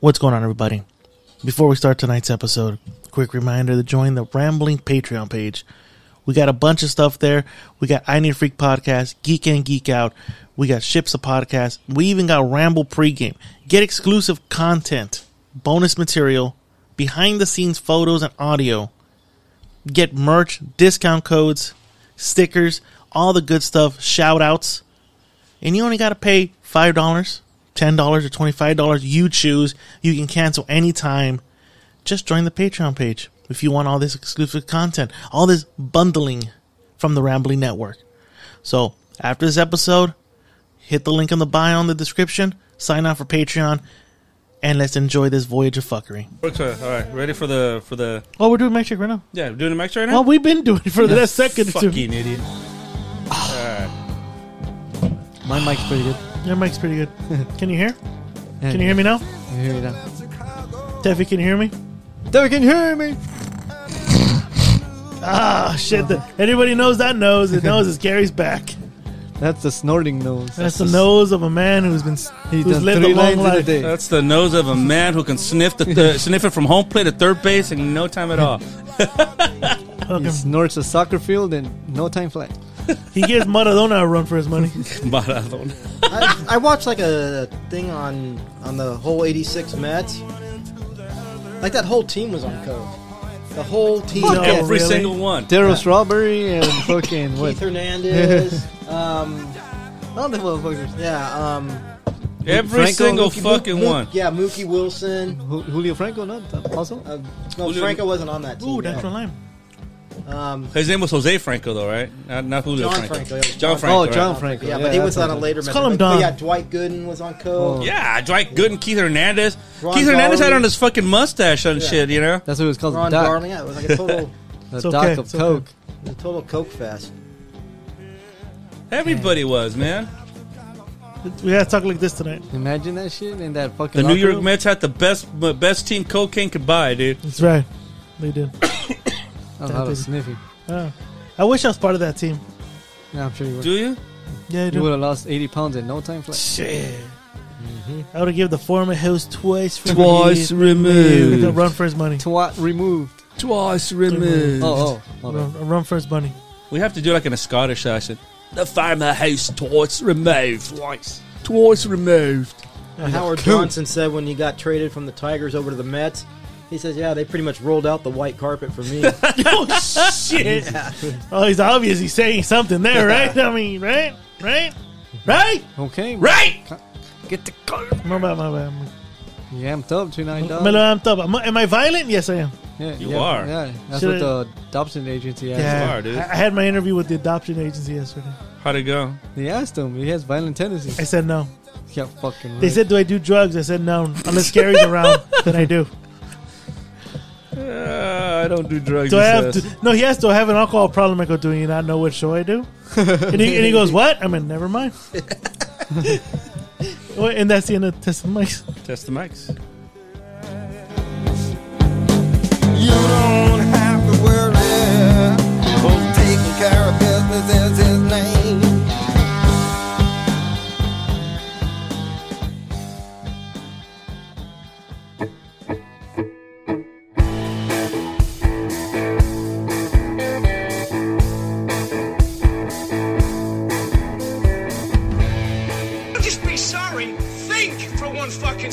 What's going on, everybody? Before we start tonight's episode, quick reminder to join the Rambling Patreon page. We got a bunch of stuff there. We got I Need Freak Podcast, Geek and Geek Out. We got Ships of Podcast. We even got Ramble Pregame. Get exclusive content, bonus material, behind the scenes photos and audio. Get merch, discount codes, stickers, all the good stuff, shout outs and you only got to pay five dollars, ten dollars, or twenty-five dollars. You choose. You can cancel anytime. Just join the Patreon page if you want all this exclusive content, all this bundling from the Rambling Network. So after this episode, hit the link in the bio in the description, sign up for Patreon, and let's enjoy this voyage of fuckery. Works, uh, all right, ready for the for the Oh, we're doing mic check right now. yeah, we're doing the max right now. Well, we've been doing it for the last Oh, second. or two. fucking idiot. Alright. My mic's pretty good. Your mic's pretty good. Can you hear? Can you hear me now? Can you hear me now? Teffy, can you hear me? They can hear me. Ah, shit. The, anybody knows that nose. It knows it's Gary's back. That's the snorting nose. That's the nose of a man who's been s- He who's does lived three a long lines in a life. day. That's the nose of a man who can sniff the th- sniff it from home plate to third base in no time at all. He Fucking- snorts a soccer field and no time flat. he gives Maradona a run for his money. Maradona. I, I watched like a thing on on the whole '86 Mets. Like that whole team was on coke. The whole team. Fuck yeah. Every really? single one. Daryl's robbery and fucking Keith what? Hernandez. um, all the motherfuckers. Yeah. Um, Every Franco, single Mookie, fucking Mook- one. Yeah, Mookie Wilson. Ju- Julio Franco, not also. Uh, no, Julio- Franco wasn't on that team. Ooh, yeah. natural lime. Um, His name was Jose Franco, though, right? Not, not Julio John Franco. Franco, yeah, John John- Franco. Oh, right? John Franco. yeah, but he that was on sounds a right. later. Let's Mets. call him But- but Don. Yeah, Dwight Gooden was on coke. Oh. Yeah, Dwight Gooden, Keith Hernandez. Ron Keith Hernandez had Darling. on his fucking mustache and Yeah. shit, you know? That's what it was Oh. called. Ron the doc. Darling. Yeah, it was like a total, The It's doc okay, of it's okay. coke. a total coke fest. Everybody was, man. We gotta talk like this tonight. Imagine that shit in that fucking. The New locker York room. Mets had the best best team cocaine could buy, dude. That's right. They did. Oh, that was That sniffy. Yeah. Ah. I wish I was part of that team. Yeah, I'm sure you were. Do you? Yeah, I You do. would have lost 80 pounds in no time flat. Shit. I would have given the former host Mm-hmm. twice for Twice removed. A run for his money. Twat removed. Twice removed. Oh, oh. A my bad. run for his money. Mm-hmm. oh. We have to do like in a Scottish accent. The farmhouse twice removed. Twice. Twice removed. Howard Johnson said when he got traded from the Tigers over to the Mets, he says, "Yeah, they pretty much rolled out the white carpet for me." oh shit! Oh, he's obvious. He's saying something there, right? I mean, right, right, right, Okay. Right! Get the car. My bad, my bad. Yeah, I'm tough tonight, dog. I'm amped up. Am I- am I violent? Yes, I am. Yeah, You yeah, are. Yeah, that's Should what the adoption agency asked. Yeah. Yeah. are, dude. I, I had my interview with the adoption agency yesterday. How'd it go? They asked him. He has violent I tendencies. said no. Yeah, fucking. Right. They said, "Do I do drugs?" I said, "No." Unless Gary's around, then I do. Uh, I don't do drugs. Do I he have says. to? No, he asked, "Do I have an alcohol problem?" I go, "Do you not know what show I do?" And he, and he goes, "What?" I mean, never mind. Well, and that's the end of testing mics. Test the mics. You don't have to worry. Taking care of business is his name. Just be sorry. Think for one fucking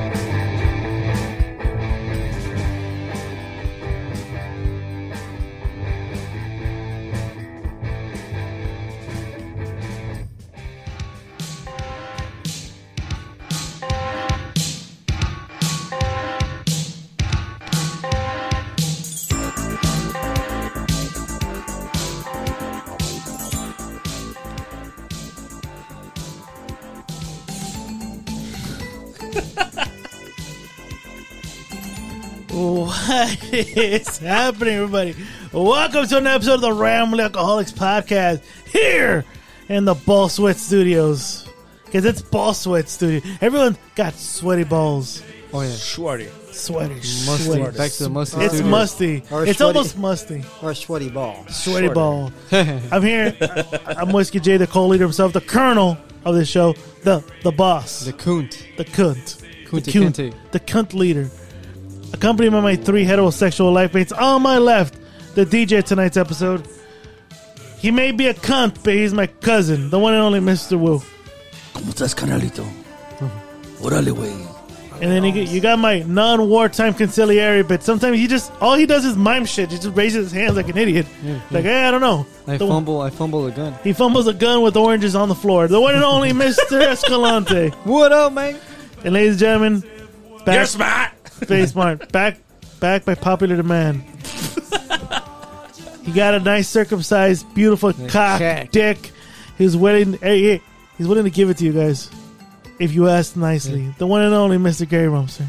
What is happening, everybody? Welcome to another episode of the Ramble Alcoholics Podcast here in the Ball Sweat Studios. Because it's Ball Sweat Studio. Everyone got sweaty balls. Oh yeah, Shorty. Sweaty. musty. sweaty. Back to the musty. It's studio. musty. Or It's sweaty. almost musty. Or a sweaty ball. Sweaty ball. I'm here. I'm Whiskey J, the co-leader himself, the colonel of this show, the the boss, The the, coont. cunt, the Kunti cunt, Kinte. the cunt leader. Accompanied by my three heterosexual life mates on my left, the DJ of tonight's episode. He may be a cunt, but he's my cousin, the one and only Mr. Wu. ¿Cómo estás, canalito? Órale, güey. And then he, you got my non-wartime conciliary, but sometimes he just all he does is mime shit. He just raises his hands like an idiot, like hey, I don't know. I The- fumble. I fumble the gun. He fumbles a gun with oranges on the floor. The one and only Mr. Escalante. What up, man? And ladies and gentlemen, back Yes, Matt. face smart. Back back by popular demand. he got a nice circumcised, beautiful cock check. dick. He's willing hey, hey, he's willing to give it to you guys. If you ask nicely. The one and only Mr. Gary Rumser.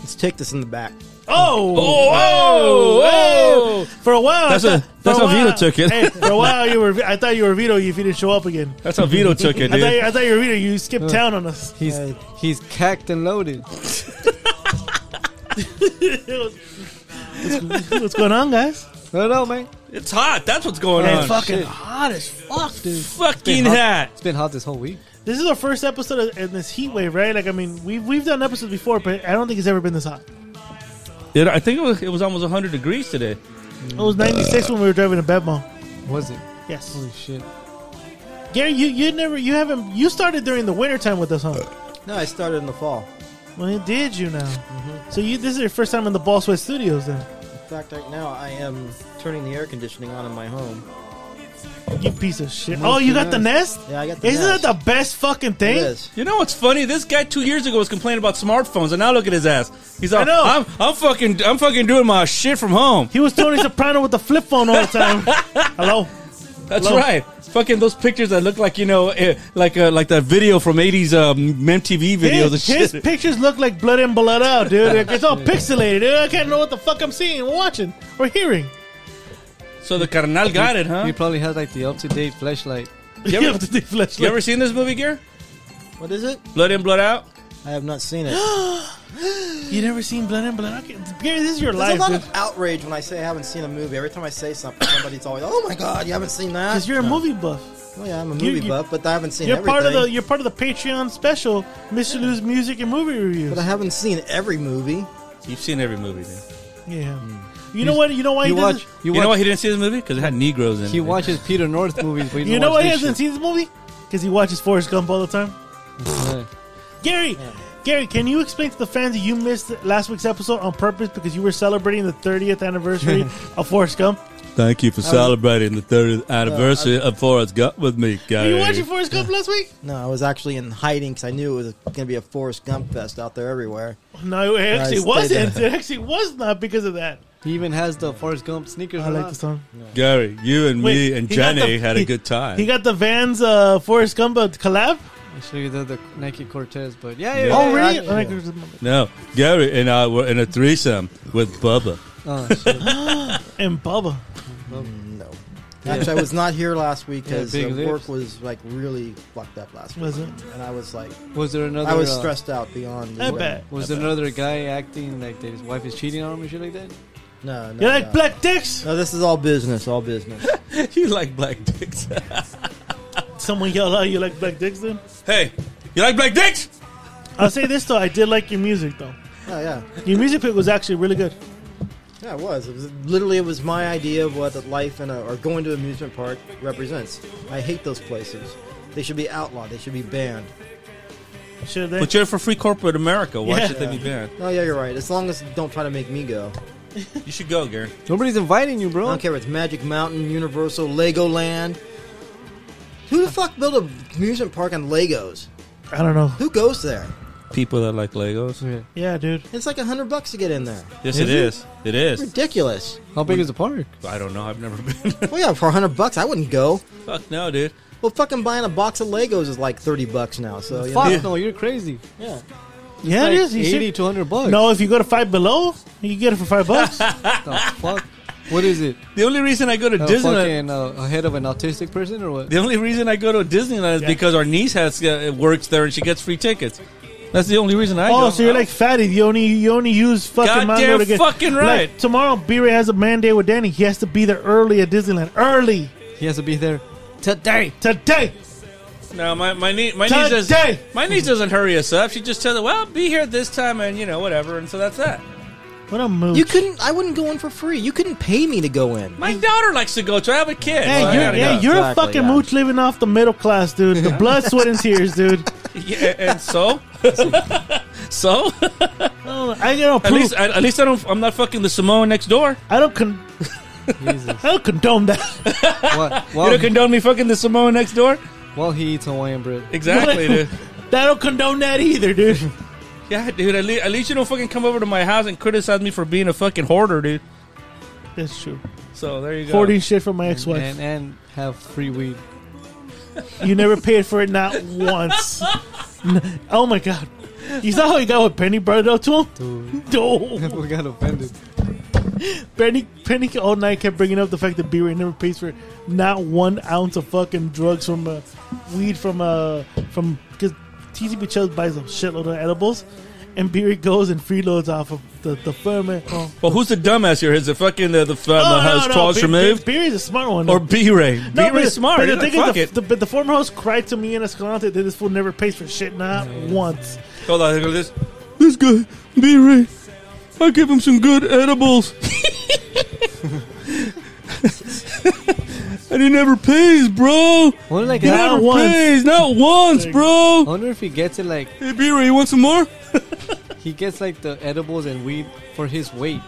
Let's take this in the back. Oh, Oh, oh, For a while, I That's a- thought- that's for a how Vito while- took it. Hey, for a while, you were. I thought you were Vito if you didn't show up again. That's how Vito took it, I thought, you, dude. I thought you were Vito. You skipped town on us. He's Uh, he's cacked and loaded. what's, what's going on, guys? What up, man? It's hot. That's what's going Hey, on. fucking shit. hot as fuck, dude. Fucking Huh? hot. It's been hot this whole week. This is our first episode of- in this heat wave, right? Like, I mean, we've we've done episodes before, but I don't think it's ever been this hot. Dude, I think it was, it was almost 100 degrees today. It was Mm. 96 when we were driving to Bedmo. Was it? Yes, Holy shit. Gary, you you never you haven't you started during the wintertime with us, huh? No, I started in the fall. Well, did you now? mm-hmm. So you this is your first time in the Ball Sweat Studios, then? In fact, right now I am turning the air conditioning on in my home. You piece of shit! Oh, you got the nest? Yeah, I got the Isn't nest. that the best fucking thing? It is. You know what's funny? This guy two years ago was complaining about smartphones, and now look at his ass. He's like, I know. I'm, I'm fucking, I'm fucking doing my shit from home. He was Tony Soprano with the flip phone all the time. Hello. That's Hello. right. Fucking those pictures that look like you know, eh, like uh, like that video from '80s um, MTV videos and His, his shit. pictures look like blood in, blood out, dude. Like, It's all pixelated. Dude. I can't know what the fuck I'm seeing, or watching, or hearing. So the carnal got it, huh? He probably has like the up to date flashlight. You ever- have to do flashlight. You ever seen this movie, Gear? What is it? Blood in, blood out. I have not seen it. You never seen blood in, blood out? Gary, this is your There's a life, lot dude. of outrage when I say I haven't seen a movie. Every time I say something, somebody's always, "Oh my god, you haven't seen that?" Because you're a movie buff. Oh yeah, I'm a you- movie you- buff, but I haven't seen You're everything. part of the you're part of the Patreon special, Mr. Lou's music and movie reviews. but I haven't seen every movie. You've seen every movie. Dude. yeah. You know what? You know why You he watch. doesn't. You, You watch. know why he didn't see this movie? Because it had Negroes in it. He watches Peter North movies, but he You don't know watch why he this hasn't seen this movie? Because he watches Forrest Gump all the time. shit. Gary, Gary, can you explain to the fans that you missed last week's episode on purpose because you were celebrating the 30th anniversary of Forrest Gump? Thank you for celebrating the 30th Uh, anniversary of Forrest Gump with me, Were you guys. watching Forrest Gump last week? No, I was actually in hiding because I knew it was going to be a Forrest Gump fest out there everywhere. No, it actually stayed wasn't. there. It actually was not because of that. He even has the Forrest Gump sneakers. I on. like the song. Gary, you and Wait, me and he got Jenny the- had he- a good time. He got the Vans uh, Forrest Gump uh, collab. Actually, the, the Nike Cortez, but yeah, yeah. Oh, yeah, really? yeah. Like, no, Gary and I were in a threesome with Bubba. Oh, shit. And Bubba. No, actually, I was not here last week because Yeah, big lips. work was like really fucked up last week, Was it? Oh, and I was like, Was there another? I was uh, stressed out beyond. I bet. Was there another guy acting like that his wife is cheating on him and shit like that? No, no, You like no. black dicks? No, this is all business. All business. you like black dicks. Someone yell out, you like black dicks then? hey, you like black dicks? I'll say this though, I did like your music though. oh yeah. Your music pick was actually really good. Yeah, it was. It was literally it was my idea of what life in a, or going to an amusement park represents. I hate those places. They should be outlawed. They should be banned. Should they? But you're for free corporate America. Why Yeah. should they be banned? Oh yeah, you're right. As long as you don't try to make me go. You should go, Gary. Nobody's inviting you, I bro. don't care if it's Magic Mountain, Universal, Legoland. Who the fuck built an amusement park on Legos? I don't know. Who goes there? People that like Legos. Yeah. Yeah, dude. It's like a hundred bucks to get in there. Yes, it is. It is. Ridiculous. How big is the park? I don't know. I've never been. well, yeah, for a hundred bucks, I wouldn't go. Fuck no, dude. Well, fucking buying a box of Legos is like thirty bucks now. So you know. Fuck no, you're crazy. yeah. Yeah, it like is. You should- 80 to 100 bucks. No, if you go to Five Below, you can get it for five bucks. the fuck? What is it? The only reason I go to A Disneyland. fucking uh, a head of an autistic person or what? The only reason I go to Disneyland is because our niece has uh, works there and she gets free tickets. That's the only reason I go. oh, so you're like fatty. You only you only use fucking Goddamn Mongo to get fucking right. Like, tomorrow, B Ray has a man day with Danny. He has to be there early at Disneyland. Early He has to be there. today. today. No, my my, nie- my niece does, Today. my niece doesn't hurry us up. She just tells us, "Well, be here this time," and you know whatever. And so that's that. What a move. You couldn't. I wouldn't go in for free. You couldn't pay me to go in. My daughter likes to go to. I have a kid. Hey, so I you're, gotta hey, go. you're a Exactly, fucking yeah. mooch living off the middle class, dude. The blood, sweat, and tears, dude. go. Yeah, and so, so Oh, I don't at approve. least at, at least I don't. I'm not fucking the Samoan next door. I don't con- Jesus. I don't condone that. Why- You Oh. While, don't condone me fucking the Samoan next door. while he eats Hawaiian bread. Exactly, dude. I don't condone that either, dude. Yeah, dude. At least, at least you don't fucking come over to my house and criticize me for being a fucking hoarder, dude. That's true. So there you go. Hoarding shit from my ex-wife. And, and have free weed. You never paid for it, not once. N- oh my god. You saw how he got with Penny brought it up to him? Dude, No. we got offended. Penny Penny all night kept bringing up the fact that B-Ray never pays for not one ounce of fucking drugs from uh, weed from uh from because TC Bichel buys a shitload of edibles, and B-Ray goes and freeloads off of the the firm. Oh, Well, who's the dumbass here? Is it fucking the the, uh, the house B- twelves B- removed B-Ray's a smart one. or B Ray? No, B Ray but- smart. But the He's like, thing is, fuck the, it. The, but the former host cried to me and Escalante that this fool never pays for shit, not once. Hold on, look at this. This guy, B Ray. I give him some good edibles. and he never pays, bro. I wonder, like, He Not I never once. pays, not once, bro. wonder if he gets it like Hey, B Ray, you want some more? he gets like the edibles and weed for his weight.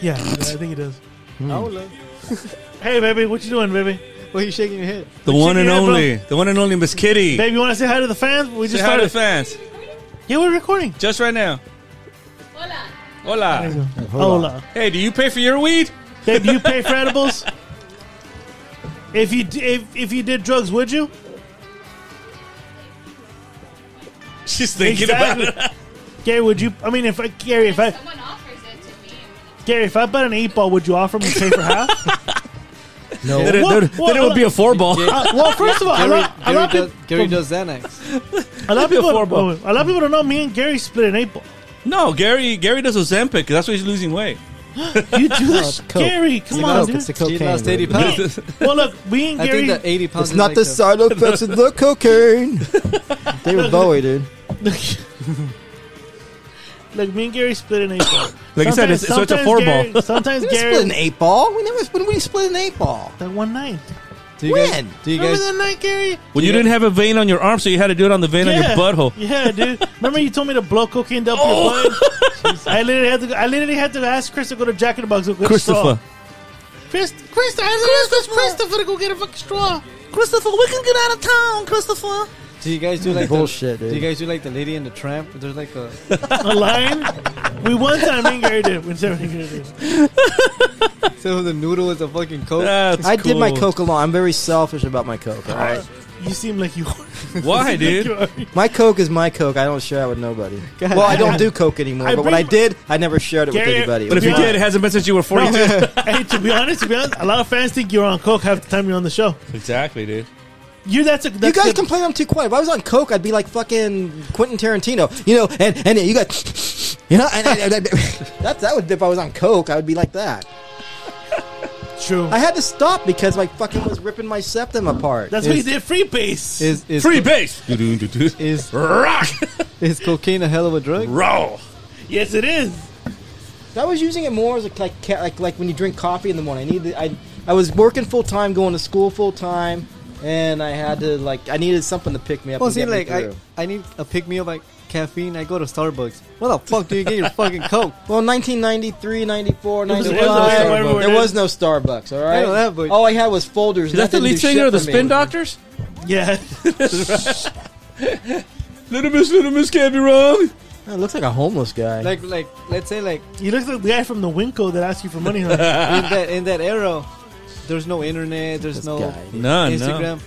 Yeah, I think he does. Hmm. I would love. Hey, baby, what you doing, baby? Well, you shaking your head. The Chicken one and head, bro. only, the one and only Miss Kitty. Baby, you want to say hi to the fans? We Say just hi to started. the fans. yeah, we're recording. Just right now. Hola. Hola. Hola. Hey, do you pay for your weed? Oh, Babe, do you pay for edibles? If you d- if, if you did drugs, would you? She's thinking about it. Gary, would you? I mean, if I, Gary, if I someone offers it to me, I'm Gary, if I bought an eight ball, would you offer me to pay for half? No. Then it, What? then- What? then it would be a four ball. Uh, well, first of all, a Gary, lot, a Gary, lot does, of peop- Gary does Xanax. a lot of be a people, four ball. a lot of people don't know. Me and Gary split an eight ball. No, Gary. Gary does Ozempic. That's why he's losing weight. You do it's this, Coke. Gary. Come It's on, Coke, dude. It's the He cocaine. lost baby. eighty pounds. Well, look, me and I Gary. think the eighty pounds. It's is not like the side effects of the cocaine. David Bowie, dude. look, look, me and Gary split an eight ball. Like I said, it's- so it's a four Gary, ball. Sometimes We didn't split an Gary. eight ball. We never split. We split an eight ball. That one night. Do you guys? When? Do you Remember guys? that night, Gary? Well, you didn't have a vein on your arm, so you had to do it on the vein Yeah. on your butthole. Oh. Yeah, dude. Remember you told me to blow cocaine down your butt? I literally had to. Go, I literally had to ask Chris to go to Jack in the Box. to get a straw. Christopher, Chris, Chris, I had to ask Christopher to go get a fucking straw. Christopher, we can get out of town, Christopher. Do you guys do like Bullshit, The, dude. do you guys do like the Lady and the Tramp? There's like a A line. We one time me and Gary did. We said me and Gary did. so the noodle is a fucking coke. Uh, that's I did my cool. coke alone. I'm very selfish about my coke. All right, You seem like you. Why, dude? my coke is my coke. I don't share it with nobody. Well, I don't do coke anymore. I but when I bring- did, I never shared it with Gary- anybody. But if you Yeah. did, it hasn't been since you were No, forty-two. hey, to be honest, to be honest, a lot of fans think you're on coke half the time you're on the show. Exactly, dude. You that's a you that's guys good- complain I'm too quiet. If I was on coke, I'd be like fucking Quentin Tarantino, you know. And and you got, you know, and, and, and- that that would if I was on coke, I would be like that. true. I had to stop because my fucking was ripping my septum apart. that's what you did. Free base. Is is Free base. is Rock. is cocaine a hell of a drug? Roll. yes, it is. I was using it more as like like ca- like, like when you drink coffee in the morning. I needed I I was working full time, going to school full time, and I had to like I needed something to pick me up. Well, and see, get me like I, through. I need a pick me up like caffeine. I go to Starbucks. What the fuck do you get your fucking coke? well, 1993, 94, There was no 95. Starbucks. There was no Starbucks. All I right, know that, but- all I had was folders. Is that the lead singer of the Spin Doctors? Yeah. Little Miss, Little Miss can't be wrong. It looks like a homeless guy. Like, like, let's say, like You look like the guy from the Winco that asked you for money. Huh? in that in that era, there's no internet, there's This no guy. No, no. Instagram.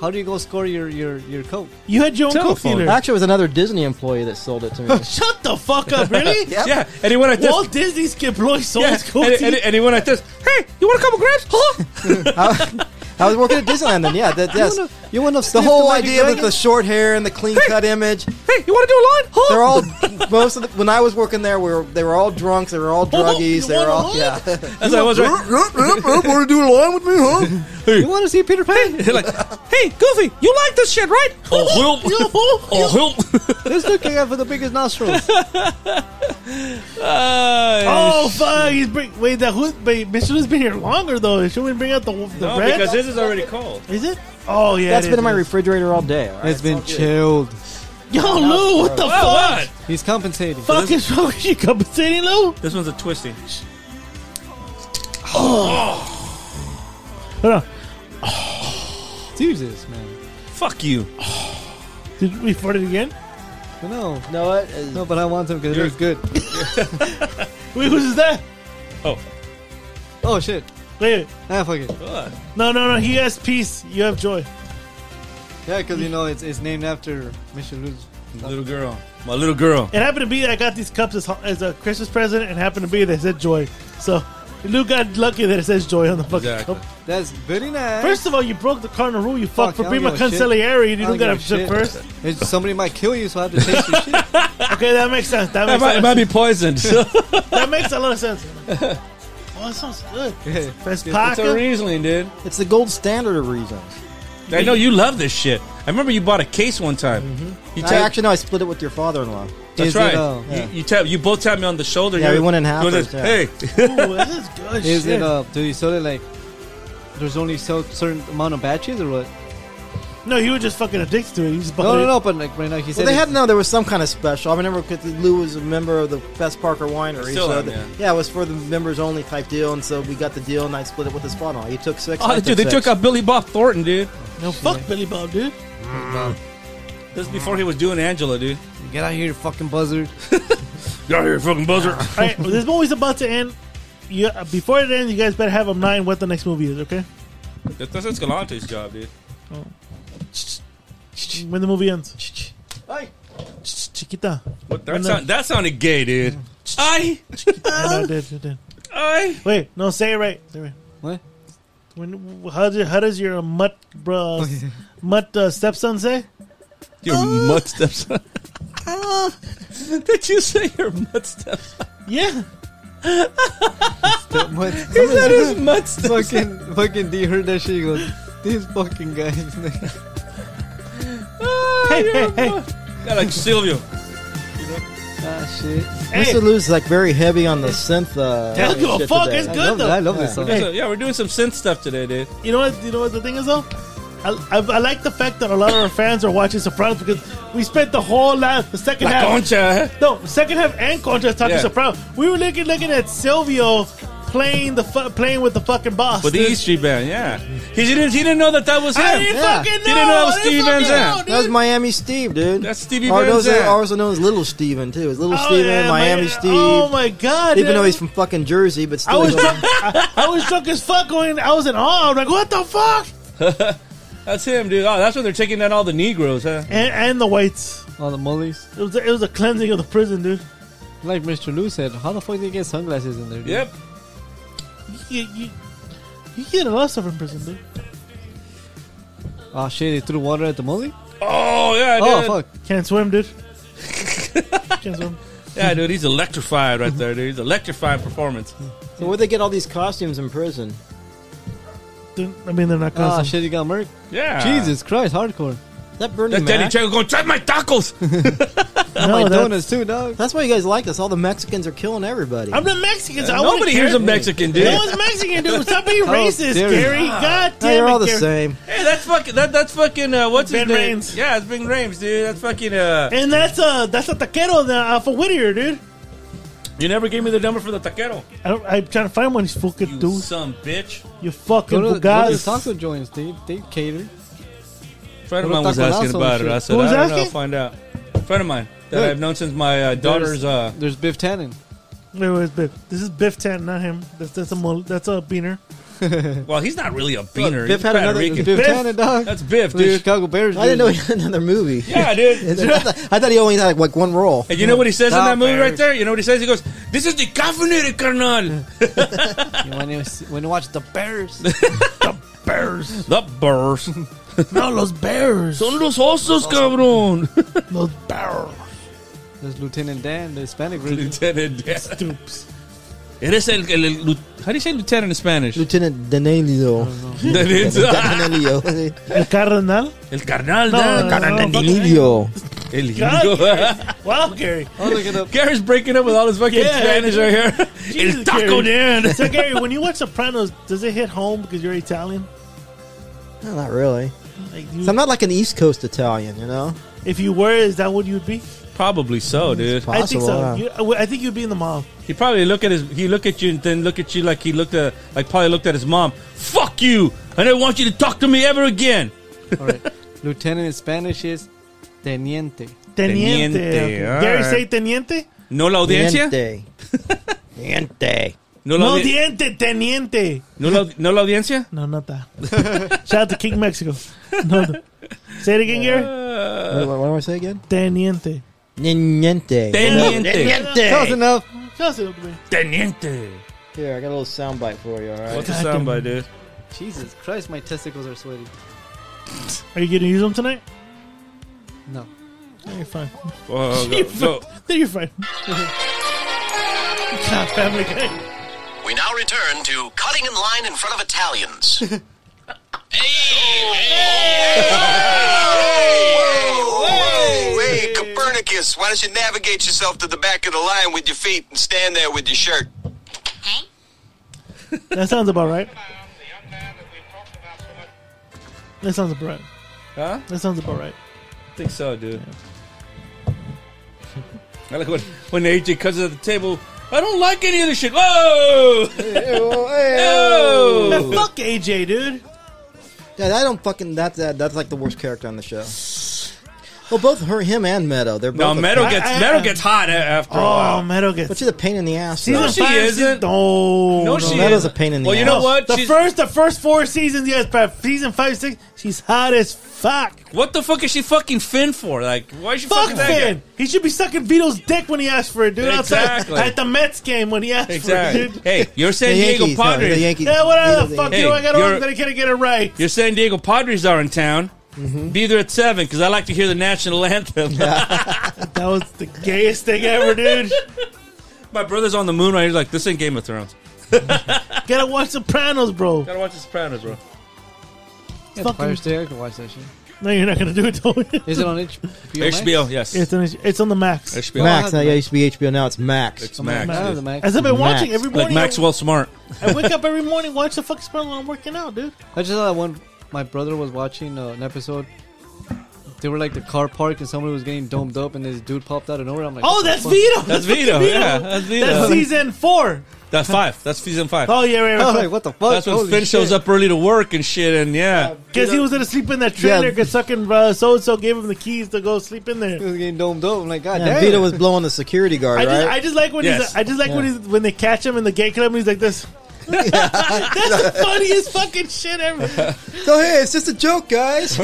How do you go score your your your coke? You had your own Coke Telephone. dealer. Actually, it was another Disney employee that sold it to me. Shut the fuck up, really? Yep. Yeah, and he went like this. Walt Disney's kid boy sold yeah, his Coke and, to and, you. and he went like this. Hey, you want a couple grabs? Huh? I was working at Disneyland then. Yeah, that, yes. You want to The whole idea with the short hair and the clean cut image. Hey, you want to do a line? Huh? They're all most of the, when I was working there, we were they were all drunks. They were all druggies. They were all yeah. As I was right. Want to do a line with me, huh? You want to see Peter Pan? They're like, hey, Goofy, you like this shit, right? Oh, whoop. oh, whoop. this dude came out with the biggest nostrils. Oh fuck! He's bring, wait. That who's wait, Michel's been here longer though. Should we bring out the the no, red? because this is already cold. is it? Oh yeah, That's it been is. in my refrigerator all day. all right? it's been chilled. Yo, Lou, what the fuck? He's compensating. Fuck is wrong with you, compensating Lou? This one's a twisty. Hold on. Jesus, man. Fuck you. Did we fart it again? No, You know what? It's- no, but I want them because You're- it's good. Wait, who's that? Oh shit. Wait, Ah, fuck it. Ugh. no, no, no. He has peace. You have joy. Yeah, because you know it's, it's named after Michelin's. Little girl. My little girl. It happened to be that I got these cups as, as a Christmas present, and happened to be that said joy. So Lou got lucky that it says joy on the fucking Exactly. cup. That's very nice. First of all, you broke the cardinal rule. You fuck, Fuck, for I don't being my give a shit. consigliere. You I don't don't got to give a shit shit. first. It's- somebody might kill you, so I have to taste your shit. Okay, that makes sense. That It makes might, it sense. might be poisoned. that makes a lot of sense. Oh, that sounds good. Best it's a pocket. Riesling, dude. It's the gold standard of reasons. I know you love this shit. I remember you bought a case one time. You I tapped- actually no, I split it with your father-in-law. that's Is it, right. uh, You, you tap. You both tapped me on the shoulder. Yeah, You- we went in you half went first, like, Hey, Ooh, this is good Is shit. it uh? Do you sell it like? There's only so certain amount of batches or what? no, you were just fucking addicted to it. You just bought No, no, it. no. But like right now, he Well, said they it- had no. There was some kind of special. I remember because Lou was a member of the Best Parker Winery. Still so am, the- yeah. it was for the members only type deal, and so we got the deal, and I split it with his father. He took six. I oh, dude, they six. took out Billy Bob Thornton, dude. No, fuck Billy Bob, dude. This is before he was doing Angela, dude. Get out of here, you fucking buzzard! Get out here, you fucking buzzer. All right, well, this movie's about to end. You, uh, before it ends, you guys better have a mind what the next movie is, okay? That's, that's Galante's job, dude. When the movie ends. Chiquita. What, When the- that, sound, that sounded gay, dude. I, I know, I did, I did. I. Wait, no, say it right. Say it right. What? When, how, do, how does your mutt, bro, mutt uh, stepson say? Your Uh, mud steps. Did you say your mud steps? Yeah. That much- He said his mud steps. fucking fucking D heard that shit. He goes, these fucking guys. man." Ah, Hey, hey, hey. Yeah, like Silvio. ah shit. Hey, Mr. Lou's like very heavy on the synth. Uh, Don't give a shit fuck, today. it's I Good love, though. I love this song. Hey. So, yeah, we're doing some synth stuff today, dude. you know what? You know what the thing is though. I, I, I like the fact that a lot of our fans are watching Sopranos because we spent the whole last the second La half, Concha. eh? no second half and contrast talking Yeah. Sopranos. We were looking looking at Silvio playing the fu- playing with the fucking boss. With the dude. E Street Band, yeah. He didn't, he didn't know that that was him. I didn't Yeah. fucking know. He didn't know I didn't Steve fucking Van Zandt. know, dude. That was Miami Steve, dude. That's Stevie Or Van those Zandt. are also known as Little Steven too. It's Little Oh, Steven, yeah, Miami man. Steve. Oh my god! Even dude. though he's from fucking Jersey, I but still. was drunk. I, I was drunk as fuck. Going, I was in awe. I'm like, what the fuck? That's him, dude. Oh, that's when they're taking down all the Negroes, huh? And, and the whites. All the mollies. It was a, it was a cleansing of the prison, dude. Like Mr. Lou said, how the fuck did he get sunglasses in there? dude? Yep. You, you, you get a lot of stuff in prison, dude. Oh shit! He threw water at the molly. Oh, yeah, dude. Oh fuck! Can't swim, dude. Can't swim. Yeah, dude, he's electrified right there, dude. He's electrified performance. so where'd they get all these costumes in prison? Dude, I mean, they're not Ah constant. shit! He got murked. Yeah. Jesus Christ! Hardcore. That Bernie That's Danny Mac. Trejo going, try my tacos. no, My that's- donuts too, dog. That's why you guys like us. All the Mexicans are killing everybody. I'm the Mexicans. I wouldn't Nobody care. here's a Mexican, dude. No one's Mexican, dude. Stop being racist, dare you. Gary. God Hey, damn they're it, all the Gary. same. Hey, that's fucking, that, that's fucking, uh, what's Ben his name? Raines. Yeah, it's Ben Rames, dude. That's fucking, uh, And that's uh that's a taquero the, uh, for Whittier, dude. you never gave me the number for the taquero. I don't, I'm trying to find one. He's fucking You dude. some bitch. You Go fucking to, the, go to the taco Bugatti. joints. They they cater. friend of What mine was about asking Taco about Lasso it. I and said, Who was I don't know, asking? find out. friend of mine that Look. I've known since my uh, daughter's, uh, There's Biff Tannen. Wait, wait, Biff. This is Biff Tan, not him. That's that's a mul- that's a beaner. Well, he's not really a beaner. Biff he's had Puerto another- Rican. Biff Tannen, dog. That's Biff, The dude. Chicago Bears. I didn't know he jersey. had another movie. Yeah, dude. I thought- I thought he only had like one role. And you know what he says in that Stop movie it. right there? You know what he says? He goes, "This is decaffeinated, carnal." You want to see- want to watch the Bears? Bears, the bears, No, los bears. son los osos, cabrón. Los bears. There's Lieutenant Dan, the Hispanic version. Lieutenant Dan. Eres el, el, el lieu- how do you say lieutenant in Spanish? Lieutenant Danilo. el Danilo. El cardenal? carnal, No, Dan. no, no, no, fuck it. Danilo. El gringo. God, Wow, Gary. Oh, look it up. Gary's breaking up with all his fucking Yeah, Spanish dude. right here. Jesus, el taco, Dan. So, Gary, when you watch Sopranos, does it hit home because you're Italian? No, not really. Like, you, So I'm not like an East Coast Italian, you know? if you were, is that what you'd be? Probably so, dude. Possible. I think so. huh? You, I would- I think you'd be in the mob. He probably look at his. He look at you and then look at you like he looked at like probably looked at his mom. Fuck you! I don't want you to talk to me ever again. All right. Lieutenant in Spanish is teniente. Teniente. Teniente, Okay. all Gary, right. say teniente. No la audiencia. Niente. Niente. No la, No, audi- diente, teniente. no, la, no la audiencia. No, not that. Shout out to King Mexico. No, no. Say it again, Gary. Uh, What, what, what do I say again? Teniente. Niente. Teniente. Close enough. Just a little bit. Teniente. Here, I got a little soundbite for you, alright? What's the soundbite, dude? Jesus Christ, my testicles are sweaty. Are you going to use them tonight? No. No, you're fine. Oh, go, go. No, you're fine. God, family guy. We now return to cutting in line in front of Italians. hey! Whoa, whoa, hey, Copernicus, why don't you navigate yourself to the back of the line with your feet and stand there with your shirt? That sounds about right. That sounds about right. Huh? That sounds about right. I think so, dude. I like when when AJ comes to the table. I don't like any of this shit. Whoa! oh, Man, Whoa! fuck AJ, dude. Yeah, oh. I don't fucking. That's that, that's like the worst character on the show. Well, both her, him, and Meadow. They're both. No, a- metal gets I- I- metal gets hot a- after a Oh, while. Meadow gets. But she's a pain in the ass. Season though. No, she five, isn't. season- No, No, no. she that is. was a pain in the Well, you know ass. what? The She's- first, the first four seasons, yes, but season five, six, she's hot as fuck. What the fuck is she fucking Finn for? Like, why is she Fuck fucking that guy? Finn. He should be sucking Vito's dick when he asked for it, dude. Exactly. Outside at the Mets game when he asked for it, Exactly. dude. Hey, you're The San Diego Yankees, no, Padres. the Yankees. Yeah, whatever Neither the the fuck, Hey, you know, I got you're- older than I can't get it right. Your San Diego Padres are in town. Mm-hmm. Be there at seven because I like to hear the national anthem. That was the gayest thing ever, dude. My brother's on the moon right. He's like, this ain't Game of Thrones. Gotta watch Sopranos, bro. Gotta watch The Sopranos, bro. Yeah, the Fucking- Pirates Day, I can watch that shit. No, you're not gonna do it, Tony. Is it on HBO? Max? HBO, yes. It's on, it's on the max. HBO. Max. Now, yeah, it used to be HBO. Now it's Max. It's I'm Max. not- I have dude. the Max. As I've been Max. watching every Like morning, Maxwell Smart. I wake up every morning, watch the fucking Sopranos when I'm working out, dude. I just saw that one. My brother was watching uh, an episode. They were like the car park, and somebody was getting domed up, and this dude popped out of nowhere. I'm like, Oh, what the that's fuck? Vito. That's Vito. Yeah, that's Vito. That's season four. That's five. That's season five. Oh yeah, right, I was right. like, right. what the fuck? That's when Holy Finn shit. shows up early to work and shit, and yeah. Because he was gonna sleep in that trailer. Yeah. Because fucking uh, so and so gave him the keys to go sleep in He there. was getting domed up. I'm like, God Yeah, damn. Vito was blowing the security guard, I just, I right? just like when Yes. he's, I just like when Yeah. he's, when they catch him in the gay club. and He's like this. That's the funniest fucking shit ever. so hey, it's just a joke, guys.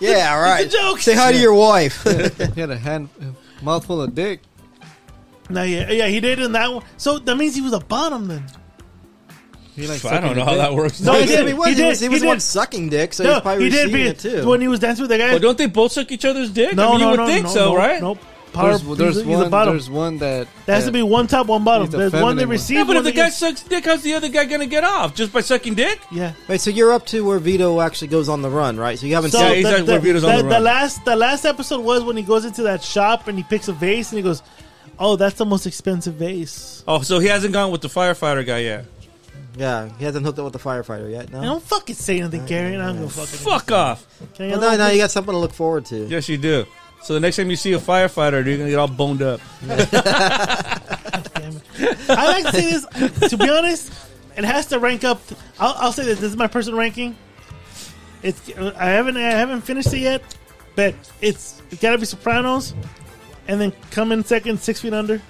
yeah, all right. It's a joke. Say hi to your wife. he had a hand, a mouthful of dick. No, yeah, yeah, he did in that one. So that means he was a bottom then. He like I don't know how that works. No, Oh, he Yeah, did. he was, He he was, did. He he was did. the one sucking dick, so he's No, probably he did. receiving be- it too. When he was dancing with that guy. Well, don't they both suck each other's dick? I no, mean, no, you would no, think no, so, no, right? Nope. Power, There's, there's he's, a- he's a one. bottom. There's one that There has to that- be one top, one bottom. He's the There's one that feminine one. received. Yeah, but one if the that guy gets- sucks dick, how's the other guy gonna get off? Just by sucking dick? yeah. Wait, so you're up to where Vito actually goes on the run, right? So you haven't So Yeah, seen he's the, like, the, we're Vito's on the- the the run. last the last episode was when he goes into that shop and he picks a vase and he goes, "Oh, that's the most expensive vase." Oh, so he hasn't gone with the firefighter guy yet. Yeah, he hasn't hooked up with the firefighter yet. And No. don't fucking say anything, Gary. And I'm gonna fucking Fuck off. Can I get Well, another now, now piece? you got something to look forward to. Yes, you do. So the next time you see a firefighter, you're gonna get all boned up. Damn it. I like to say this. To be honest, it has to rank up. I'll, I'll say this. This is my personal ranking. It's I haven't I haven't finished it yet, but it's it's got to be Sopranos, and then come in second, Six Feet Under,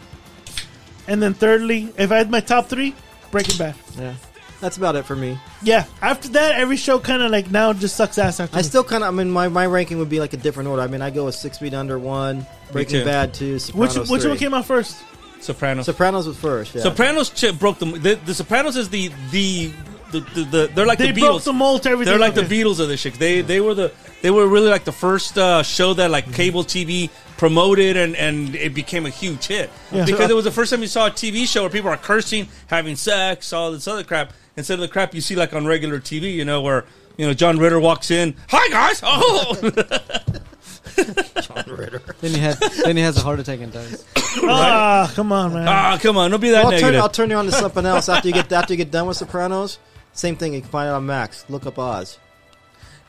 and then thirdly, if I had my top three, Breaking Bad. Yeah. That's about it for me. Yeah. After that, every show kind of like now just sucks ass. After I still kind of. I mean, my, my ranking would be like a different order. I mean, I go with Six Feet Under one, Breaking too. Bad two, which Sopranos which three. one came out first? Sopranos. Sopranos was first. Yeah. Sopranos ch- broke them. The, the Sopranos is the the. The, the, the, they're like They the Beatles. broke the mold to everything. They're like the Okay. Beatles of this shit. They they were the they were really like the first uh, show that like cable TV promoted and and it became a huge hit Yeah. uh, because it was the first time you saw a TV show where people are cursing, having sex, all this other crap instead of the crap you see like on regular TV. You know where you know John Ritter walks in, hi guys, oh Then he had then he has a heart attack and dies. Ah, come on, man. ah come on, don't be that Well, I'll turn, negative. I'll turn you on to something else after you get after you get done with Sopranos. Same thing. You can find it on Max. Look up Oz.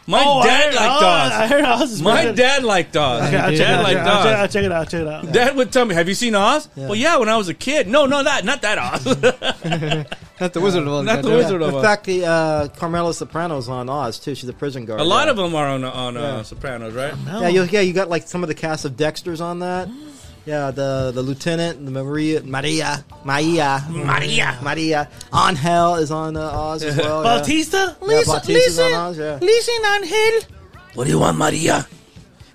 My Oh, I dad heard- liked oh, I Oz. heard Oz is My better. dad liked Oz. Okay, I'll check it Dad out, liked I'll check it Oz. out, check it out. Check it out. Dad would tell me, "Have you seen Oz?" Well, yeah, when I was a kid. No, no, that not that Oz. Not the Wizard of Oz. Not the goddamn. Wizard of In Oz. fact, the uh, Carmela Soprano's on Oz too. She's a prison guard. A lot yeah. of them are on on uh, Sopranos, right? Yeah, you, yeah, you got like some of the cast of Dexter's on that. Yeah, the the lieutenant, the Maria, Maria, Maria, Maria, Maria. Angel is on uh, Oz as well. yeah. Bautista? Yeah, Bautista's on Oz, yeah. listen on Hill. What do you want, Maria?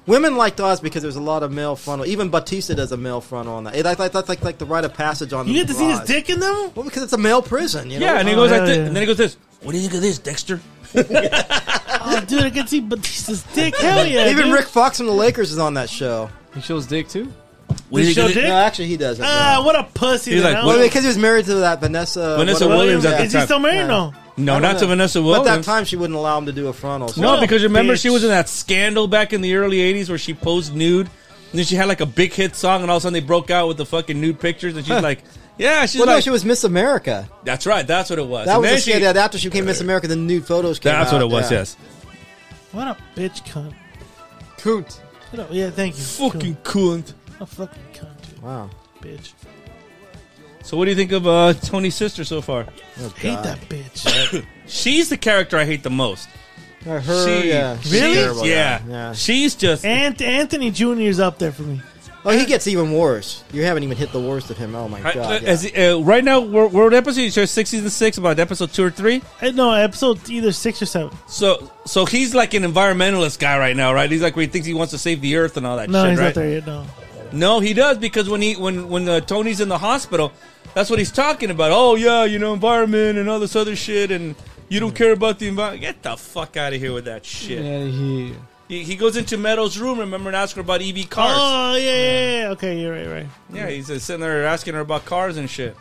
Women liked Oz because there's a lot of male frontal. Even Batista does a male frontal on that. It, that's, like, that's like like the rite of passage on. You the get to see his Oz. dick in them? Well, because it's a male prison. You know? Yeah, and he Oh, goes like hell this, yeah. and then he goes this. What do you think of this, Dexter? Oh, dude, I can see Bautista's dick. Hell yeah. Even dude. Rick Fox from the Lakers is on that show. He shows dick too. What do you show think of dick? No, actually, he doesn't. Ah, what a pussy. He's then, like, huh? Well, because he was married to that Vanessa. Vanessa whatever- Williams at yeah. the Is he still married? No. No, I don't not to know. Vanessa But at Williams. that time, she wouldn't allow him to do a frontal. So. no, because remember bitch. she was in that scandal back in the early '80s where she posed nude, and then she had like a big hit song, and all of a sudden they broke out with the fucking nude pictures, and she's like, "Yeah, she's Well, no, like, she was Miss America. that's right, that's what it was." That And was then the she- scandal. That after she became Miss America, the nude photos came That's out. what it was. yeah. Yes, What a bitch cunt. Coot. What a- yeah, thank you. fucking cunt. Cunt. A fucking cunt, dude. Wow. Bitch. So, what do you think of uh, Tony's sister so far? Hate that bitch. She's the character I hate the most. Uh, Her, She- yeah. she's- Really? terrible, Yeah. yeah. She's just Ant- Anthony Jr. is up there for me. Oh, he gets even worse. You haven't even hit the worst of him. Oh my I- god. yeah. as- uh, right now, we're, we're on episode you said six season six, about episode two or three. Uh, No, episode either six or seven. So, so he's like an environmentalist guy right now, right? He's like where he thinks he wants to save the earth and all that No, shit, he's right? not there yet. No. No, he does because when he when when uh, Tony's in the hospital, that's what he's talking about. Oh yeah, you know environment and all this other shit, and you don't care about the environment. Get the fuck out of here with that shit. Yeah, he. He, he goes into Meadow's room, remember, and asks her about EV cars. Oh, yeah, yeah, yeah. Okay, you're right, right. Yeah, he's uh, sitting there asking her about cars and shit.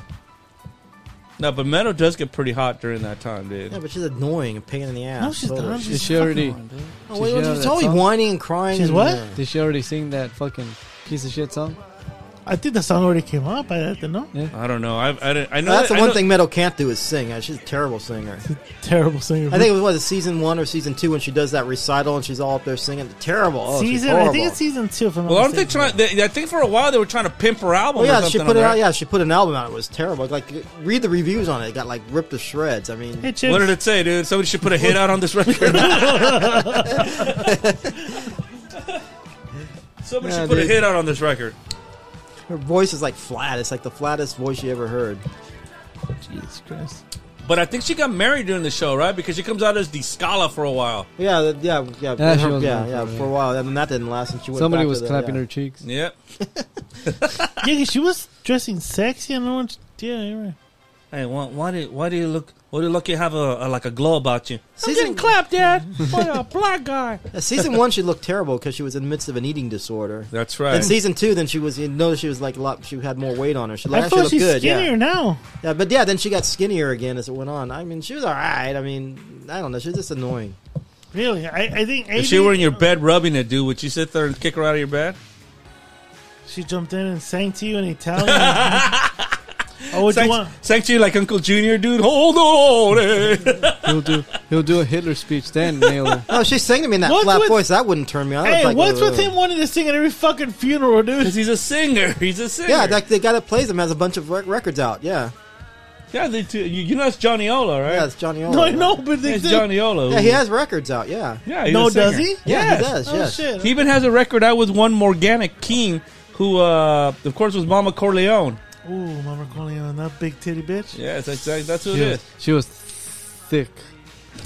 No, but Meadow does get pretty hot during that time, dude. yeah, but she's annoying and pain in the ass. No, she's totally. not. Did She's she already? fucking on, dude. Oh, wait, She's- yeah, she's that always song. whining and crying. She's and- uh, what? Did she already sing that fucking piece of shit song? I think the song already came up. I didn't know. I don't know. I, I, didn't- I know That's the I one know- thing Meadow can't do is sing. Uh, She's a terrible singer. Terrible singer. I think it was what, season one or season two when she does that recital and she's all up there singing. Terrible. Oh, she's season. I think horrible. it's season two. If I'm not Well, aren't they mistaken. trying? They, I think for a while they were trying to pimp her album. Well, or Oh, yeah, something she put on it there. out. Yeah, she put an album out. It was terrible. Like, read the reviews on it. It got like ripped to shreds. I mean, Hey, Chips. What did it say, dude? Somebody should put a hit out on this record. Somebody Yeah, should put a dude. hit out on this record. her voice is like flat. It's like the flattest voice you ever heard. Jesus Christ. But I think she got married during the show, right? Because she comes out as the Scala for a while. Yeah, that- yeah, yeah, Yeah, she her- was yeah, married yeah, for a For a while, and that didn't last. And she went Somebody back was to the- clapping yeah. her cheeks. Yep. Yeah, 'cause she was dressing sexy and no one's. Yeah, you're right. Hey, why, why do why do you look? Why do you look? You have a, a like a glow about you. Season, clapped, Dad, by a black guy. uh, season one, she looked terrible because she was in the midst of an eating disorder. That's And right. season two, then she was you know she was like a lot. She had more weight on her. She I actually thought looked she's good. skinnier Yeah. now. yeah, but yeah, then she got skinnier again as it went on. I mean, she was all right. I mean, I don't know. She was just annoying. Really, I, I think AD, if she were in your bed rubbing it, dude, would you sit there and kick her out of your bed? she jumped in and sang to you in Italian. oh, would you Sang, want? sang to you like Uncle Junior, dude. Hold on. eh. He'll do. He'll do a Hitler speech then. Nail her. Oh, she sang to me in that What's flat with- voice. That wouldn't turn me on. I'd Hey, like, what's "Ugh." with him wanting to sing at every fucking funeral, dude? 'Cause he's a singer. He's a singer. Yeah, like the guy that plays him has a bunch of rec- records out. Yeah, yeah. They two, you, you know that's Johnny Ola, right? yeah, it's Johnny. No, I Ola. know, but they It's did. Johnny Ola. Yeah, he has records out. Yeah, Yeah, he's No, a singer. does he? yeah, he Yes. does. Oh yes. shit! He even has a record out with one Morganic King, who, uh, of course, was Mama Corleone. Ooh, Mama Corleone, that big titty bitch. Yes, that's, that's what She it was. is. She was thick.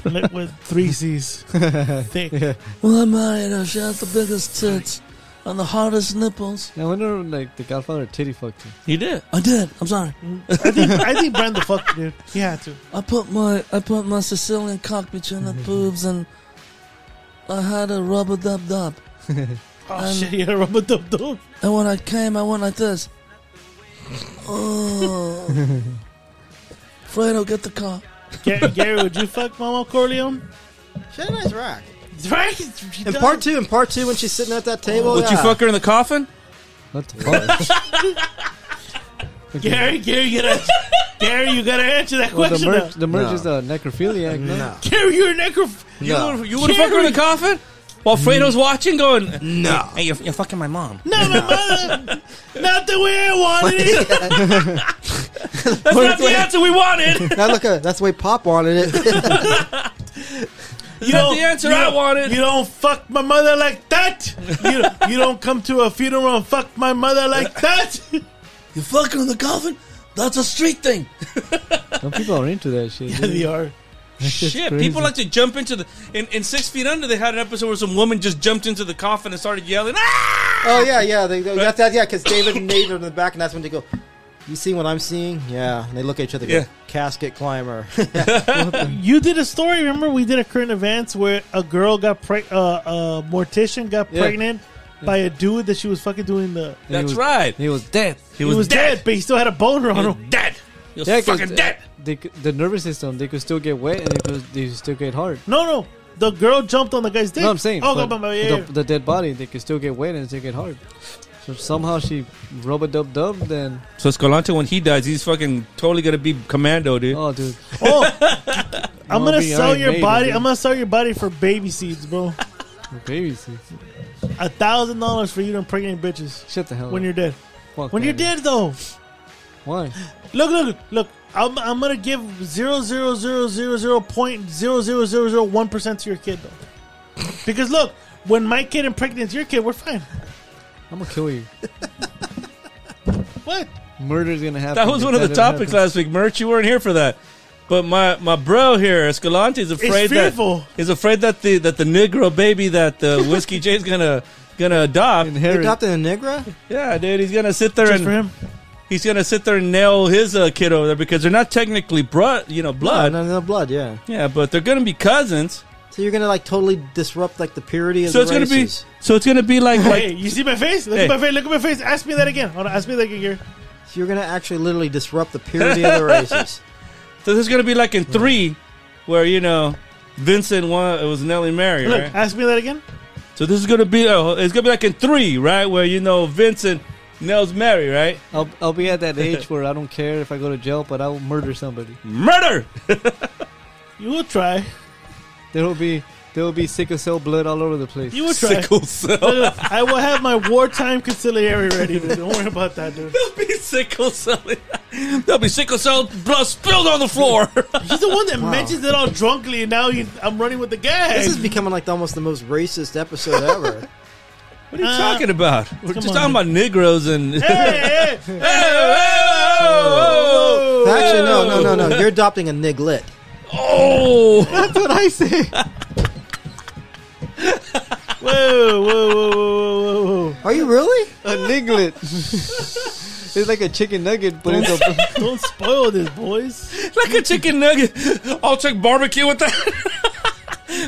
Lit with three C's. Thick. Well, I'm out here. She has the biggest tits and the hardest nipples. I wonder, like, the Godfather titty fucked him. You did. I did. I'm sorry. I think I think Brenda fucked the dude. He had to. I put my I put my Sicilian cock between the boobs and I had a rubber dub dub. Oh Um, shit! He had a rubber dub dub. And when I came, I went like this. Oh. Fredo, get the car. Gary, Gary, would you fuck Mama Corleone? She had a nice rack. Right. In part two, in part two, when she's sitting at that table, Would yeah. you fuck her in the coffin? What the fuck? Gary, Gary, you gotta, Gary, you gotta answer that well, the question. merch, now. the merch No. is a necrophiliac, no? No, Gary, you're a necroph. You No. would- you would fuck her in the coffin while Fredo's watching, going, no. "Hey, you're, you're fucking my mom." No, no, mother. Not the way I wanted it. That's not the answer we wanted. Now look at it. that's the way Pop wanted it. You That's don't- the answer you I don't- wanted. You don't fuck my mother like that. You don't, you don't come to a funeral and fuck my mother like that. You fucking in the coffin? That's a street thing. Some people are into that shit. dude. they are. Shit, crazy. people like to jump into the in, in Six Feet Under. They had an episode where some woman just jumped into the coffin and started yelling. Ah! oh yeah, yeah, they, they, that, that, yeah, because David made her in the back, and that's when they go. You see what I'm seeing? Yeah, and they look at each other. and Go, Yeah. Casket climber. You did a story. Remember, we did a current events where a girl got preg- uh, a mortician got Yeah. pregnant by a dude that she was fucking doing the. And he That's was- right. He was dead. He was, dead. but he still had a boner on You're him. dead. You're Yeah, 'cause, fucking uh, dead. They, c- the nervous system, they could still get wet and they could, they could still get hard. No, no, the girl jumped on the guy's dick. No, I'm saying. Oh, but God, my, yeah, yeah. the, the dead body, they could still get wet and still get hard. So somehow she rub a dub dub, then. So Escalante, when he dies, he's fucking totally gonna be commando, dude. Oh, dude. Oh, I'm Wanna gonna be sell Iron your Maiden, body. dude. I'm gonna sell your body for baby seeds, bro. Baby seeds. A thousand dollars for you to impregnate bitches Shut the hell when up. you're dead. Fuck When that, you're dude. dead, though, Why? look, look, look. I'm, I'm gonna give zero zero zero zero zero point zero zero zero zero one percent to your kid, though, because look, when my kid impregnates your kid, we're fine. I'm going to kill you. What? Murder's going to happen. That was if one of the ever topics happens. last week. Merch, you weren't here for that. But my, my bro here, Escalante, is afraid fearful. that is afraid that the that the Negro baby that uh, Whiskey J's gonna gonna adopt. you Inherit. adopted a negra? Yeah, dude, he's gonna sit there Just and for him? he's gonna sit there and nail his uh, kid over there because they're not technically blood, you know, blood. Oh, no, no, no, blood. Yeah. Yeah, but they're gonna be cousins. So you're gonna like totally disrupt like the purity of So the it's gonna be races. so it's gonna be like Hey, like you see my face? Look at Hey. my face. Look at my face. Ask me that again. Hold on. Ask me that again. Gary. So you're gonna actually literally disrupt the purity of the races. so there's gonna be like in three, where you know Vincent won it was Nelly Mary, Look. right? Ask me that again. So this is gonna be uh, it's gonna be like in three, right? Where you know Vincent nails Mary, right? I'll, I'll be at that age where I don't care if I go to jail, but I will murder somebody. Murder. You will try. There will be there will be sickle cell blood all over the place. You will try. Sickle cell. Look, look, I will have my wartime conciliary ready. Dude. Don't worry about that, dude. There'll be sickle cell. There'll be sickle cell blood spilled on the floor. He's the one that mentions it all drunkenly, and now he, I'm running with the gag. This is becoming like the, almost the most racist episode ever. What are you Uh, talking about? come We're just on. talking about Negroes and. hey, hey, Hey, oh, oh, oh, Actually, no, no, no, no. You're adopting a niglet. Oh, that's what I say. whoa, whoa, whoa, whoa, whoa, whoa! Are you really? A niglet. it's like a chicken nugget, but it's a Don't spoil this, boys. like a chicken nugget. I'll take barbecue with that.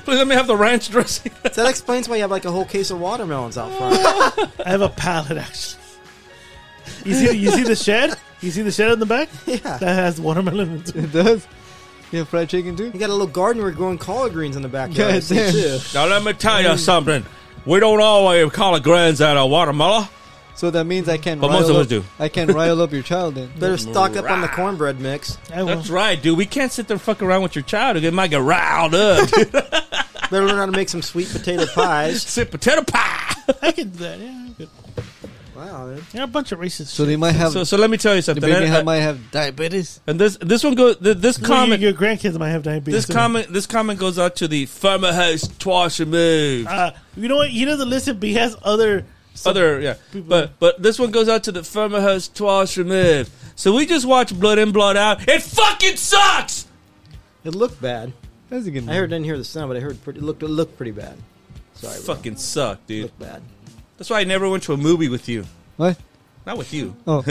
Please let me have the ranch dressing. That explains why you have like a whole case of watermelons out front. I have a pallet actually. You see, you see the shed. You see the shed in the back yeah. that has watermelon. in it. it does. You have fried chicken too? You got a little garden where you're growing collard greens in the backyard. God damn. Too. Now let me tell you something. We don't always call it grands out of watermelon. So that means I can't But rile most of up, us do. I can rile up your child then. Better stock up on the cornbread mix. I will. That's right, dude. We can't sit there and fuck around with your child. It might get riled up. dude. Better learn how to make some sweet potato pies. Sit potato pie. I can do that. Yeah, I could. Wow, man. You're a bunch of racists. So they might have So, so let me tell you the something. baby And, might have diabetes. and this this one goes. This comment. your grandkids might have diabetes. This comment, this comment goes out to the farmer house twice removed. Uh, you know what? He doesn't listen, but he has other. Other, yeah, but but this one goes out to the farmer house twice removed. So we just watch Blood In Blood Out. It fucking sucks. It looked bad. That's a good I heard didn't hear the sound, but I heard pretty, it looked it looked pretty bad. Sorry, bro. Fucking suck, dude. looked bad. That's why I never went to a movie with you. What? Not with you. Oh.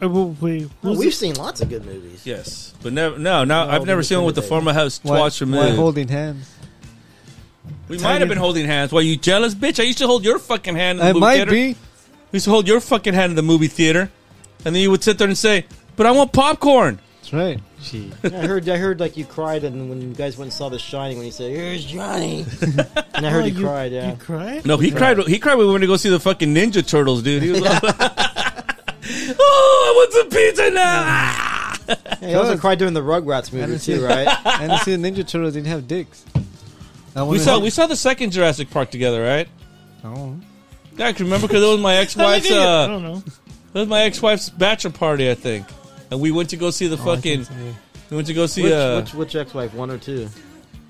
Uh, well, wait, Well, who's we've it? seen lots of good movies. Yes, but never. No, no. I've never we seen one with the intimidated. former house Why, twats why removed. holding hands? we might have been holding hands. Why you jealous, bitch? I used to hold your fucking hand. In the I movie might theater. be. I used to hold your fucking hand in the movie theater, and then you would sit there and say, "But I want popcorn." That's right. She. Yeah, I heard I heard like you cried, and when you guys went and saw The Shining, when he said, "Here's Johnny," and I heard you, cried. Yeah, You cried? No, he cried. He cried when we went to go see the fucking Ninja Turtles, dude. He was all, "Oh, I want some pizza now." Ah! Yeah, he also cried during the Rugrats I movie didn't too, see- right? and see, the Ninja Turtles didn't have dicks. I we wanna- saw we saw the second Jurassic Park together, right? Oh. Yeah, I can remember because it was my ex-wife's. I Uh, don't know. it was my ex-wife's bachelor party, I think, and we went to go see the fucking. We went to go see Which, uh, which, which ex-wife, one or two?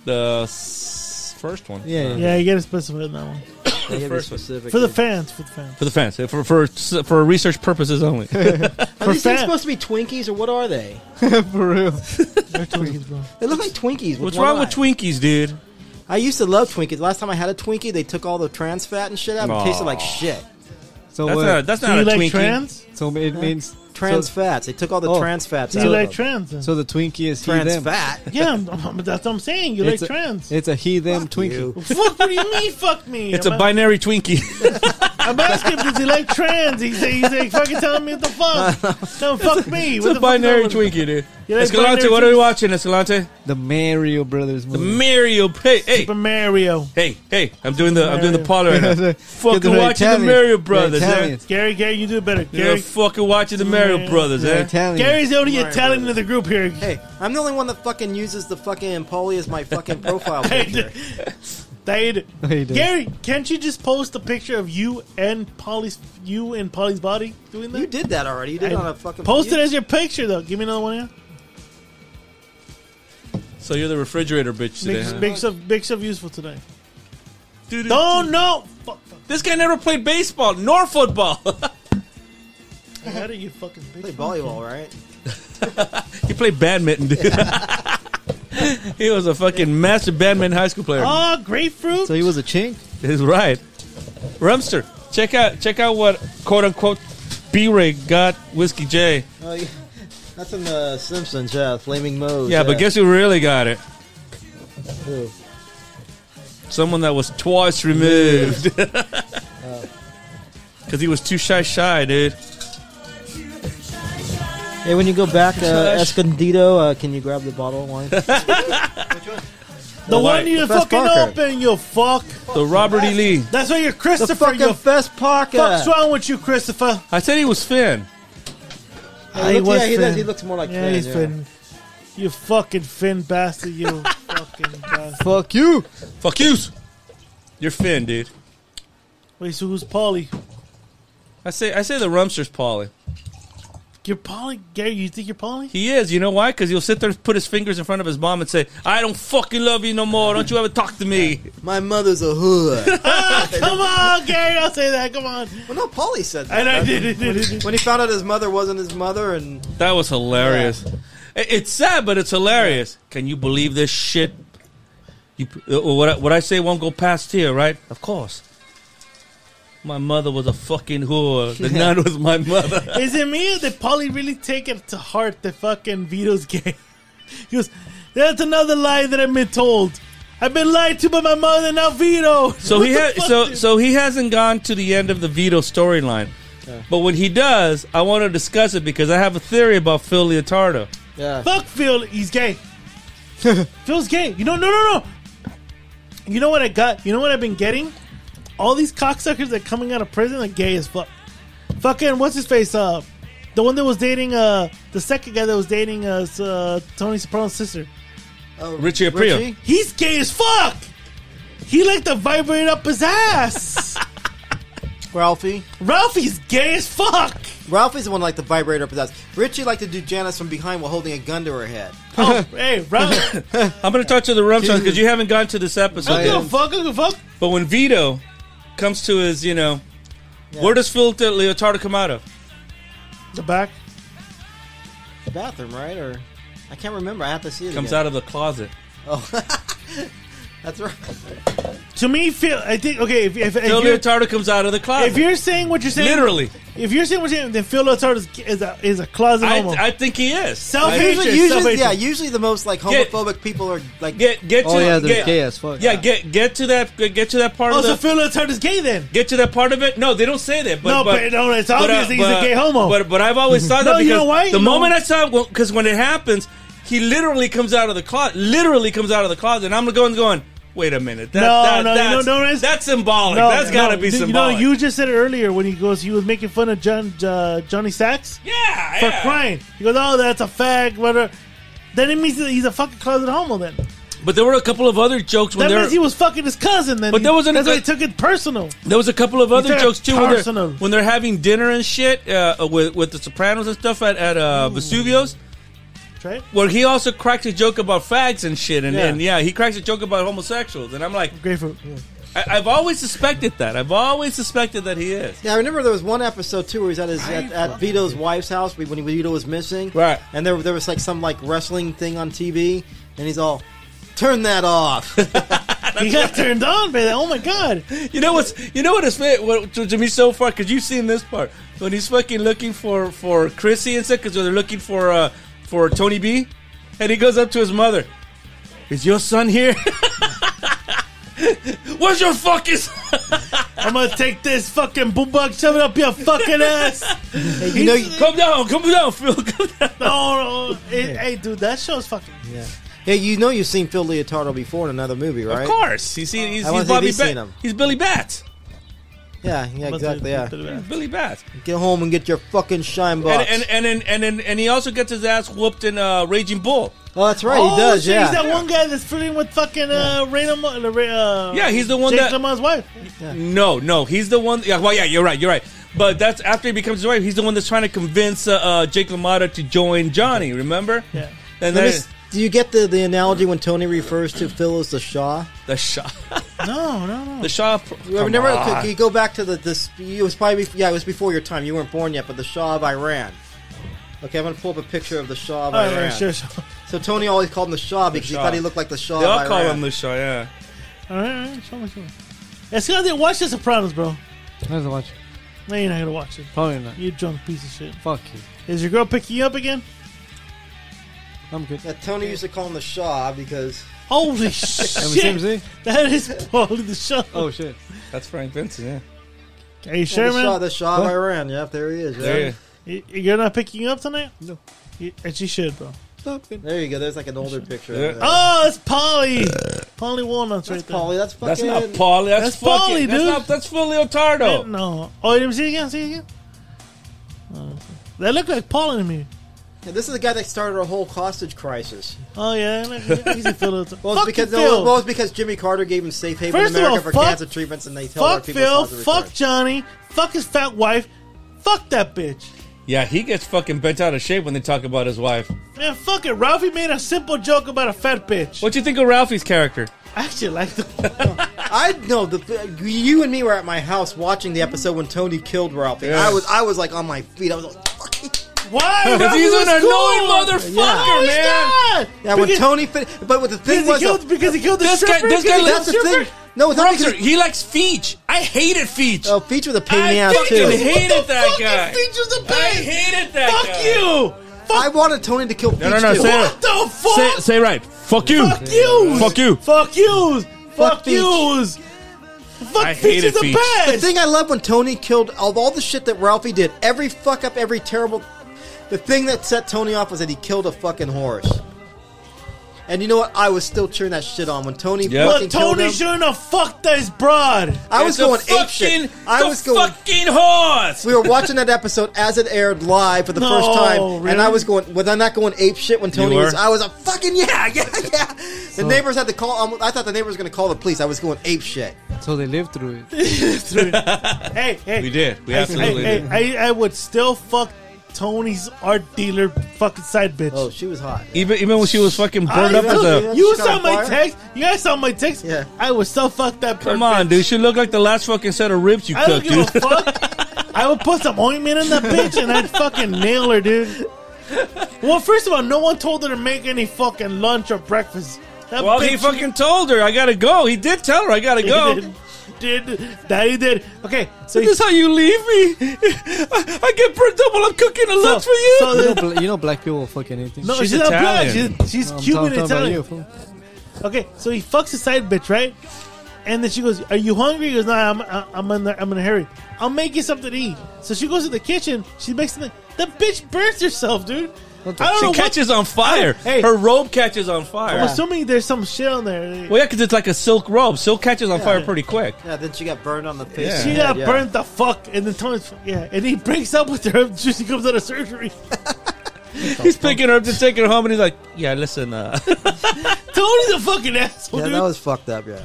the s- first one Yeah. Yeah, you gotta specify that one. They gotta be first one. specific. For the dude. fans, for the fans. for the fans for for for research purposes only. are for these things fan- supposed to be Twinkies or what are they? For real. They're Twinkies, bro. They look like Twinkies. With What's one wrong eye. with Twinkies, dude? I used to love Twinkies. Last time I had a Twinkie, they took all the trans fat and shit out and it tasted like shit. So That's what? not that's Do not you a like Twinkie. trans? so it means Trans So, fats. They took all the Oh. trans fats Do out you of like them. trans? then? so the Twinkie is he trans them. fat. yeah, I'm- I'm- but that's what I'm saying. You It's like a- trans. It's a he them Fuck Twinkie. you. Fuck, what do you mean, fuck me? It's I'm a a- binary Twinkie. I'm asking him, does he like trans? He's like, he's like fucking telling me what the fuck. No, fuck me. it's what a the fuck is binary wrong with- Twinkie, dude. You like Escalante, binary what are we Twinkies? watching, Escalante? The Mario Brothers The movie. Mario. Hey, hey, Super Mario. hey, hey! I'm doing the I'm doing the Mario. parlor right now. Fucking watching the Mario Brothers. Eh? Italians. Gary, Gary, you do better. You're Gary, fucking watching the Mario Mario. Brothers, The eh? Italians. Gary's the only Italian in the group here. Hey, I'm the only one that fucking uses the fucking Polly as my fucking profile picture. Dade. No, he does. Gary, can't you just post a picture of you and Polly's you and Polly's body doing that? You did that already. You did it I- on a fucking Post it you- as your picture though. Give me another one. Yeah. So you're the refrigerator bitch today. Makes huh? makes of makes of useful today. Dude, dude, Don't know. Fuck, fuck. This guy never played baseball nor football. I had it, you fucking Play bitch. volleyball, right? he played badminton, dude. he was a fucking master badminton high school player. Oh, grapefruit. So he was a chink. He's right. Rumster, check out check out what quote unquote B Ray got Whiskey J. Oh, yeah. That's in the Simpsons, yeah. Flaming Moe's. Yeah, but guess who really got it? Who? Someone that was twice removed. Uh. Because he was too shy, shy, dude. Hey, when you go back, uh, Escondido, uh, can you grab the bottle of wine? the Well, one like, you the best fucking Parker. open, you fuck. The Robert E. Lee. That's why you're the Christopher. fucking You best Parker. fuck's wrong with you, Christopher? I said he was Finn. Yeah, he, I looks, was yeah, he, does, Finn. he looks more like Yeah, Finn, he's Finn. You fucking Finn bastard. You fucking bastard. Fuck you. Fuck you. You're Finn, dude. Wait, so who's Polly? I say I say the Rumster's Polly. You're Polly, Gary. You think you're Polly? He is. You know why? Because he'll sit there and put his fingers in front of his mom and say, "I don't fucking love you no more. Don't you ever talk to me." My mother's a hood. Come on, Gary. Don't say that. Come on. well, no, Polly said that. And I did it. Did it. When he found out his mother wasn't his mother, and That was hilarious. It- It's sad, but it's hilarious. Can you believe this shit? You, uh, what, I, what I say won't go past here, right? Of course. My mother was a fucking whore. The nun was my mother. Is it me or did Polly really take it to heart that fucking Vito's gay? He goes, That's another lie that I've been told. I've been lied to by my mother, now Vito. So What he the ha- fuck, so dude? so he hasn't gone to the end of the Vito storyline. But when he does, I want to discuss it because I have a theory about Phil Leotardo. yeah, Fuck Phil, he's gay. Phil's gay. You know, no, no, no. You know what I got? You know what I've been getting? All these cocksuckers that coming out of prison are gay as fuck. Fucking what's his face? Uh, the one that was dating uh the second guy that was dating uh, s- uh Tony Soprano's sister. Richie Aprile. oh, Richie? He's gay as fuck. He liked to vibrate up his ass. Ralphie. Ralphie's gay as fuck. Ralphie's the one like the vibrator up his ass. Richie liked to do Janice from behind while holding a gun to her head. Oh, hey, Ralphie. I'm going to talk to the rum because you haven't gone to this episode. I yet. don't give a fuck. I don't give a fuck. But when Vito comes to his, you know, where does Phil Te- Leotardo come out of? The back. The bathroom, right? Or I can't remember. I have to see it. Comes again. Oh. out of the closet. That's right. To me, feel I think okay. If if, if, Phil you're, Leotardo comes out of the closet. if you're saying what you're saying, Literally. if you're saying what you're saying, then Phil Leotardo is, is a is a closet I, homo. I think he is. Self-hatred, Usually, usually, self-hatred. yeah. Usually, the most like Get- homophobic people are like Get get to Oh yeah, they're get, gay as fuck. Yeah, get get to that get, get to that part Oh, of so the Phil Leotardo is gay then? get to that part of it. No, they don't say that. But, uh, No, but- no, it's obvious that he's a gay homo. But but I've always thought No, that because you know why? the You know- moment I saw because when it happens, he literally comes out of the closet. Literally comes out of the closet, and I'm going going. Wait a minute. That, No, that, no, you that's, don't- don't ask- that's symbolic. No, that's got to no, be you symbolic. know, you just said it earlier when he goes, he was making fun of John uh, Johnny Sacks yeah, for yeah. crying. He goes, "Oh, that's a fag." Whatever. Then it means that he's a fucking closet homo. Then But there were a couple of other jokes when that there means he was fucking his cousin. Then But He- there wasn't a That's why he good- took it personal. There was a couple of other He's jokes too when they're, personal. when they're having dinner and shit uh, with with the Sopranos and stuff at at uh, Vesuvio's, Right? where he also cracks a joke about fags and shit, and Yeah. yeah, and, yeah he cracks a joke about homosexuals, and I'm like, Grapefruit. Yeah. I, I've always suspected that. I've always suspected that he is. Yeah, I remember there was one episode too where he's at his at, at Vito's wife's house when when Vito was missing. Right. And there there was like some like wrestling thing on TV, and he's all, "Turn that off." He got turned on by that. Oh my god! You know what's you know what is fa- what to, to me so far because you've seen this part when he's fucking looking for for Chrissy and stuff because they're looking for uh for Tony B, and he goes up to his mother. Is your son here? Where's your fucking son? I'm gonna take this fucking boombox, shove it up your fucking ass. you know, you, Come down, come down, Phil. Come down. No, no. It- Hey, dude, that show's fucking. yeah, you know you've seen Phil Leotardo before in another movie, right? Of course, he's he's, he's, I wanna he's see if Bobby. he's Bat- seen him. He's Billy Bats. Yeah, yeah, exactly. Yeah, He's Billy Bats. get home and get your fucking shine box. And and and and, and and and he also gets his ass whooped in uh, Raging Bull. oh, that's right, oh, he does. shit, yeah, he's that one guy that's flirting with fucking uh, Ray Lamont. Uh, Yeah, he's the one Jake that- Lamont's wife. No, no, he's the one. Yeah, well, yeah, you're right, you're right. But that's after he becomes his wife. He's the one that's trying to convince uh, uh, Jake LaMotta to join Johnny. Remember? Yeah. And Let me then s- do you get the, the analogy when Tony refers to Phil as the Shaw? the Shaw, No, no, no. the Shaw. You come remember? on. Could you go back to the this? It was probably bef- yeah, it was before your time. You weren't born yet, but the Shah of Iran. Okay, I'm gonna pull up a picture of the Oh, Shah of All right, Iran. sure, sure. So Tony always called him the Shah because Shah. he thought he looked like the Shah. They of all Iran. call him the Shaw. Yeah. All right, all right, sure, sure. As soon as they watch The Sopranos, bro. How's it watch? No, you're not gonna watch it. Probably not. You drunk piece of shit. Fuck you. Is your girl picking you up again? I'm good. Yeah, Tony used to call him the Shah because Holy Have you seen shit! him, see? That is probably the show. Oh shit. That's Frank Vincent. Yeah. Are you yeah, sure, the Shah, man? the Shah of Iran. Yeah, there he is. Yeah. There There, you- You- You're not picking you up tonight? No. You- And she should, bro. Something. you go. There's like an older picture. Yeah. Of that. Oh, it's Polly. Polly Walnuts Uh. that's right there. Polly. That's fucking. That's not Paul. That's, That's fucking. Paulie, that's dude. not. That's Phil Leotardo. No. Oh, you didn't see it again? See it again? Oh, they look like Polly to me. Yeah, this is the guy that started a whole hostage crisis. Oh, yeah. they look- yeah, Easy Phil. Well, fuck it's because Phil. well, it's because Jimmy Carter gave him safe haven First of in America all, for fuck- cancer treatments, and they tell our fuck people Phil. it's not to Fuck return. Johnny. Fuck his fat wife. Fuck that bitch. Yeah, he gets fucking bent out of shape when they talk about his wife. Man, fuck it. Ralphie made a simple joke about a fat bitch. What you think of Ralphie's character? I actually like the. I know the you and me were at my house watching the episode when Tony killed Ralphie. I was I was like on my feet. I was like, fuck. Why? Because Ralphie he's was an annoying cool. motherfucker, No, he's man. not. yeah, when Because- Tony fin- but what the thing Because was he killed, though- because he killed the This guy- stripper. this guy because he lives- that's the killed thing. stripper? No, it's not Ralphie, because he likes Feech. I hated Feech. oh, feature the pain in the I ass fucking too. hated that Fucking guy. features a I bitch. hated that Fuck guy. you. I Fuck wanted Tony to kill Peach No, no, no. too. Say What it. the fuck? Say, say right. Fuck you. Fuck yous! Fuck you. Fuck yous! Fuck Fuck Beach. yous! I Fuck Beach hated is the Beach. The best! thing I love when Tony killed of all the shit that Ralphie did, every fuck up, every terrible. The thing that set Tony off was that he killed a fucking horse. And you know what? I was still cheering that shit on when Tony Yeah. But fucking killed Tony him. shouldn't have fucked this broad. I It's was a going ape fucking, shit. I the was going. fucking horse. We were watching that episode as it aired live for the No, first time, and I really? was going. Was I not going ape shit when Tony were? was? I was a fucking yeah, yeah, yeah. The neighbors had to call. um, I thought the neighbors were going to call the police. I was going ape shit. So they lived through it. Hey, hey. We did. We I- absolutely I, did. I, I, I would still fuck Tony's art dealer fucking side bitch. Oh, she was hot. Even even when she was fucking I burned up as still- a. the- you She got saw a my fire? text. You guys saw my text. Yeah. I would still fuck that. Come pervert on, bitch. dude. She looked like the last fucking set of ribs you I don't cooked, dude. give a fuck. I would put some ointment in that bitch and I'd fucking nail her, dude. Well, first of all, no one told her to make any fucking lunch or breakfast. That Well, he bitch- fucking told her, I gotta go. He did tell her, I gotta He go. did. Did that he did? Okay, so This is he, how you leave me. I, I get burnt up while I'm cooking a lunch for you. so You know, the, bla- you know black people will fuck anything. no, she's, She's not black. She's, Italian. she's I'm Cuban talking about you, Italian. fool. Okay, so he fucks his side bitch, right? And then she goes, "Are you hungry?" He goes, "Nah, I'm I- I'm in the, I'm in a hurry. I'll make you something to eat." So she goes to the kitchen. She makes something. The bitch burns herself, dude. What the- I don't know She what- catches on fire. Hey. Her robe catches on fire. I'm assuming there's some shit on there. Well, yeah, because it's like a silk robe. Silk catches on fire pretty quick. Yeah, then she got burned on the face. Yeah. She and got head, yeah. burnt the fuck, and then Tony's yeah, and he breaks up with her. after She comes out of surgery. He's picking her up to take her home, and he's like, "Yeah, listen, uh, Tony's a fucking asshole, Yeah, dude. that was fucked up. Yeah,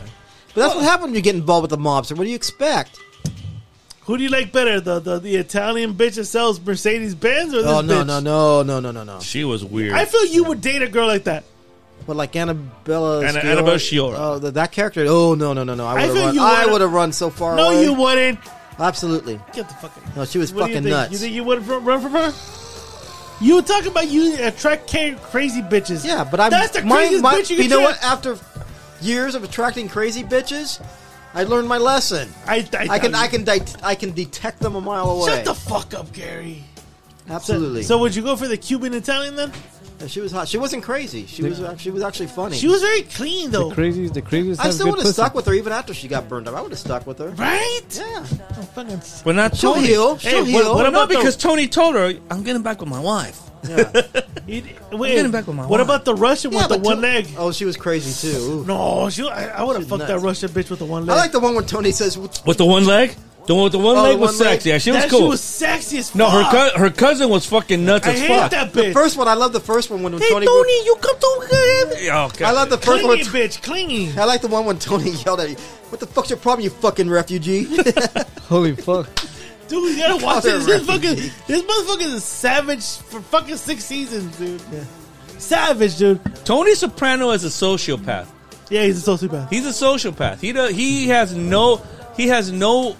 but that's what happened when you get involved with the mobster. What do you expect? Who do you like better, the the, the Italian bitch that sells Mercedes Benz or this Oh no, bitch? no, no, no, no, no, no. she was weird." I feel you would date a girl like that. But like Annabella, Anna- Sciorra- Annabelle Sciorra. Oh, th- that character. Oh no, no, no, no. I would have feel run. you I wanna- would have run so far. No, away. you wouldn't. absolutely. Get the fuck out. No, she was What do you fucking think? You nuts. think you would run from her? You were talking about you attract ca- crazy bitches. yeah, but I'm. That's the my- craziest my- bitch you can know what? attract. After years of attracting crazy bitches, I learned my lesson. I, I can, doubt I you. can, det- I can detect them a mile away. Shut the fuck up, Gary. So- absolutely. So, would you go for the Cuban Italian then? And she was hot. She wasn't crazy. She was. She was actually funny. She was very clean though, Crazies, the craziest. I have still good would have pussy. stuck with her even after she got burned up. I would have stuck with her. right? Yeah, Oh, fucking- But not she'll Tony. heal. Hey, She'll what- heal. what But no, about the- because Tony told her, "I'm getting back with my wife." You- getting back with my what wife. about the Russian Yeah, with the but one Tony- leg? Oh, she was crazy too. Ooh. No, she, I, I would have She's fucked that nuts. Russian bitch with the one I leg. like the one where Tony says, With the one leg, the one with the one Oh, the leg was one leg. sexy. Yeah, she was that cool. shit was sexy as fuck. no, her co- her cousin was fucking nuts I as hate fuck. that The bitch. first one, I love the first one when, when hey, Tony. Tony, you come to Yeah, okay. I love the first one. clingy bitch, clingy. I like the one when Tony yelled at you. What the fuck's your problem, you fucking refugee? Holy fuck! Dude, you gotta watch Call her this. This fucking refugee. this motherfucker is savage for fucking six seasons, dude. Savage, dude. Tony Soprano is a sociopath. Yeah, he's a sociopath. He's a sociopath. He do, he has no he has no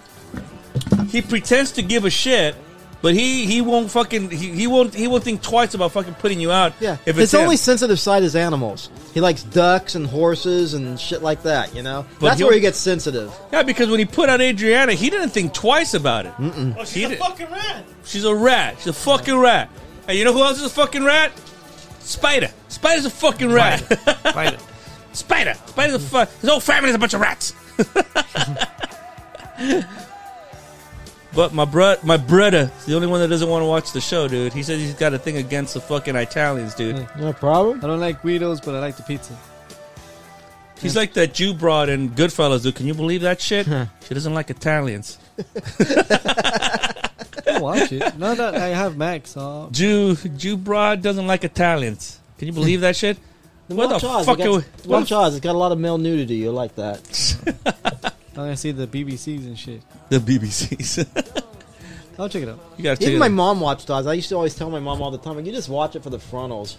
he pretends to give a shit, but he he won't fucking he, he won't he won't think twice about fucking putting you out. yeah, if his it's only only sensitive side is animals. He likes ducks and horses and shit like that. You know, But that's he'll- where he gets sensitive. yeah because when he put out Adriana, he didn't think twice about it. oh, she's He a did- fucking rat. She's a rat. She's a fucking rat. And you know who else is a fucking rat? Spider. Spider's a fucking rat. Spider. Spider. Spider's a fuck. His whole family's a bunch of rats. but my bro, my brother, is the only one that doesn't want to watch the show, dude. He says he's got a thing against the fucking Italians, dude. No problem. I don't like Guidos, but I like the pizza. He's like that Jew broad in Goodfellas, dude. Can you believe that shit? she doesn't like Italians. I watch it. Now that I have Max, uh, Jew Jew broad doesn't like Italians. Can you believe that shit? What the Watch Oz, fuck? it are we- got- what Watch Oz. It's got a lot of male nudity. You like that? now I see the BBCs and shit. the BBC's. I'll check it out. You gotta Even take my it. mom watched Oz. I used to always tell my mom all the time, like, "You just watch it for the frontals."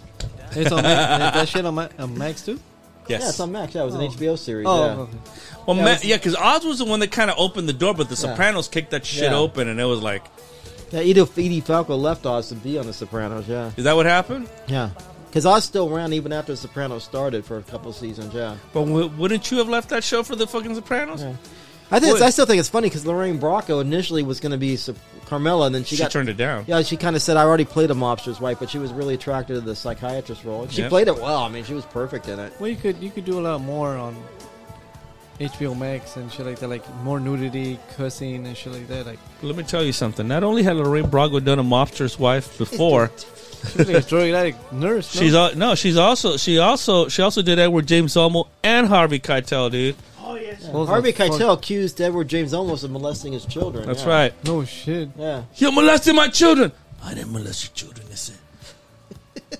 It's on Max. that shit on, Ma- on Max too. Yes. Yeah, it's on Max. Yeah, it was Oh. an HBO series. Oh, yeah. okay. well, yeah, Ma- it's- yeah, because Oz was the one that kind of opened the door, but the Sopranos kicked that shit Yeah. open, and it was like, yeah Edie, Edie Falco left Oz to be on The Sopranos. Yeah. is that what happened? Yeah. Because I was still around even after The Sopranos started for a couple seasons, yeah. But w- wouldn't you have left that show for the fucking Sopranos? Yeah. I think it's, Would- I still think it's funny because Lorraine Bracco initially was going to be Sup- Carmela, and then she, She got turned it down. yeah. She kind of said, "I already played a mobster's wife," but she was really attracted to the psychiatrist role. And She Yep. played it well. I mean, she was perfect in it. Well, you could you could do a lot more on HBO Max and shit like that, like more nudity, cussing, and shit like that. Like, Let me tell you something. Not only had Lorraine Bracco done a mobster's wife before, she was like a storyline nurse. No? she's al- no, she's also she also she also did Edward James Olmo and Harvey Keitel, dude. Oh yeah, she- Those Harvey are fuck- Keitel accused Edward James almost of molesting his children. That's yeah. right. No shit. Yeah. You molested my children. I didn't molest your children. Listen,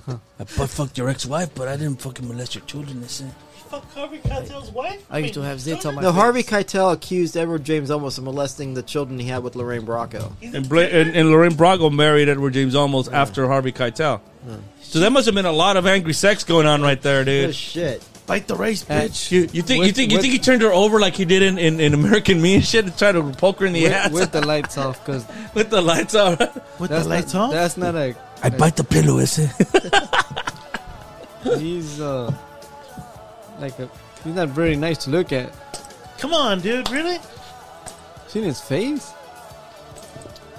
I butt fucked your ex-wife, but I didn't fucking molest your children. Listen. fuck Harvey Keitel's wife. I used to have zits on my. No, face. Harvey Keitel accused Edward James almost of molesting the children he had with Lorraine Bracco. and, Bla- and, and Lorraine Bracco married Edward James Olmos after Harvey Keitel. So that must have been a lot of angry sex going on right there, Good dude. shit. Bite the race, Uh, bitch. You, you think you With- think you with- think he turned her over like he did in, in, in American Me and shit to try to poke her in the With, ass with, with the lights off, because the lights on? With the that's lights not, on. That's not a I bite the pillow, ese. he's uh, like a, he's not very nice to look at. Come on, dude. Really? Seen his face?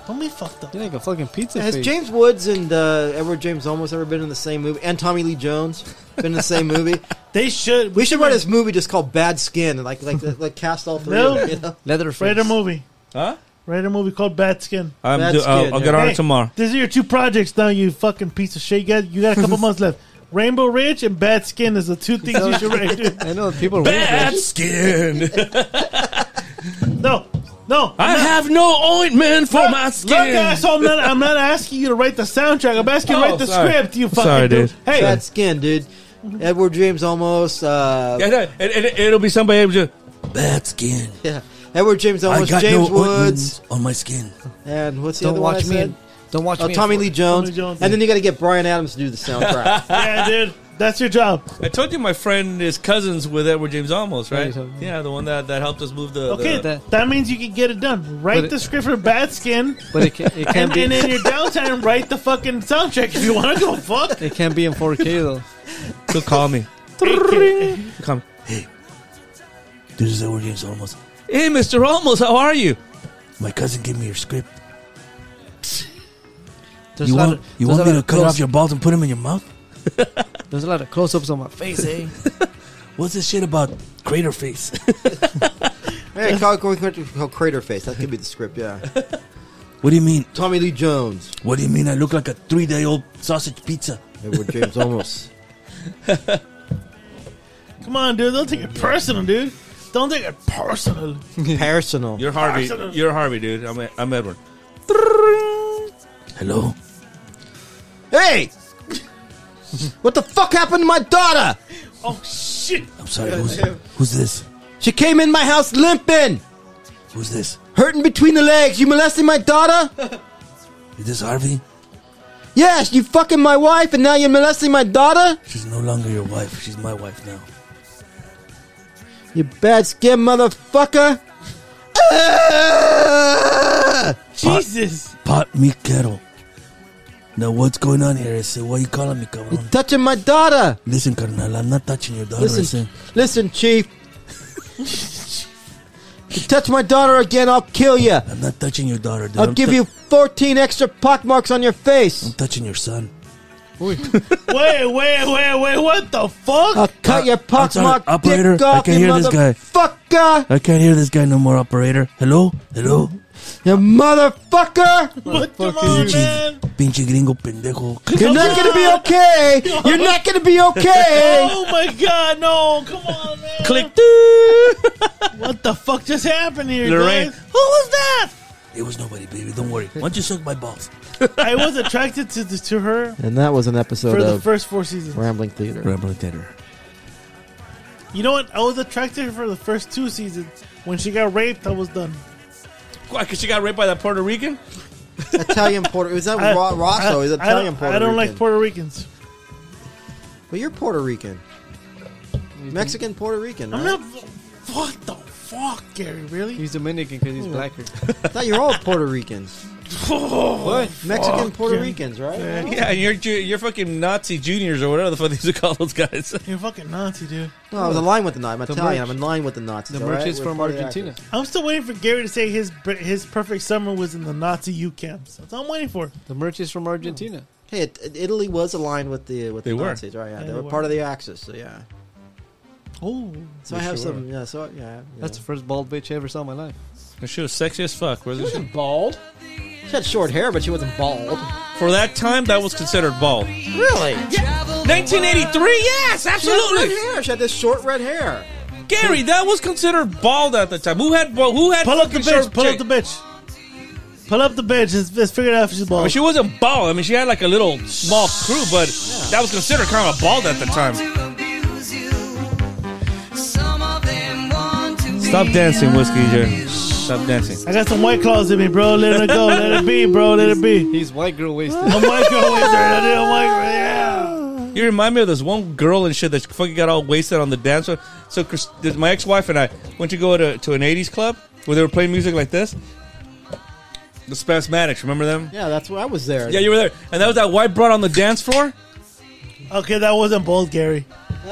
Don't be fucked up. He's like a fucking pizza Has face. James Woods and uh, Edward James almost ever been in the same movie? And Tommy Lee Jones been in the same movie? They should. We should write this movie just called Bad Skin, like like like cast all three. No. of them, you know? Leather Write face. a movie. huh? Write a movie called Bad Skin. I'm That's do- I'll, good, I'll yeah. get on Hey, it tomorrow. These are your two projects now, you fucking piece of shit. You got, you got a couple months left. Rainbow Ridge and Bad Skin is the two things you should write, dude. I know people. Bad skin. No, no. I have no ointment for my Look, skin. asshole, I'm not, I'm not asking you to write the soundtrack. I'm asking you to Oh, write the sorry. script, you fucking Sorry, dude. dude. Hey, Bad Skin, dude. Edward James almost. Uh, Yeah, no, it, it, it'll be somebody able to. Bad skin. yeah. Edward James almost. James Woods on my skin. and what's the Don't other one I watch me. said? and- Don't watch Oh, me. Tommy Lee Jones. Tommy Jones, and then you got to get Brian Adams to do the soundtrack. yeah, dude. That's your job. I told you my friend is cousins with Edward James Olmos, right? Yeah, he's- Yeah, the one that, that helped us move the. Okay, the- that, that means you can get it done. Write But it- the script for Bad Skin, But it can, it and, can't and be. in your downtime, write the fucking soundtrack if you want to go fuck. It can't be in 4K though. So call me. Hey, kid. Come. Hey. This is Edward James Olmos. Hey, Mr. Olmos, how are you? My cousin gave me your script. There's a lot of- there's a lot of close- balls and put them in your mouth? There's a lot of close-ups on my face, eh? What's this shit about crater face? yeah, call, call, call Crater Face. That could be the script. Yeah. what do you mean? Tommy Lee Jones. What do you mean I look like a three day old sausage pizza? Edward James almost. Come on, dude. Don't take it personal, dude. Don't take it personal. Personal. You're Harvey. You're Harvey, dude. I'm, I'm Edward. Hello? Hey, what the fuck happened to my daughter? Oh shit! I'm sorry. Who's, who's this? She came in my house limping, Who's this? hurting between the legs. You molesting my daughter? Is this Harvey? Yes, you fucking my wife, and now you're molesting my daughter? She's no longer your wife. She's my wife now. You bad skin motherfucker. Ah! Jesus! Pot me kettle. Now what's going on here? I said, why you calling me, You cabrón? touching my daughter. Listen, carnal, I'm not touching your daughter. Listen, listen, chief. you touch my daughter again, I'll kill you. I am not touching your daughter. Dude. I'll I'm give tou- you 14 extra pock marks on your I'm face. touching your son. Wait, wait, wait, wait! What the fuck? I'll cut your I'm pock sorry, mark operator, dick I off, can you hear this guy. motherfucker. I can't hear this guy no more, operator. Hello? Hello? You motherfucker. What the fuck on, is you? man? Pinche gringo pendejo. You're not gonna be okay. You're not gonna be okay. Oh my god! No! Come on, man! Click. What the fuck just happened here, Lorraine. guys? Who was that? It was nobody, baby. Don't worry. Why don't you suck my balls? I was attracted to the, to her And that was an episode for the of first four seasons. Rambling Theater. Rambling Theater. You know what? I was attracted to her for the first two seasons. When she got raped, I was done. Why? Because she got raped by that Puerto Rican? Italian Puerto. Is that I- Ro- Rosso? I- Is I Italian don't- Puerto? I don't Rican. like Puerto Ricans. But you're Puerto Rican, Mexican Puerto Rican. Right? Mm-hmm. I'm not. What the fuck, Gary? Really? He's Dominican because he's blacker. I thought you're all Puerto Ricans. What? Mexican Puerto yeah. Ricans, right? Yeah, and you're, Ju- you're fucking Nazi juniors or whatever the fuck these are called, those guys. You're fucking Nazi, dude. No, I was in line with the Nazis. I'm Italian. merch- I'm in line with the Nazis. The all right? merch is We're from part of the Argentina. actors. I'm still waiting for Gary to say his his perfect summer was in the Nazi U camps. That's all I'm waiting for. The merch is from Argentina. Hey, it, it- Italy was aligned with the with They the were. Nazis, right? Yeah, Yeah, they, they were, were. part of the Axis. So yeah. Oh, So They I have sure some. Yeah. So yeah. That's the first bald bitch I ever saw in my life. She was sexy as fuck. Where's the- bald. She had short hair, but she wasn't bald. For that time, that was considered bald. Really? 1983? Yes, She had red absolutely. hair. She had this short red hair. Gary, that was considered bald at the time. Who had bald? Who had pull up the fucking bitch. short Pull chick? up the bitch. Pull up the bitch. Let's, let's figure it out if she's I mean, bald. she wasn't bald. I mean, she had like a little small crew, but that was considered kind of bald at the time. Stop dancing, Whiskey Jerry. Stop dancing. I got some white claws in me, bro. Let it go. Let it be, bro. Let it be. He's white girl wasted. I'm white girl wizard. I did a white girl. Yeah. You remind me of this one girl and shit that fucking got all wasted on the dance floor. So Chris, my ex-wife and I went to go to, to an '80s club where they were playing music like this, The Spasmatics, remember them? Yeah, that's where I was there. Yeah, you were there. And that was that white broad on the dance floor? Okay, that wasn't bold, Gary.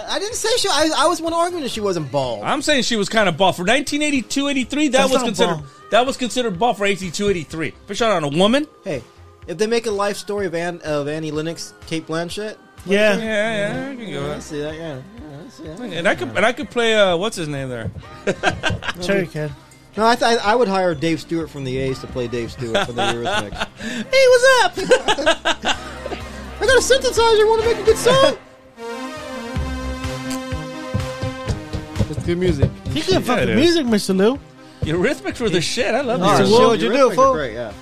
I didn't say she. I, I was one arguing that she wasn't bald. I'm saying she was kind of buff. For 1982 83, that That's was not considered buff. that was considered buff for 82 83. Fish out on a woman? Hey, if they make a life story of Anne of Annie Lennox, Kate Blanchett, Yeah. Yeah, yeah, I can go I with see that. Yeah, yeah, I see that. that. And I could and I could play uh what's his name there? Sure you can. No, I, th- I I would hire Dave Stewart from the A's to play Dave Stewart for the Eurythmics. Hey, what's up? I got a synthesizer. Want to make a good song? It's good music. You can Yeah, it fucking is. music, Mr. Lou. Eurythmics were the shit. I love All right, them. so what you do, Eurythmics are fool? great, yeah.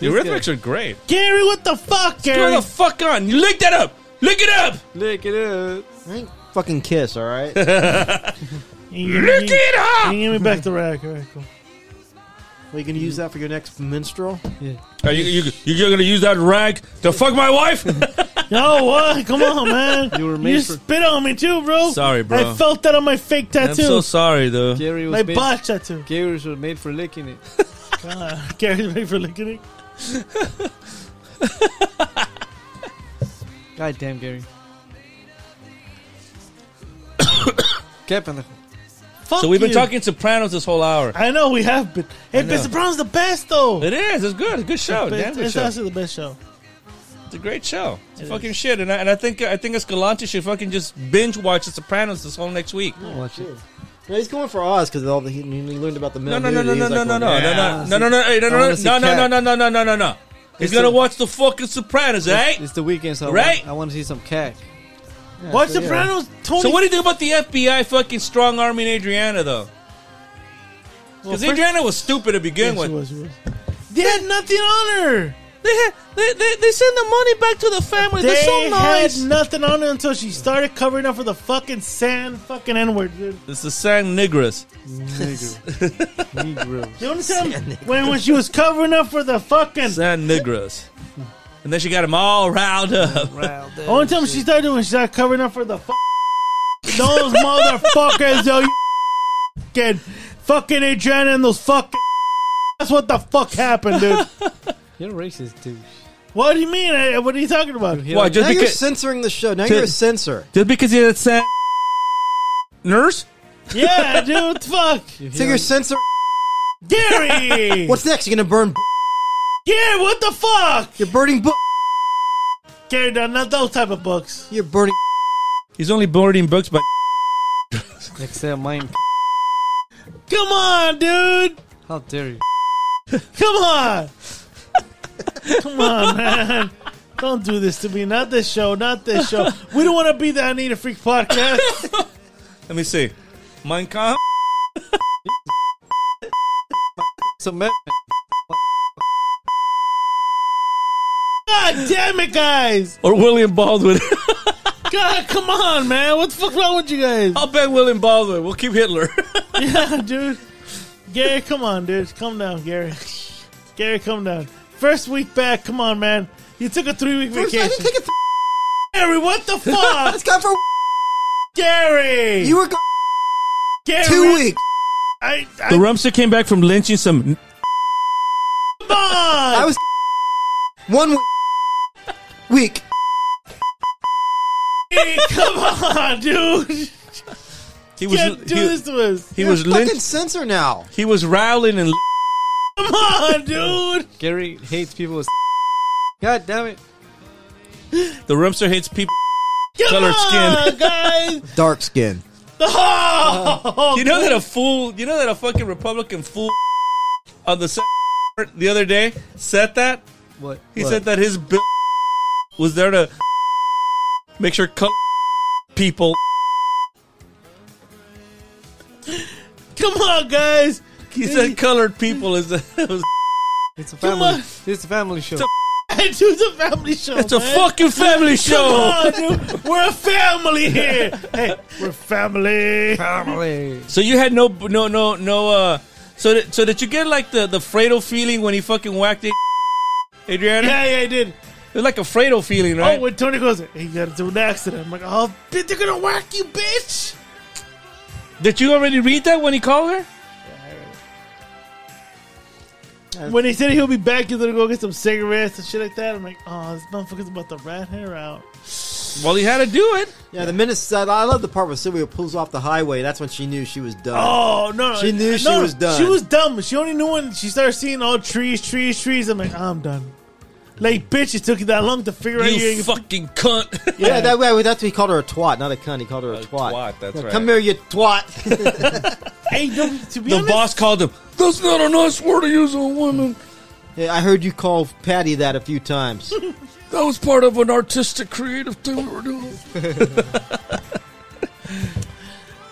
Eurythmics are great. Gary, what the fuck, Go Gary? the fuck on. You lick that up. Lick it up. Lick it up. I think fucking Kiss. All right. You- you- Lick you- it up. You give me back the rack. All right, cool. Are you gonna use that for your next minstrel? Are you, you you're gonna use that rag to fuck my wife? No, what? Come on, man. You were made You for- spit on me too, bro. Sorry, bro. I felt that on my fake I'm tattoo. so sorry, though. Gary was my made, botch tattoo. Gary was made for licking it. God, Gary's ready for licking it. God damn, Gary. Qué pendejo. Fuck So we've been you. talking Sopranos this whole hour. I know we have been. Hey, know. Mr. Brown's the best though. It is. It's good. It's a good show. It's- Damn good it's show. actually the best show. It's a great show. It's It fucking shit. And I, and I think I think Escalante should fucking just binge watch The Sopranos this whole next week. Oh, Watch it. No, he's going for Oz because all the he, he learned about the No, men. no, no, no, no, no, no, no, no, no, no, no, no, hey, no, I no, wanna see no, no, no, Cat. no, no, no, no, no, no. He's It's gonna a- watch the fucking Sopranos, eh? It's the weekend, so I Right? want- I want to see some cat. Watch Sopranos. Tony. So what do you think about the FBI fucking strong arming Adriana though? Because Adriana was stupid to begin Yeah, she with. was, she was. They had nothing on her. They, had, they they they send the money back to the family. They They're so nice. had nothing on her until she started covering up for the fucking sand fucking N word, dude. It's the San Negras. Negro. Negro. The only time when, when she was covering up for the fucking. San Negras. And then she got him all riled up. Only time she started doing, she started covering up for the fuck. Those motherfuckers, yo, you fucking, fucking Adriana and those fucking. That's what the fuck happened, dude. You're racist, dude. What do you mean? Eh, What are you talking about? Why? Now Just you're because censoring the show. Now you're a censor. just because you're a San nurse? Yeah, dude, fuck. So you're censoring. Gary! What's next? You're gonna burn. b- Yeah, what the fuck? You're burning. b- Gary, no, not those type of books. You're burning. He's only boarding books, but Except mine. Come on, dude! How dare you? Come on! Come on, man. Don't do this to me. Not this show, not this show. We don't want to be the I Need a Freak podcast. let me see. Mein Kampf. Some man. God damn it, guys! or William Baldwin. God, come on, man. What the fuck's wrong with you guys? I'll bet William Baldwin. We'll keep Hitler. Yeah, dude. Gary, come on, dude. Come down, Gary. Gary, come down. First week back. Come on, man. You took a three week First, I didn't vacation. take it. For- Gary, what the fuck? it's got for. Gary! You were gone Gary, two weeks. I, I, the Rumster came back from lynching some. come on! I was one week. Week. Gary, come on, dude. You He was can't do he, this to us. he You're was a fucking lynched. censor now. He was riling and. Come on, dude. Gary hates people. with- God damn it. The Rumster hates people. Come Colored on, skin. guys. Dark skin. Oh, You know that a fool. You know that a fucking Republican fool on the set the other day said that What? he said that his bill was there to make sure colored people. come on, guys. He said colored people is was It's a Come family. on. It's a family show. It's a- It's a family show. It's a man. fucking family show. Come on, dude. We're a family here. Hey, we're family. family. So you had no, no, no, no. Uh, so, that, so did you get like the the Fredo feeling when he fucking whacked it, Adriana? Yeah, yeah, I did. It was like a Fredo feeling, right? Oh, when Tony goes, hey, you got into an accident. I'm like, oh, bitch, they're gonna whack you, bitch. did you already read that when he called her? When he said he'll be back, he's gonna go get some cigarettes and shit like that. I'm like, oh, this motherfucker's about to rat her out. Well, he had to do it. Yeah, the minute I I love the part where Sylvia pulls off the highway. That's when she knew she was done. Oh no! She knew no, she was done. She was dumb. She only knew when she started seeing all trees, trees, trees. I'm like, "Ah, I'm done. Like, bitch, it took you that long to figure out you You ain't fucking cunt. Yeah, that way that's he called her a twat, not a cunt. He called her a, twat. twat, that's Yeah, right. Come here, you twat. Hey, no, to be The honest, boss called him. That's not a nice word to use on women. yeah, I heard you call Patty that a few times. That was part of an artistic, creative thing we were doing.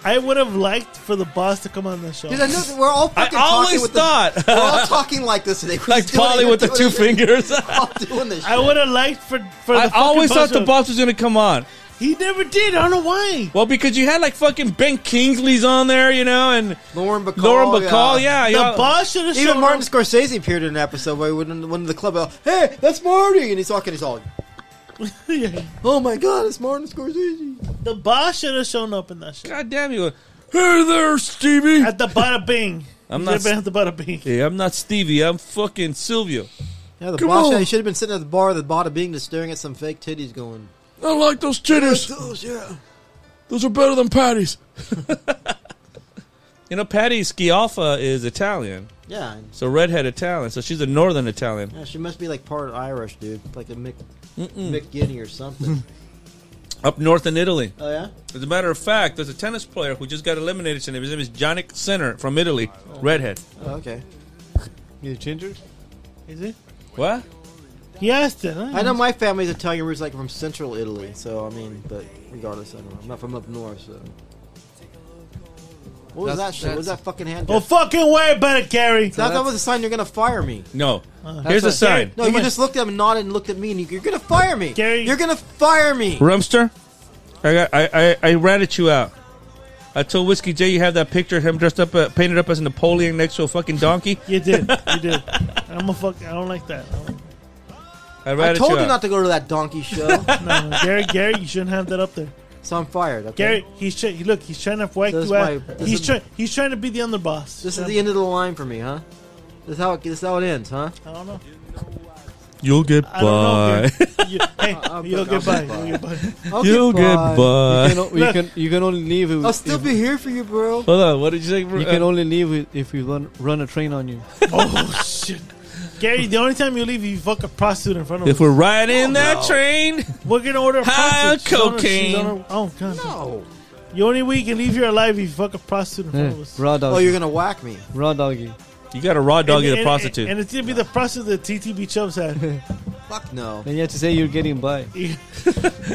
I would have liked for the boss to come on the show. Dude, I know that we're all I fucking talking always with thought, the, we're all talking like this today. We're like just doing it, Polly we're with the doing two it, fingers. we're all doing this. I shit. would have liked for for. I the fucking always boss thought the to- boss was going to come on. He never did. I don't know why. Well, because you had like fucking Ben Kingsley's on there, you know, and Lauren Bacall. Lauren Bacall. Yeah, The yeah. boss should have shown Even him- Martin Scorsese appeared in an episode where he went into the club. uh, Hey, that's Marty, and he's talking. He's all, Yeah. "Oh my god, it's Martin Scorsese." The boss should have shown up in that show. God damn you. Hey there, Stevie. At the bada bing. I'm He not should've been at the bada bing. Hey, I'm not Stevie. I'm fucking Silvio. Yeah, the Come boss. on. yeah, he should have been sitting at the bar, the bottom being just staring at some fake titties, going, I like those titties. "Those, yeah." Those are better than Patty's. you know, Patty Schiaffa is Italian. Yeah, and- So redhead Italian. So she's a northern Italian. yeah, she must be like part Irish, dude, like a Mick, Mick Guinea or something. Up north in Italy. oh yeah, As a matter of fact, there's a tennis player who just got eliminated tonight. His name is Johnny Sinner from Italy. Redhead. oh, okay. You ginger? Is it? What? He asked it. Huh? I know my family's Italian roots, like from central Italy. So I mean, but regardless, I don't know. I'm not from up north, so. What was That's- that shit? What was that that's- fucking hand? Well, fucking way better, Gary. that, that was a sign you're gonna fire me. No. Here's Uh, a sign. No, you just looked at him, nodded, and looked at me, and you- you're gonna fire me. Gary- You're gonna fire me. Rumster, I got I, I, I ratted you out. I told Whiskey J you have that picture of him dressed up, uh, painted up as Napoleon next to a fucking donkey. You did. You did. I'm a fuck. I don't like that. I don't- I I ratted told you you out. not to go to that donkey show, No, no, Gary, Gary, you shouldn't have that up there. so I'm fired. Okay? Gary, he's try- he- look, he's trying to whack So this you out. is why- this He's is- trying, he's trying to be the underboss. Um, this is the end of the line for me, huh? This is how it, this is how it ends, huh? I don't know. You'll get I don't know. by. Gary. You, hey, I'll you'll put- get I'll by. put- You'll get by. Oh, You'll get goodbye. by. You can, o- you Look. can you can only leave. If, I'll Oh, still if- be here for you, bro. Hold on. What did you say? Uh, You can only leave if- if you run run a train on you. Oh shit, Gary. The only time you leave, you fuck a prostitute in front of if us. we're riding that train, We're gonna order a High prostitute. She's on her- she's cocaine. on her- oh god. No. The only way you can leave here alive if you fuck a prostitute in front Yeah, of us. raw doggy. Oh, you're gonna whack me. raw doggy. you got a raw And- dog and, and- a prostitute. And, and it's gonna be the prostitute that TTB Chubbs had. Fuck no. Then you have to say you're getting by.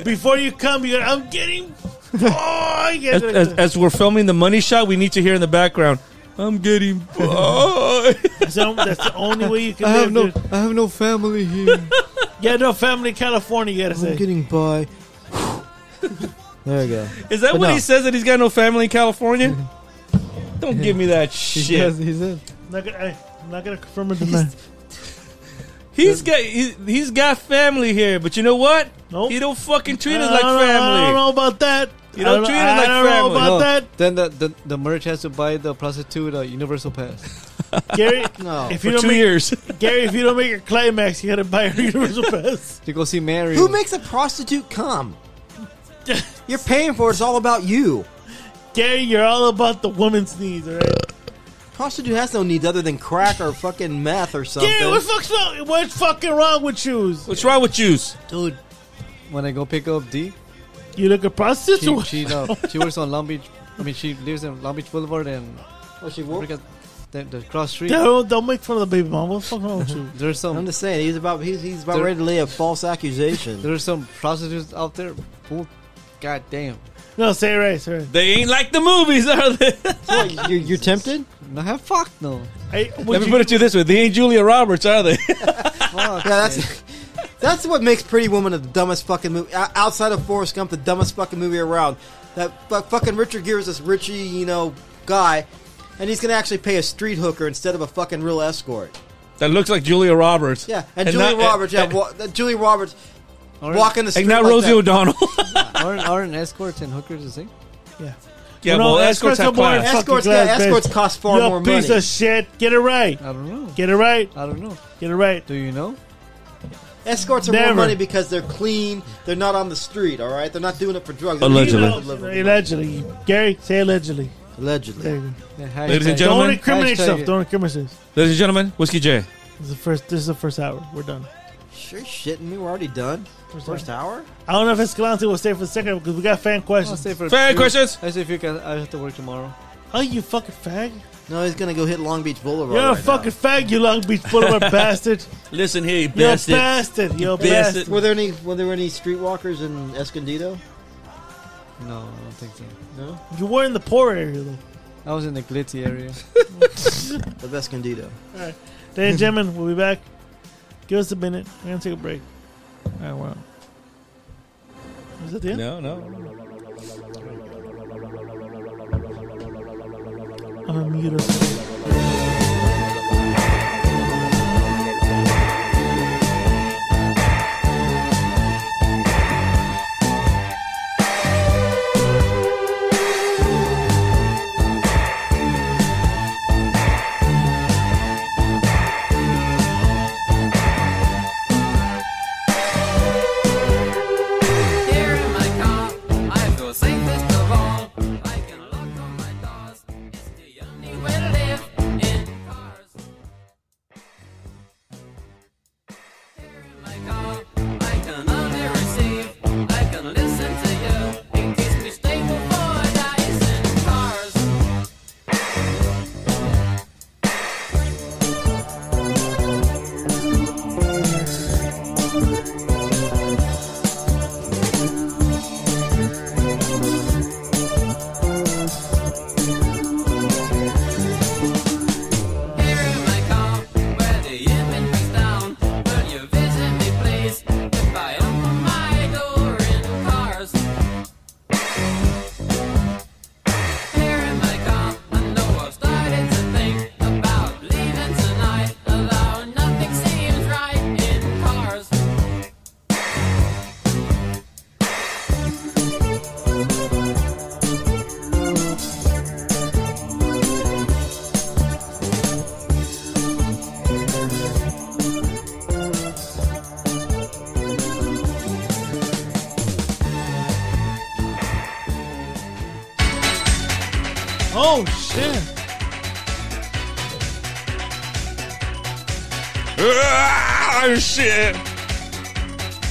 Before you come, you're I'm getting. Oh, you guys as, are- as, as we're filming the money shot, we need to hear in the background. I'm getting by. So that's the only way you can I live. have no dude. I have no family here. Yeah, no family in California. You gotta say. I'm getting by. there you go. Is that But what no. he says that he's got no Mm-hmm. family in California? Don't give me that He shit. says- he said. I'm not gonna, I, I'm not gonna confirm or deny. He's got he, he's got family here, but you know what? Nope. He don't fucking treat I us like don't know- I don't family. know about that. You don't I treat it I like don't know family. about No, that, Oh, Then the, the the merch has to buy the prostitute a universal pass. Gary. No. If you For don't two make years, Gary, if you don't make your climax, you gotta buy your universal pass. To go see Mary. Who makes a prostitute come? You're paying for it. It's all about you. Gary, you're all about the woman's needs, all right? Prostitute has no needs other than crack or fucking meth or something. Gary, what fuck's wrong? What's fucking wrong with shoes? what's wrong with yous? dude? When I go pick up D, You look a prostitute. she she, no, she works on Long Beach. I mean, she lives in Long Beach Boulevard and Oh, she I wore- forget the, the cross street. don't, don't make fun of the baby mama. What's fucking wrong with you? There's I'm some just saying he's about he's, he's about There- ready to lay a false accusation. there's some prostitutes out there. Oh, God damn! No, say it right, say it right. They ain't like the movies, are they? What, you're, you're tempted? No, have fuck no. Hey, would Let me you- put it to you this way: they ain't Julia Roberts, are they? Fuck. Yeah, that's that's what makes Pretty Woman the dumbest fucking movie o- outside of Forrest Gump, the dumbest fucking movie around. That fu- fucking Richard Gere is this Richie, you know, guy, and he's gonna actually pay a street hooker instead of a fucking real escort. that looks like Julia Roberts. Yeah, and, And Julia not- Roberts, yeah, and- wa- uh, Julia Roberts walking the street Like not like Rosie that. O'Donnell. aren't, aren't escorts and hookers the same? Yeah. Yeah, You know, well, escorts have more than class. fucking Escorts- class, yeah, bitch. escorts cost far you more piece money. of shit. Get it right. I don't know. Get it right. I don't know. Get it right. Do you know? Escorts are Never. more money because they're clean. They're not on the street. All right, they're not doing it for drugs. They're Allegedly. doing it for living. Allegedly. Gary, say allegedly. There Allegedly. you go. Yeah, hashtag Ladies and it. gentlemen, Don't incriminate Hashtag yourself. it. Don't incriminate yourself. Ladies and gentlemen, Whiskey J. This is the first. This is the first hour. We're done. Sure, shitting me. We're already done. First hour. I don't know if Escalante will stay for the second because we got fan I'll questions. stay for a Fan few- questions? I say if you can, I have to work tomorrow. Oh, you fucking fag! No, he's gonna go hit Long Beach Boulevard. You're a right fucking fag, you Long Beach Boulevard bastard! Listen here, you You're a bastard. bastard! You're a Bastard. bastard! now. Were there any? Were there any streetwalkers in Escondido? No, I don't think so. No, You were in the poor area, though. I was in the glitzy area. of Escondido. Ladies and gentlemen, we'll be back. Give us a minute. We're gonna take a break. All right, well. Is that the end? No, no. I'm gonna mute us. Here in my car, I go St. Cristobal. I can lock all my doors. It's the only way to live in cars. Here in my car, I can only receive. I can listen to you. It keeps me stable for days in cars. Here in my car, where the engine breaks down, will you visit me, please? If I open my door in cars. Here in my car, I know I've started to think about leaving tonight. Although nothing seems right in cars. Oh shit! Ah, shit.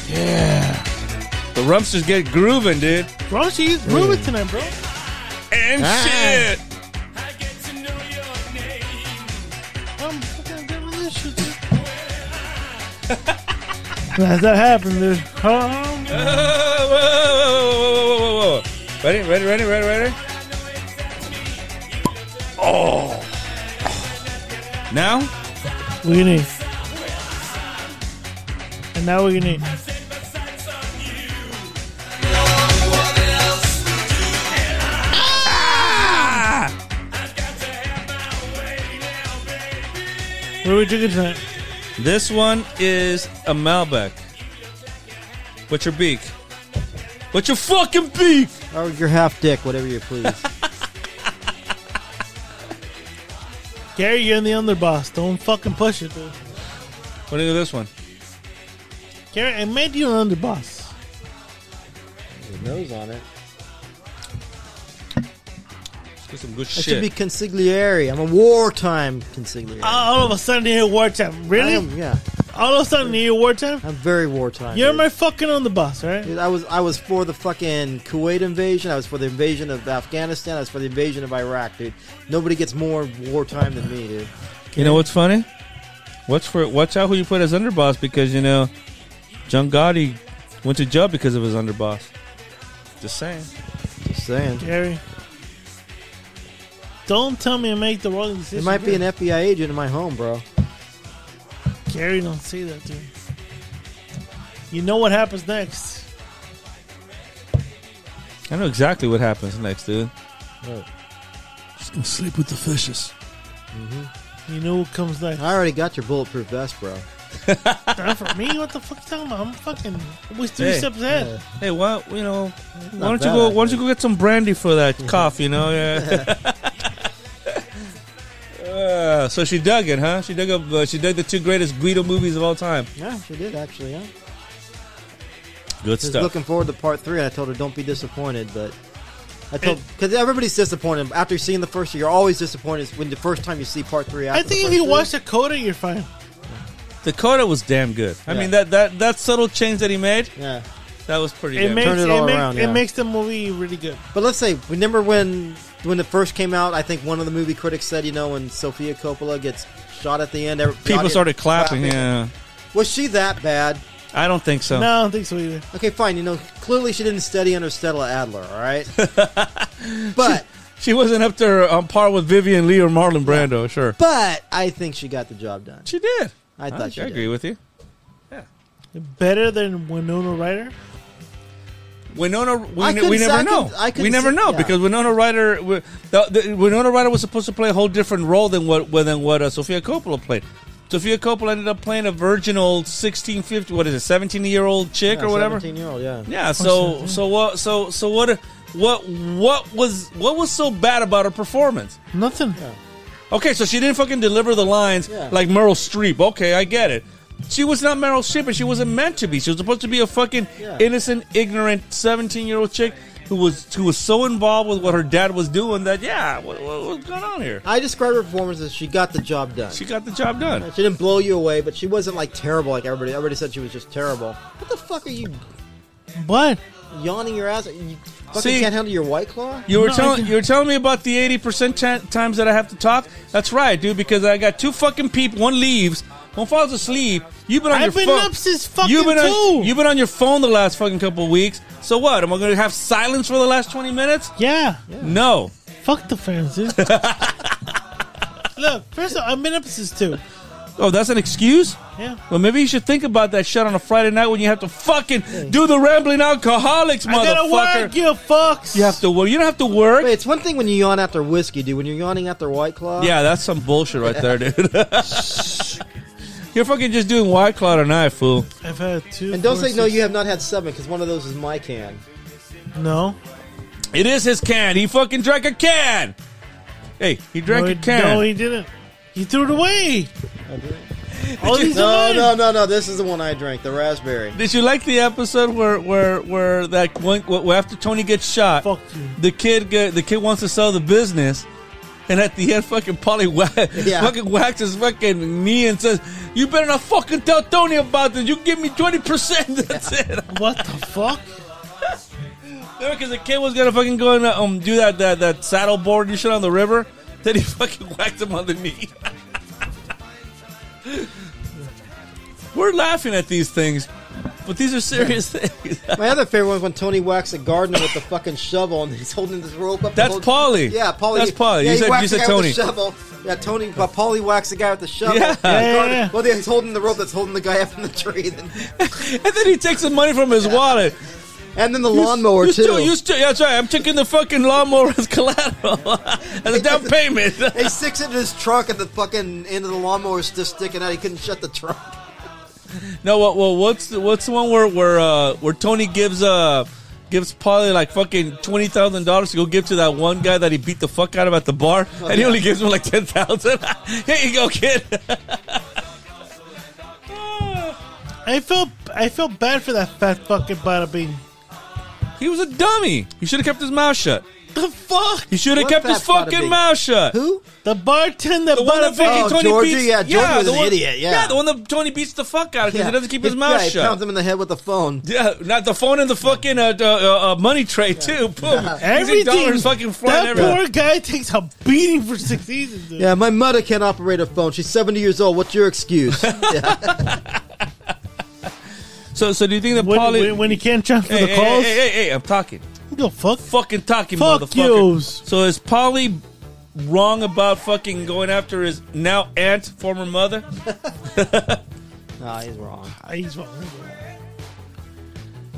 Yeah. The rumpsters get grooving, dude. Bro, she's grooving tonight, bro. And shit. I'm fucking doing this shit. dude. Nah, that happened, dude. Um, Whoa, whoa, whoa, whoa, whoa, whoa. Ready, ready, ready, ready, ready. Oh. Now? what do you need? And now what do you need? Ah! What are we drinking tonight? This one is a Malbec. What's your beak? What's your fucking beak? Or Oh, your half dick, whatever you please. Gary, you're in the underboss. Don't fucking push it, dude. What do you do with this one? Gary, I made you an underboss. nose on it. Let's get some good I should shit. be consigliere. I'm a wartime consigliere. Uh, All of a sudden, you hear wartime. I Really? am, yeah, All of a sudden, you hear wartime? I'm very wartime. You're dude. my fucking underboss, right? Dude, I was I was for the fucking Kuwait invasion. I was for the invasion of Afghanistan. I was for the invasion of Iraq, dude. Nobody gets more wartime than me, dude. you know what's funny? Watch for watch out who you put as underboss because you know John Gotti went to jail because of his underboss. Just saying. Just saying. Gary. Don't tell me I make the wrong decision. There might be an dude. FBI agent in my home, bro. Gary, don't say that, dude. You know what happens next. I know exactly what happens next, dude. Just gonna sleep with the fishes. You know what comes next. I already got your bulletproof vest, bro. Not for me? What the fuck you talking about? I'm fucking almost three Hey. steps ahead. Hey, why you know? Why Not don't you bad, go? Why don't you go get some brandy for that cough? You know, yeah. Uh, so she dug it, huh? She dug up. Uh, she dug the two greatest Guido movies of all time. Yeah, she did actually. Yeah. Good Just stuff. looking forward to part three. and I told her don't be disappointed, but I told because everybody's disappointed after seeing the first. You're always disappointed when the first time you see part three. After I the think if first you two. watch Dakota, you're fine. Dakota was damn good. I Yeah. mean that that that subtle change that he made. Yeah, that was pretty. It damn makes good. it, Turn it all makes, around, it yeah. makes the movie really good. But let's say, remember when when it first came out? I think one of the movie critics said, you know, when Sofia Coppola gets shot at the end, every, the People audience started clapping. Yeah, Was she that bad? I don't think Oh. so. No, I don't think so either. Okay, fine. You know, clearly she didn't study under Stella Adler. All right, but She wasn't up to her on par with Vivian Lee or Marlon Brando. Sure, but I think she got the job done. she did. I thought she I did. agree with you. Better than Winona Ryder? Winona, we, I ne- couldn't we say- never I know. couldn't- I couldn't we never say- know yeah. because Winona Ryder, wi- the, the, Winona Ryder was supposed to play a whole different role than what than what uh, Sofia Coppola played. Sofia Coppola ended up playing a virginal 16, 15, what is it, seventeen year old chick Yeah, Oh, or whatever. 17-year-old, yeah. Yeah. So so what so so what what what was what was so bad about her performance? Nothing. Okay, so she didn't fucking deliver the lines Yeah. like Meryl Streep. Okay, I get it. She was not Meryl Streep, and she wasn't meant to be. She was supposed to be a fucking Yeah. innocent, ignorant, seventeen-year-old chick who was who was so involved with what her dad was doing that yeah, what, what, what's going on here? I describe her performance as she got the job done. She got the job done. She didn't blow you away, but she wasn't like terrible like everybody. Everybody said she was just terrible. What the fuck are you What? yawning your ass? You fucking See- can't handle your white claw. You were telling you were telling me about the eighty percent ch- times that I have to talk. That's right, dude. Because I got two fucking people. One leaves, one falls asleep. You've been on I've your been phone. up since fucking you've been two. on, you've been on your phone the last fucking couple of weeks. So what? Am I going to have silence for the last twenty minutes? Yeah. No. Fuck the fans, dude. Look, first of all, I've been up since two. Oh, that's an excuse. Yeah. Well, maybe you should think about that shit on a Friday night when you have to fucking do the rambling alcoholics, I gotta motherfucker. work, you fucks. You have to work. You don't have to work. Wait, it's one thing when you yawn after whiskey, dude. When you're yawning after white claw, Yeah, that's some bullshit right there, dude. You're fucking just doing white claw tonight, fool. I've had two. And don't four, say no. six- You have not had seven because one of those is my can. No. It is his can. He fucking drank a can. Hey, he drank no, a he- can. No, he didn't. He threw it away. All these are no, mine. no, no, no. This is the one I drank, the raspberry. Did you like the episode where where where that one where after Tony gets shot, the kid get, the kid wants to sell the business, and at the end, fucking Polly wha- fucking whacks his fucking knee and says, "You better not fucking tell Tony about this. You give me twenty percent. That's it." What the fuck? because the kid was gonna fucking go and uh, um do that that that saddle board and shit on the river. Then he fucking whacked him on the knee. We're laughing at these things, but these are serious things. My other favorite one is when Tony whacks a gardener with the fucking shovel and he's holding this rope up. That's the whole- Paulie. Yeah, Paulie. That's Paulie. You Yeah, he said- whacks you the said guy Tony. With the shovel. Yeah, Tony. But Paulie whacks the guy with the shovel. Yeah. The Yeah, yeah, gardener- yeah. Well, yeah, he's holding the rope that's holding the guy up in the tree. Then And then he takes the money from his wallet. And then the lawnmower you too. Still, you still, yeah, that's right. I'm taking the fucking lawnmower as collateral as a down payment. he sticks it in his trunk, and the fucking end of the lawnmower is just sticking out. He couldn't shut the trunk. no, what, well, what's the, what's the one where where uh, where Tony gives uh gives Polly like fucking twenty thousand dollars to go give to that one guy that he beat the fuck out of at the bar, Oh, and he yeah. only gives him like ten thousand. Here you go, kid. I felt I felt bad for that fat fucking bada bean. he was a dummy. He should have kept his mouth shut. The fuck? He should have kept his fucking mouth shut. Who? The bartender. The one that Oh, fucking Tony beats. was the an one- idiot, yeah. the one that Tony beats the fuck out of because he doesn't keep his He- mouth yeah, shut. He pounds him in the head with a phone. Yeah, not the phone and the fucking uh, uh, uh, money tray too. Boom, every Everything. dollar's fucking flying That everywhere. poor guy takes a beating for six seasons. Dude. Yeah, my mother can't operate a phone. She's 70 years old. What's your excuse? Yeah. So, so do you think that When, Paulie when, when he can't jump for the hey, hey, calls, Hey, hey, hey, hey, I'm talking. Who the fuck? Fucking talking, Fuck motherfucker. yous. So is Polly wrong about fucking going after his now aunt, former mother? nah, he's wrong. Ah, he's wrong.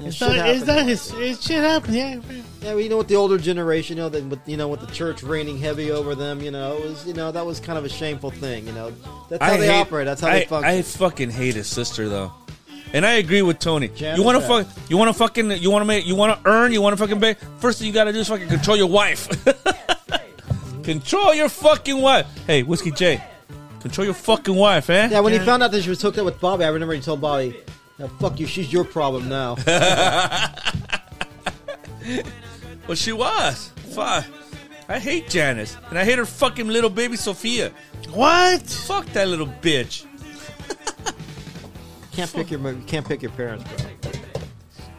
It's shit not, it's happens. not his. It shit happened. Yeah. Yeah, well, you know, with the older generation, you know, that with you know, with the church reigning heavy over them, you know, it was you know that was kind of a shameful thing. You know, that's how I they hate- operate. That's how I, they function. I fucking hate his sister though, and I agree with Tony. Janet you want to Jackson. fuck? You want to fucking? You want to make? You want to earn? You want to fucking pay? First thing you got to do is fucking control your wife. control your fucking wife. Hey, whiskey J, control your fucking wife, eh? yeah, when he found out that she was hooked up with Bobby, I remember he told Bobby, "Now fuck you, she's your problem now." Well, she was. Fuck. I hate Janice, and I hate her fucking little baby Sophia. What? Fuck that little bitch. can't pick your you can't pick your parents, bro.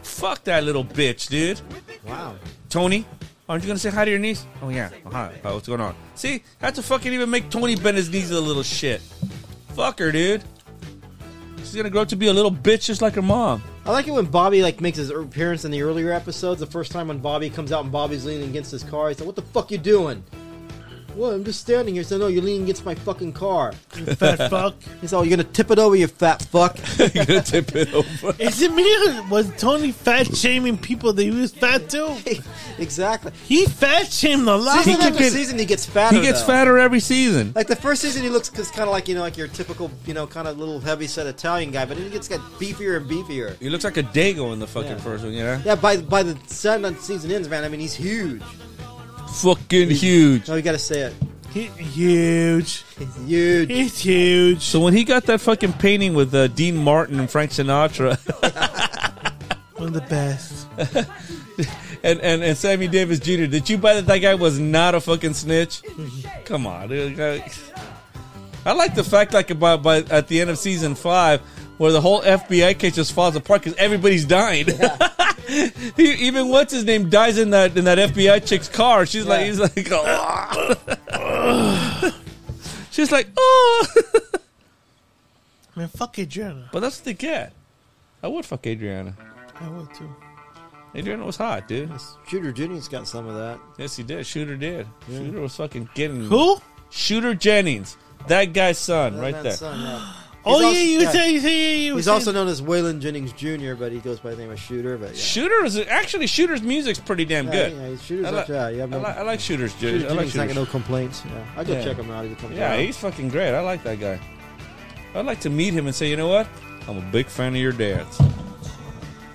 Fuck that little bitch, dude. Wow. Tony, aren't you gonna say hi to your niece? Oh yeah. Oh, hi. Oh, what's going on? See, had to fucking even make Tony bend his knees a little shit. Fuck her, dude. She's gonna grow up to be a little bitch just like her mom. I like it when Bobby like makes his er, appearance in the earlier episodes. The first time when Bobby comes out and Bobby's leaning against his car, he's like, "What the fuck you doing?" Well, I'm just standing here. So no, you're leaning against my fucking car. fat fuck. He's all, "You're gonna tip it over, you fat fuck." you're gonna tip it over. Is it me? or Was Tony fat shaming people that he was fat too? exactly. He fat shamed a lot. Season of after people. season, he gets fatter. he gets though. fatter every season. Like the first season, he looks kind of like you know, like your typical you know, kind of little heavy set Italian guy, but then he gets got beefier and beefier. He looks like a dago in the fucking Yeah. first one, you know? Yeah, by by the second season ends, man. I mean, he's huge. Fucking huge. No, you got to say it. He- huge. He's huge. He's huge. So when he got that fucking painting with uh, Dean Martin and Frank Sinatra One of the best. and, and, and Sammy Davis Jr., did you buy that that guy was not a fucking snitch? Come on, dude. I- I like the fact like about by at the end of season five where the whole FBI case just falls apart because everybody's dying. he, even what's his name dies in that in that FBI chick's car. She's like Yeah. he's like "Oh." She's like oh Man, fuck Adriana. But that's what they get. I would fuck Adriana. I would too. Adriana was hot, dude. Shooter Jennings got some of that. Yes, he did. Shooter did. Shooter was fucking getting Who? Shooter Jennings, that guy's son, right That there. son, yeah. Oh yeah, He's also- you yeah. say, you say, you He's say- also known as Waylon Jennings Jr., but he goes by the name of Shooter. But yeah. Shooter is actually Shooter's music's pretty damn Yeah, good. yeah, he's- Shooter's I, not like, bad. You have I, no- like, I like Shooter's dude. Shooter I like Jennings not got Shooter's. no complaints. Yeah. I go Yeah. check him out if he comes Yeah, around. he's fucking great. I like that guy. I'd like to meet him and say, you know what? I'm a big fan of your dad's.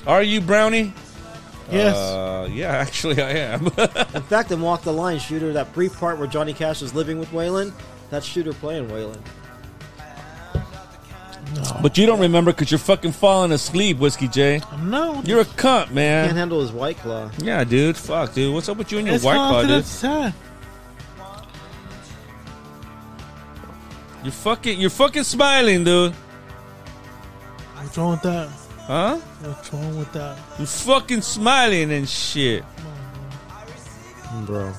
Are you Brownie? Yes. Uh, yeah, actually, I am. In fact, in Walk the Line, Shooter, that brief part where Johnny Cash is living with Waylon, that's Shooter playing Waylon. but you don't remember because you're fucking falling asleep, Whiskey J. no. You're a cunt, man. Can't handle his White Claw. Yeah, dude. Fuck, dude. What's up with you and your It's white not claw, to dude? that side. You're fucking, you're fucking smiling, dude. What's wrong with that? Huh? What's wrong with that? You're fucking smiling and shit. Bro.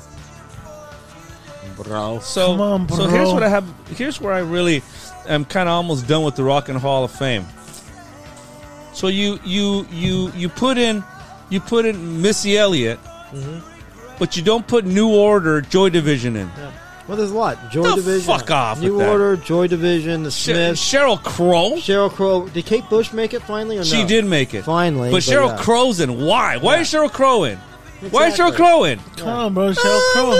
Bro. So, Come on, so bro. here's what I have. Here's where I really am kind of almost done with the Rock and Hall of Fame. So you, you, you, you put in, you put in Missy Elliott, Mm-hmm. but you don't put New Order, Joy Division in. Well, there's a lot. Joy The Division. fuck off New with that. Order, Joy Division, The Sh- Smiths, Cheryl Crow. Cheryl Crow. Did Kate Bush make it finally or no? She did make it. Finally. But Cheryl yeah. Crow's in. Why? Why is Cheryl Crow in? Why is Cheryl Exactly. Crow in? Come on, bro. Cheryl Crow.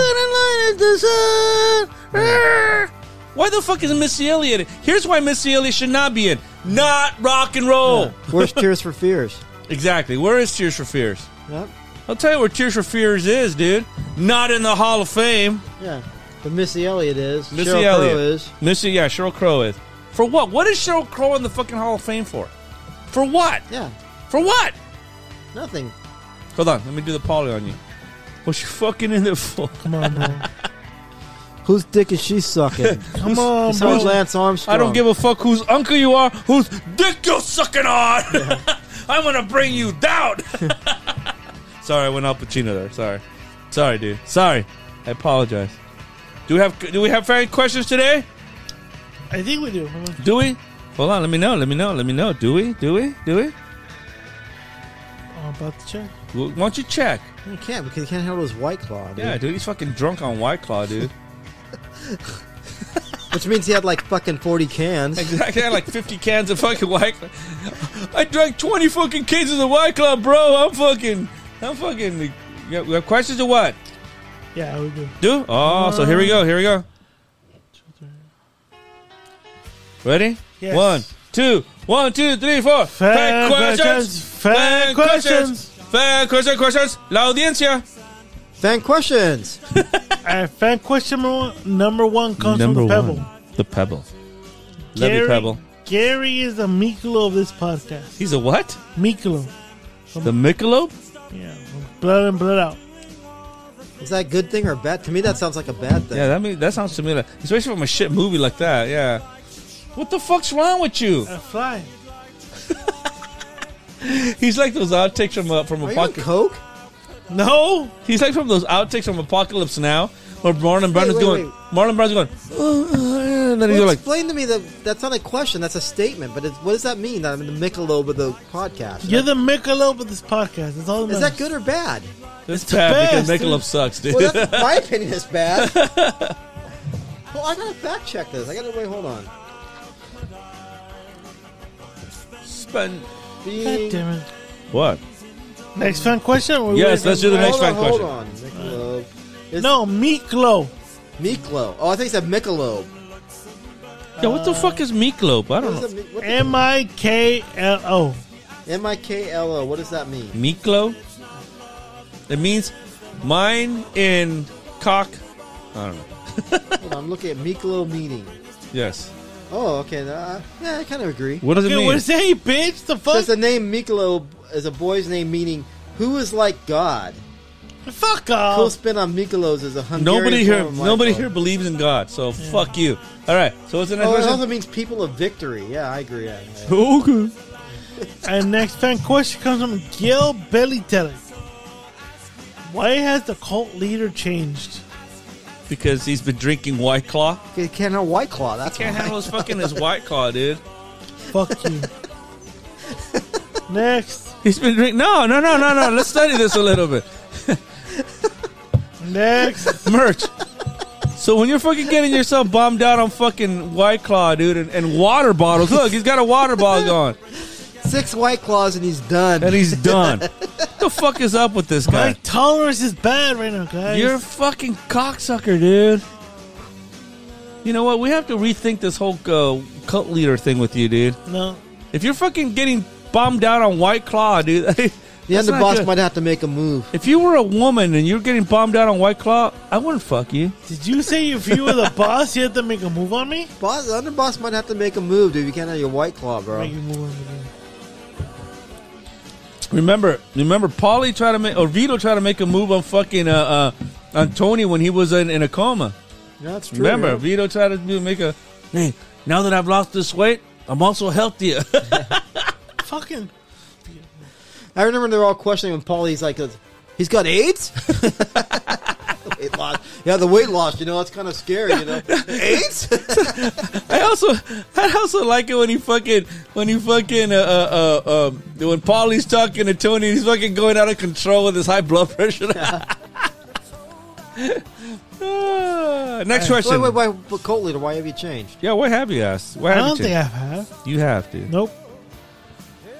Mm. Why the fuck is Missy Elliott in? Here's why Missy Elliott should not be in. Not rock and roll. Worst Tears for Fears. Exactly. Where is Tears for Fears? Yep. I'll tell you where Tears for Fears is, dude. Not in the Hall of Fame. Yeah. But Missy Elliott is. Missy Cheryl Elliott. Crow is. Missy, yeah, Cheryl Crow is. For what? What is Cheryl Crow in the fucking Hall of Fame for? For what? Yeah. For what? Nothing. Hold on, let me do the poly on you. What's she fucking in there for? Come on, bro. Whose dick is she sucking? Come on, bro. Besides Lance Armstrong. I don't give a fuck whose uncle you are, whose dick you're sucking on. I'm gonna bring you down. Sorry, I went Al Pacino there. Sorry, sorry, dude. Sorry, I apologize. Do we have do we have any questions today? I think we do. Hold on. Do we? Hold on, let me know. Let me know. Let me know. Do we? Do we? Do we? I'm about to check. Well, Why don't you check? You can't because you can't handle his White Claw. Dude. Yeah, dude, he's fucking drunk on White Claw, dude. Which means he had like fucking 40 cans. Exactly, I had like 50 cans of fucking White Claw. I drank 20 fucking cases of White Claw, bro. I'm fucking, I'm fucking you have, we have questions or what? Yeah, we do. Do? Oh, so here we go. Here we go. Ready? Yes. One, two, one, two, three, four. Fan questions, fan questions. Fan question, questions. La audiencia. Fan questions. All right, fan question number one, number one comes from the Pebble. The Pebble. Love you, Pebble. Gary is the Mikolo of this podcast. He's a what? Mikolo. The Michelob? Yeah. Blood in, blood out. Is that a good thing or a bad? To me, that sounds like a bad thing. Yeah, that mean, that sounds familiar. Especially from a shit movie like that, yeah. What the fuck's wrong with you? A fly. He's like those outtakes from uh, from Are you on Apocalypse. coke? No, he's like from those outtakes from Apocalypse Now, where Marlon Brando wait, doing wait. Marlon Brando's going, "Oh, oh, yeah," and then he's Well, like, explain to me that that's not a question. That's a statement. But it's, what does that mean? That I'm in the Michelob of the podcast. You're the Michelob of this podcast. That's all. Is that good or bad? "This the bad because best, dude. Michelob sucks, dude." Well, that's, my opinion is bad. well, I gotta fact check this. I gotta wait. Hold on. Spend- God Being, damn it. what? Next fan question. or we Yes, waiting? let's do the next hold on, fan hold question. on. Michelob. It's No, Miklo. Miklo. Oh, I think it's a Michelob. Yeah, what Uh, the fuck is Michelob? I don't What know. is a mi- what the- M I K L O. M I K L O. What does that mean? Miklo. It means mine in cock. I don't know. Hold on, I'm looking at Miklo meeting. Yes. Oh, okay. Uh, yeah, I kind of agree. What does it Dude, mean? what is that, bitch? The fuck? Says the name Miklo is a boy's name meaning who is like God. Fuck Cool off. spin on Mikolos is a Hungarian Oh. Nobody form here. of Nobody Michael. here believes in God. So fuck you. All right. So what's the next Oh, it question? also means people of victory. Yeah, I agree. Yeah, yeah. Okay. And next fan question comes from Gil Belly Telly. Why has the cult leader changed? Because he's been drinking White Claw. He can't have White Claw. That's Can't why. handle his fucking his White Claw, dude. Fuck you. next. He's been drinking. No, no, no, no, no. Let's study this a little bit. Next. Merch. So when you're fucking getting yourself bombed out on fucking White Claw, dude, and, and water bottles. Look, he's got a water bottle going, Six White Claws and he's done. and he's done. What the fuck is up with this My guy? tolerance is bad right now, guys. You're a fucking cocksucker, dude. You know what? We have to rethink this whole uh, cult leader thing with you, dude. no. If you're fucking getting bombed out on White Claw, dude. that's the not underboss good. might have to make a move. If you were a woman and you're getting bombed out on White Claw, I wouldn't fuck you. Did you say if you were the boss, you had to make a move on me? Boss, the underboss might have to make a move, dude. You can't have your White Claw, bro. Make a move on me. Remember, remember, Polly tried to make or Vito tried to make a move on fucking uh, uh on Tony when he was in, in a coma. That's true. Remember, yeah. Vito tried to do- make a. Hey, now that I've lost this weight, I'm also healthier. Fucking. I remember they're all questioning when Paulie's like, he's got AIDS? weight loss. Yeah, the weight loss, you know, that's kind of scary, you know. AIDS? I also, I also like it when he fucking, when he fucking, uh, uh, uh, um, when Polly's talking to Tony, he's fucking going out of control with his high blood pressure. Ah, next wait, question. wait, wait. But Colt leader, why have you changed? Yeah, what have you asked? What I have don't you? think I have. you have to. Nope.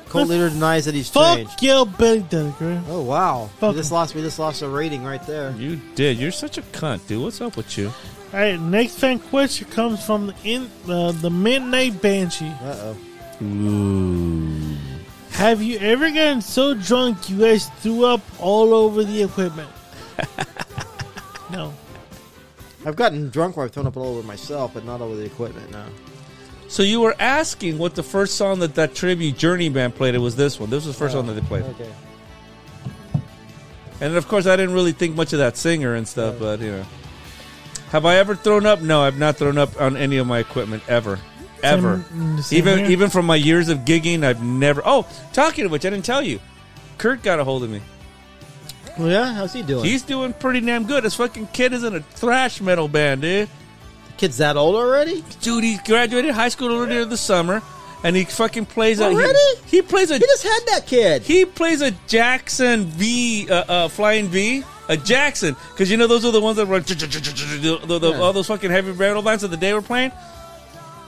Colt leader denies that he's changed. Fuck Gil Belly Telly, girl. Oh wow! Fuck we just him. lost. We just lost a rating right there. You did. You're such a cunt, dude. What's up with you? All right, next fan question comes from the in, uh, the Midnight Banshee. Uh oh. Ooh. Have you ever gotten so drunk you guys threw up all over the equipment? no. I've gotten drunk where I've thrown up all over myself, but not over the equipment. No. So you were asking what the first song that that tribute Journey band played. It was this one. This was the first Oh, song that they played. Okay. And of course, I didn't really think much of that singer and stuff, but you know. Have I ever thrown up? No, I've not thrown up on any of my equipment ever, ever. Same- mm, same even here. even from my years of gigging, I've never. Oh, talking of which, I didn't tell you. Kurt got a hold of me. Well, yeah. How's he doing? He's doing pretty damn good. This fucking kid is in a thrash metal band, dude. Kid's that old already? Dude, he graduated high school earlier this summer, and he fucking plays a. Already? He, he plays a. He just had that kid. He plays a Jackson V, uh, uh, flying V, a Jackson, because you know those are the ones that were the, the, Yeah. all those fucking heavy metal bands that the day were playing.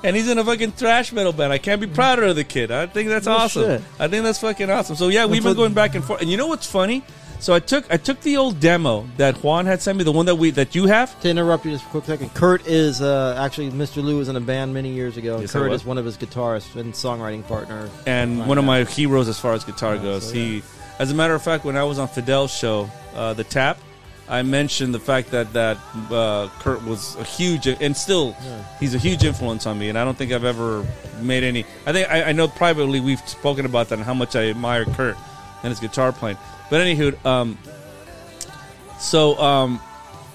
And he's in a fucking thrash metal band. I can't be prouder of the kid. I think that's No awesome. shit. I think that's fucking awesome. So yeah, we've been what- going back and forth. And you know what's funny? So I took I took the old demo that Juan had sent me, the one that we that you have. To interrupt you just for a quick second, Kurt is uh, actually Mr. Lou was in a band many years ago. Yes, I Kurt was. is one of his guitarists and songwriting partner. and Right one of now. my heroes as far as guitar goes. so, He, as a matter of fact, when I was on Fidel's show, uh, the Tap, I mentioned the fact that that uh, Kurt was a huge and still he's a huge influence on me. And I don't think I've ever made any. I think I, I know privately we've spoken about that and how much I admire Kurt and his guitar playing. But anywho, um, so um,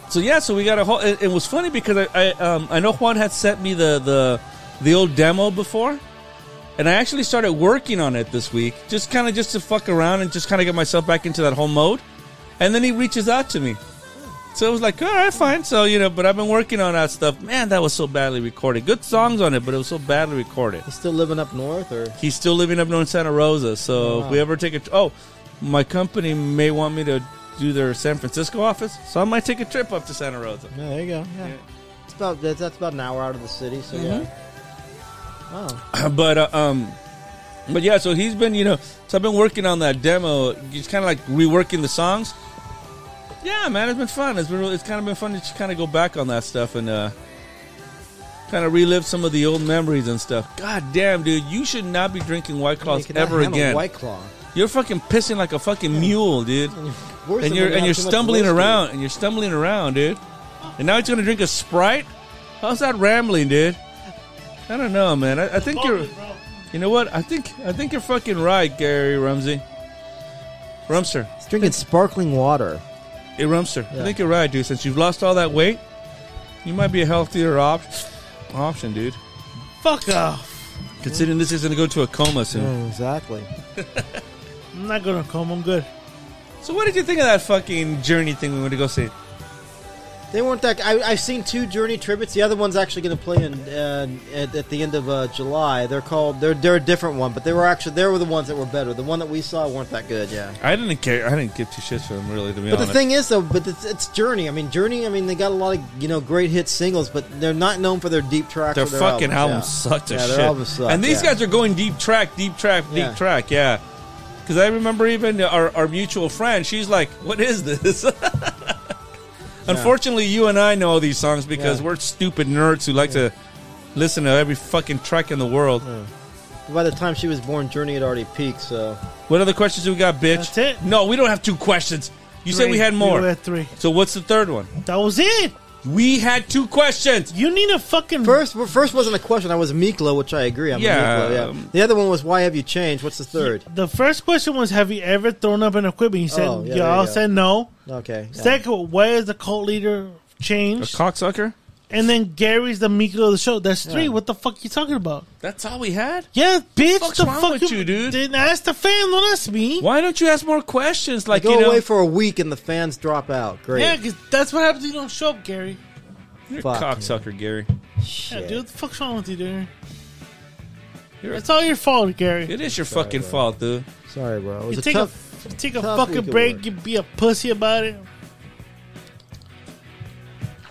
so yeah, so we got a whole. It, it was funny because I I, um, I know Juan had sent me the the the old demo before, and I actually started working on it this week, just kind of just to fuck around and just kind of get myself back into that whole mode. And then he reaches out to me, so it was like, all right, fine. So you know, but I've been working on that stuff. Man, that was so badly recorded. Good songs on it, but it was so badly recorded. He's still living up north, or He's still living up north in Santa Rosa, so Wow. if we ever take a oh, my company may want me to do their San Francisco office, so I might take a trip up to Santa Rosa. yeah, there you go. Yeah, it's about that's, that's about an hour out of the city. So yeah. Wow. but uh, um, but yeah, so he's been you know, so I've been working on that demo, just kind of like reworking the songs. Yeah, man, it's been fun. It's been really, it's kind of been fun to just kind of go back on that stuff and uh, kind of relive some of the old memories and stuff. God damn, dude, you should not be drinking White You Claws cannot ever handle again. White Claw. You're fucking pissing like a fucking mule, dude. worse And than you're when you and have you're too much stumbling whiskey. around and you're stumbling around, dude. And now he's gonna drink a sprite. How's that rambling, dude? I don't know, man. I, I Oh, think you're. You know what? I think I think you're fucking right, Gary Rumsey. Rumster, He's drinking sparkling water. hey Rumster. I Yeah. think you're right, dude. Since you've lost all that weight, you might be a healthier op- option, dude. Fuck off. Considering this is gonna go to a coma soon. Yeah, exactly. I'm not gonna come. I'm good. So what did you think of that fucking journey thing we went to go see? They weren't that. I, I've seen two Journey tributes. The other one's actually going to play in uh, at, at the end of uh, July. They're called. They're they're a different one, but they were actually they were the ones that were better. The one that we saw weren't that good. Yeah. I didn't care. I didn't give two shits for him, really. To be But the honest, thing is, though, but it's, it's Journey. I mean, Journey. I mean, they got a lot of you know great hit singles, but they're not known for their deep tracks. their or their fucking albums albums, yeah. sucked as yeah, shit. Their albums sucked, and these yeah. guys are going deep track, deep track, deep Yeah. track. Yeah, because I remember even our, our mutual friend. She's like, "What is this?" Unfortunately, you and I know all these songs because Yeah. we're stupid nerds who like to listen to every fucking track in the world. By the time she was born, Journey had already peaked. So What other questions do we got, bitch? That's it. No, we don't have two questions. You said Three. we had We more. had three. So what's the third one? That was it. We had two questions. You need a fucking first, well, first wasn't a question. I was Miklo, which I agree. I'm a Yeah, Miklo, yeah. um, the other one was why have you changed? What's the third? The first question was, "Have you ever thrown up an equipment?" You said, Oh, yeah, there "Y'all you go. said no." Okay. yeah. Second, one, where is the cult leader A change? cocksucker. and then Gary's the Miko of the show. That's three. What the fuck you talking about? That's all we had. Yeah, bitch. Fuck's the wrong fuck with you, dude? Didn't ask the fan. Don't ask me. Why don't you ask more questions? Like go you know, away for a week and the fans drop out. Great. Yeah, because that's what happens. when You don't show up, Gary. You're a Fuck. cocksucker, Gary. Yeah, Shit. dude. What the fuck's wrong with you, dude? You're- It's all your fault, Gary. It is your fucking fault, dude. Sorry, bro. It was You a take tough. a take a tough fucking week at break. work. You be a pussy about it.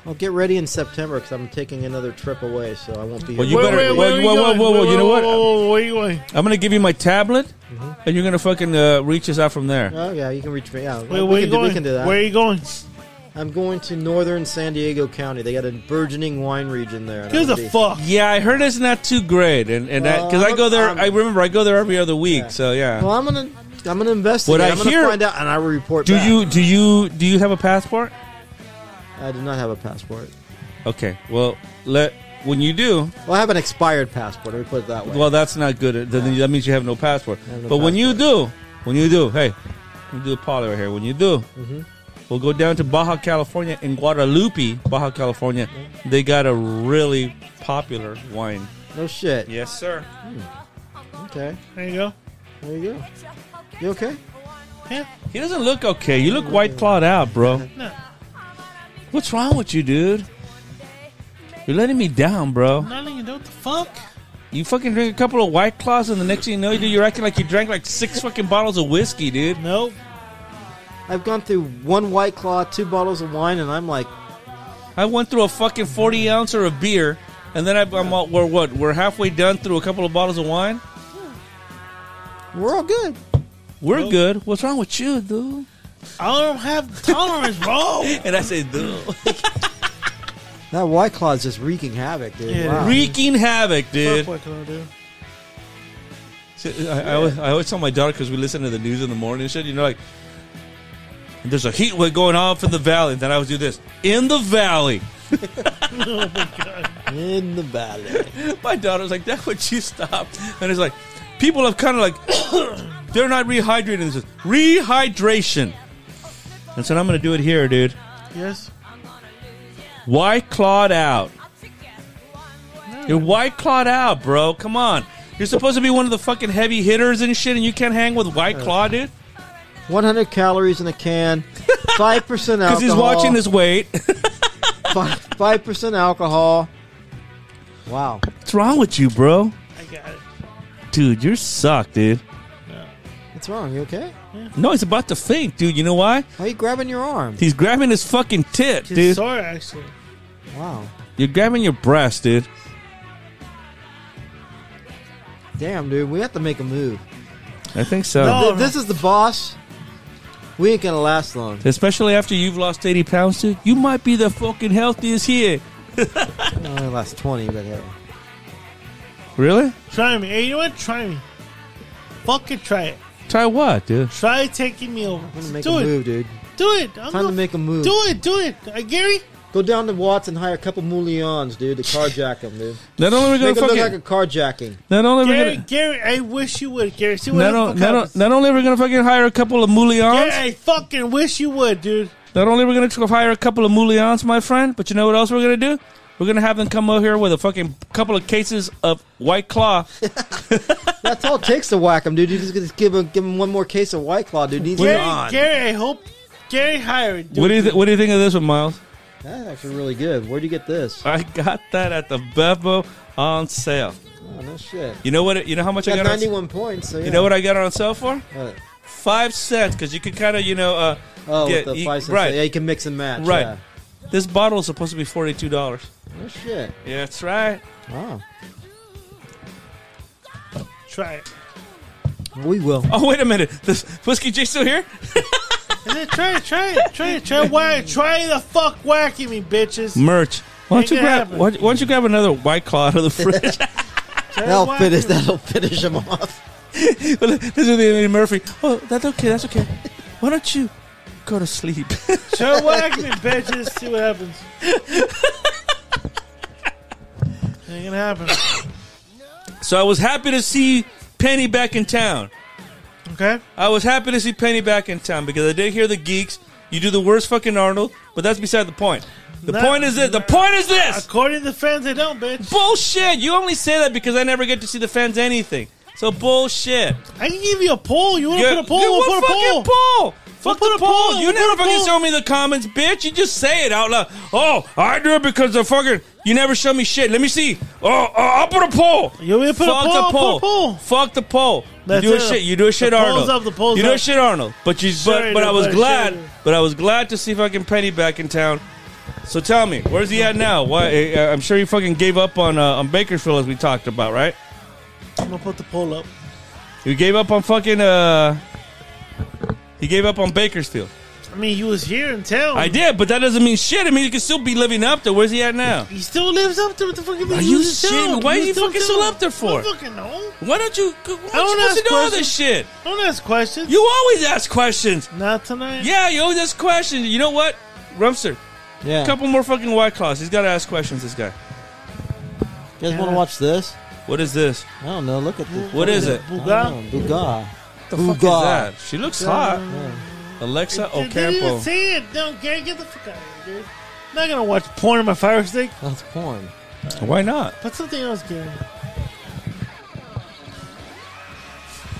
I'll get ready in September because I'm taking another trip away, so I won't be here. Well, You better- well, are whoa, whoa, going? whoa, whoa, you know what? Whoa, whoa, whoa, where you going? I'm gonna give you my tablet, Mm-hmm. and you're gonna fucking uh, reach us out from there. oh yeah, you can reach me. Yeah, Wait, we, where you can do, we going? can do that. Where you going? I'm going to northern San Diego County. They got a burgeoning wine region there. and Who I'm the gonna be- fuck? Yeah, I heard it's not too great, and and Well, because I go there, I'm- i remember I go there every other week. Yeah. So yeah. Well, I'm gonna I'm gonna investigate. What I I'm gonna hear- find out, and I will report. do back. you do you do you have a passport? I do not have a passport. Okay. Well, let when you do, Well, I have an expired passport. Let me put it that way. well, that's not good. Then that means you have no passport. I have no but when you do, when you do, hey, we do a poly right here. When you do. Mm-hmm. We'll go down to Baja California in Guadalupe, Baja California. Mm-hmm. They got a really popular wine. no shit. Yes, sir. Okay, There you go. there you go. You okay? He doesn't look okay. You look white clawed out, bro. No. What's wrong with you, dude? You're letting me down, bro. Nothing. You know what the fuck? You fucking drink a couple of white claws, and the next thing you know, you do, you're acting like you drank like six fucking bottles of whiskey, dude. Nope. I've gone through one white claw, two bottles of wine, and I'm like, I went through a fucking forty ouncer of beer, and then I, I'm all, we're what? We're halfway done through a couple of bottles of wine. we're all good. We're good. What's wrong with you, dude? I don't have tolerance, bro. and I said, dude. That White Claw's just wreaking havoc, dude. Yeah, Wow. Wreaking havoc, dude. Fuck, what can I do? So, I, I, always, I always tell my daughter because we listen to the news in the morning and shit. You know, like there's a heat wave going off in the valley. Then I always do this in the valley. oh my god. In the valley. my daughter was like, "That would you stop?" And it's like people have kind of like they're not rehydrating. This is rehydration. And so I'm gonna do it here, dude. Yes. Why clawed out? You're white clawed out, bro. Come on. You're supposed to be one of the fucking heavy hitters and shit, and you can't hang with White Claw, dude. 100 calories in a can, 5% alcohol. Because he's watching his weight. Five- 5% alcohol. Wow. What's wrong with you, bro? I got it. Dude, you're suck, dude. What's wrong? You okay? No, he's about to faint, dude. You know why? Why are you grabbing your arm? He's grabbing his fucking tit, His dude. sore actually. Wow. You're grabbing your breast, dude. Damn, dude. We have to make a move. I think so. No. Th- this is the boss. We ain't going to last long. Especially after you've lost 80 pounds, dude. You might be the fucking healthiest here. I only last 20, but hey. Really? Try me. Hey, you know what? Try me. Fucking try it. Try what, dude? Try taking me over. I'm going to make Do a it. move, dude. Do it. I'm Time to gonna make a move. Do it. Do it. Uh, Gary. Go down to Watts and hire a couple mullions, dude, to carjack him, dude. Not only are we Make gonna him look fucking. like a carjacking. not only are we Gary. gonna. Gary. I wish you would, Gary. See what Not, the on, fuck not, on, happens. not only are we gonna fucking hire a couple of Gary, moulions, I fucking wish you would, dude. not only are we gonna tr- hire a couple of moulions, my friend, but you know what else we're gonna do? We're gonna have them come over here with a fucking couple of cases of White Claw. That's all it takes to whack him, dude. You just gonna give him give him one more case of White Claw, dude. He's Gary. on. Gary. I hope. Gary, hire it, dude. What do you th- What do you think of this one, Miles? That's actually really good. Where'd you get this? I got that at the Bevo on sale. Oh, no shit. You know what? it- You know how much I Got got. On, 91 points. So yeah. you know what I got it on sale for? What? Five cents, because you could kind of, you know, uh, Oh, Yeah, with the you- five cents. right. Yeah, you can mix and match. Right. Yeah. this bottle is supposed to be forty-two dollars. No shit. Yeah, that's right. Wow. Try it. We will. Oh, wait a minute. This whiskey J still here? And then try it. Try it. Try it. Try whack. Try the fuck whacking me, bitches. Merch. Why don't Make you it grab? happen. Why, don't- why don't you grab another white claw out of the fridge? Try That'll whacking finish. me. That'll finish him off. Well, this is the Eddie Murphy. Oh, that's okay. That's okay. Why don't you go to sleep? Try whacking me, bitches. See what happens. Ain't gonna happen. so I was happy to see Penny back in town. Okay. I was happy to see Penny back in town because I did hear the geeks. You do the worst fucking Arnold, but that's beside the point. The No, point is this. The point is this. According to the fans, they don't, bitch. Bullshit. You only say that because I never get to see the fans anything. So bullshit. I can give you a poll. You want to Yeah, put a poll? yeah, We'll what put a poll. fucking poll? Fuck We'll the put a poll. poll. You We'll never put a fucking poll. show me the comments, bitch. You just say it out loud. Oh, I do it because the fucking you never show me shit. Let me see. Oh, oh I'll put a poll. You want me to put a Fuck poll? the I'll put a poll. poll. Fuck the poll. That's you do a it. shit. You do a shit, The Arnold. polls up, the polls you do a up. shit, Arnold. But you, Sorry, but, but I was nobody glad. showed you. But I was glad to see fucking Penny back in town. So tell me, where's he at now? Why? uh, I'm sure he fucking gave up on uh, on Bakersfield as we talked about, right? I'm gonna put the poll up. He gave up on fucking. uh He gave up on Bakersfield. I mean, he was here in town. I did, but that doesn't mean shit. I mean, he could still be living up there. Where's he at now? He still lives up to what the fuck Are you shitting me? Why is he fucking still up there for? I don't fucking know. Why don't you? Why don't don't you supposed ask to know all this questions. shit? Don't ask questions. You always ask questions. Not tonight. Yeah, you always ask questions. You know what, Rumster? Yeah. A couple more fucking white claws. He's got to ask questions. This guy. You guys want to watch this? What is this? I don't know. Look at this. What is it? Buga. Buga. What the fuck is Booga. that? She looks hot. Alexa They didn't even Ocampo. see it. No, Gary, get the fuck out of here, dude. I'm not gonna watch porn on my fire stick. That's porn. Why not? Put something else, Gary.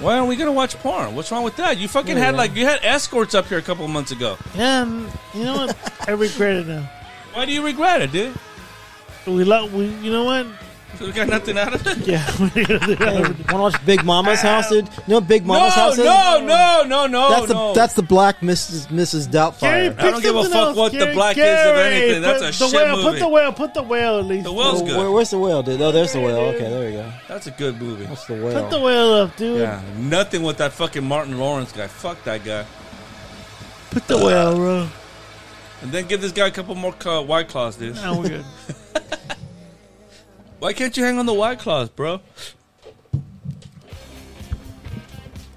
Why aren't we gonna watch porn? What's wrong with that? You fucking had like you had escorts up here a couple months ago. Yeah, and Um, you know what? I regret it now. Why do you regret it, dude? We love. We, you know what? We got nothing out of it. Yeah. we're gonna do that. Hey, want to watch Big Mama's house, dude? You know what Big No, Mama's house is? no, no, no, no, That's the no. that's the black Mrs. Mrs. Gary, Doubtfire. pick don't give a something fuck else, what the Gary. black is of Gary, anything. That's put a the shit whale, movie. Put the whale. Put the whale at least. The whale's good. Where- where's the whale, dude? Oh, there's the whale. Okay, there we go. That's a good movie. That's the Put whale. the whale up, dude. Yeah, nothing with that fucking Martin Lawrence guy. Fuck that guy. Put the way out, bro. And then give this guy a couple more uh, white claws, dude. No, we're good. Why can't you hang on the white claws, bro?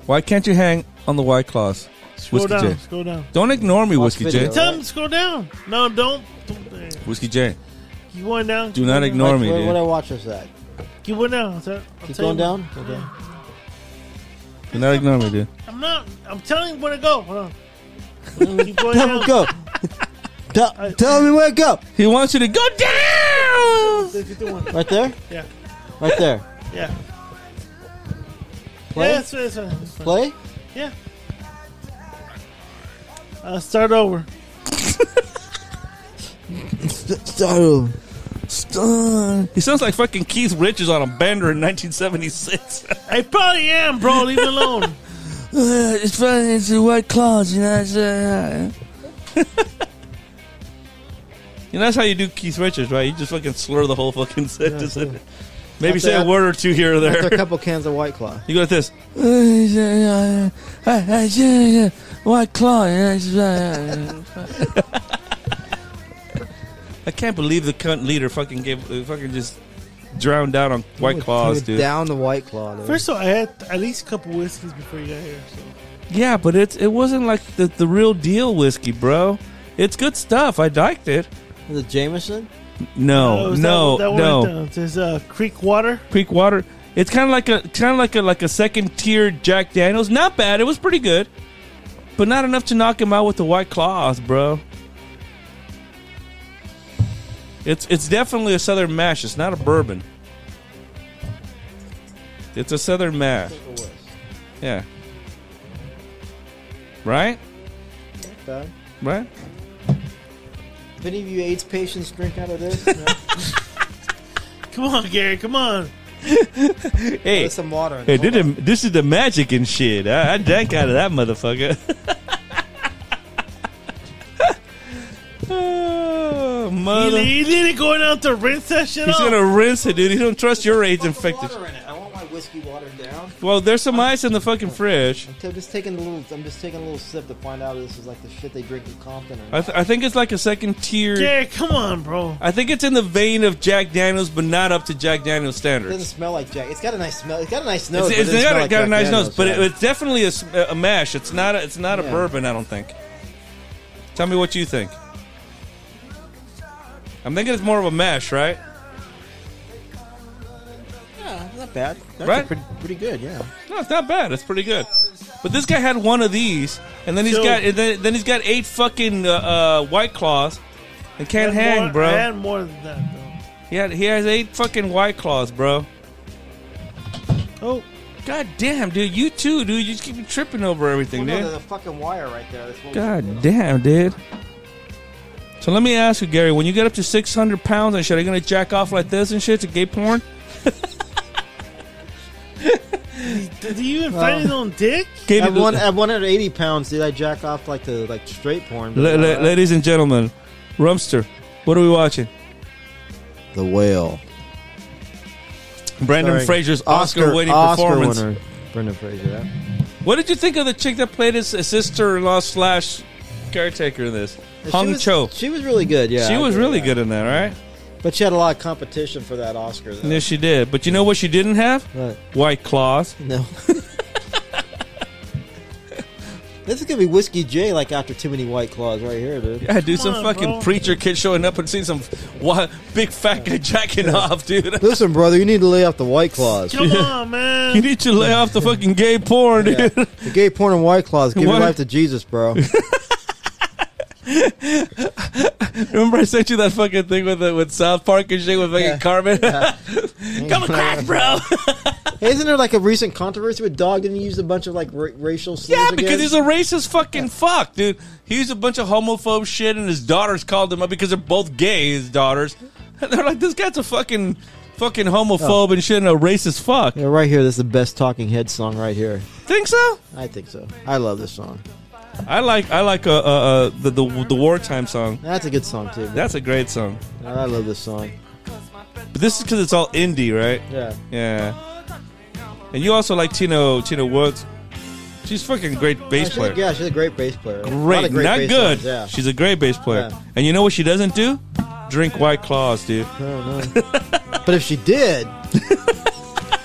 Why can't you hang on the white claws? Scroll Whiskey down, J. scroll down. Don't ignore me, Whiskey J. Tell him to scroll down. No, don't. don't uh, Whiskey J. keep going down. Do not ignore me, Where dude. would I watch this at? Keep going down. I'll tell- I'll Keep tell you going down? what- Okay. Do not ignore me, dude. I'm not. I'm telling you where to go. Hold on. keep going Tell down. him go. tell, tell me where to go. He wants you to go down. There's the one. Right there? Yeah. Right there. Yeah. Play? Yeah, that's, that's, that's fine. Play? Yeah. Uh, start over. Start over. Start. He sounds like fucking Keith Richards on a bender in 1976. I probably am, bro. Leave me alone. Uh, it's funny, it's the white claws, you know. It's, uh, You know, that's how you do Keith Richards, right? You just fucking slur the whole fucking sentence. sure. Maybe After- say a word or two here or After a there. couple cans of White Claw. You go like this. uh, uh, uh, uh, uh, yeah, yeah, white claw, you know. It's, uh, I can't believe the cunt leader fucking gave, uh, fucking just drowned out on White Dude, Claws, dude, dude. Down the white claw. Dude. First of all, I had at least a couple whiskeys before you got here. So. Yeah, but it's it wasn't like the, the real deal whiskey, bro. It's good stuff. I liked it. Is it Jameson? Oh, No, is no, that, that no. One right there? There's uh, creek water. Creek water. It's kind of like a kind of like a like a second tier Jack Daniels. Not bad. It was pretty good, but not enough to knock him out with the White Claws, bro. It's it's definitely a Southern mash. It's not a bourbon. It's a Southern mash. Yeah. Right. Okay. Right. If any of you AIDS patients drink out of this, no. Come on, Gary. Come on. Hey, Put some water in Hey, it. this, is- this is the magic and shit. I, I drank out of that motherfucker. oh, mother. He, he did it going out to rinse that shit He's off. gonna rinse it, dude. He don't trust your AIDS infected. water in it. I want my whiskey watered down. Well, there's some ice in the fucking fridge. I'm just taking a little. I'm just taking a little sip to find out if this is like the shit they drink in Compton. Or I, th- I think it's like a second tier. Gary, come on, bro. I think it's in the vein of Jack Daniels, but not up to Jack Daniels It standards. doesn't smell like Jack. It's got a nice smell. It's got a nice It's, nose. it's but it doesn't got, smell a- like got a Jack nice Daniels, nose, but yeah. it, it's definitely a, s- a mash. It's not a, it's not a Yeah. bourbon, I don't think. Tell me what you think. I'm thinking it's more of a mash, right? yeah, it's not bad. That's Right? pretty, pretty good. Yeah. No, it's not bad. It's pretty good. But this guy had one of these, and then he's So- got and then, then he's got eight fucking uh, uh, white claws, and can't I had hang, more, bro. I had more than that, though. He had, he has eight fucking white claws, bro. Oh, God damn, dude, you too, dude. You just keep tripping over everything, Well, no, there's dude. a fucking wire right there. That's what we- God damn, dude. So let me ask you, Gary, when you get up to six hundred pounds and shit, are you gonna jack off like this and shit to gay porn? did he even Oh. find his own dick? Gay- At one at 180 pounds, did I jack off like the like straight porn? but La- la- not- ladies and gentlemen, Rumster, what are we watching? the whale. Brandon Sorry. Fraser's Oscar-winning Oscar performance. winner, Brendan Fraser. Yeah. What did you think of the chick that played his sister-in-law slash caretaker in this? Hung she was, Cho. She was really good. Yeah. she I was agree, really yeah. good in that, right? But she had a lot of competition for that Oscar. Though. Yes, she did. But you know what she didn't have? What? White claws. No. this is gonna be whiskey J like after too many white claws right here, dude. Yeah, dude, Come some on, fucking bro. preacher kid showing up and seeing some wa- big fat guy jacking off, dude. Listen, brother, you need to lay off the white claws. Come on, man. You need to lay off the fucking gay porn, Yeah. dude. The gay porn and white claws. Give What? your life to Jesus, bro. Remember I sent you that fucking thing with the, with South Park and shit with fucking Carmen? Come across, bro. Isn't there like a recent controversy with dog? Didn't he use a bunch of like ra- racial slurs? Yeah, again? because he's a racist fucking fuck, dude. He used a bunch of homophobe shit, and his daughters called him up because they're both gay. His daughters, and they're like, "This guy's a fucking, fucking homophobe and shit, and a racist fuck." Yeah, right here. This is the best Talking Head song right here. Think so? I think so. I love this song. I like, I like uh, uh, uh, the, the the wartime song. That's a good song too. bro. That's a great song. I love this song. But this is because it's all indie, right? Yeah. Yeah. And you also like Tino Tino Woods. She's fucking great bass Oh, she's a- player. yeah, she's a great bass player. A lot Great, of great not bass good. players, yeah. She's a great bass player. Yeah. And you know what she doesn't do? Drink White Claws, dude. but if she did,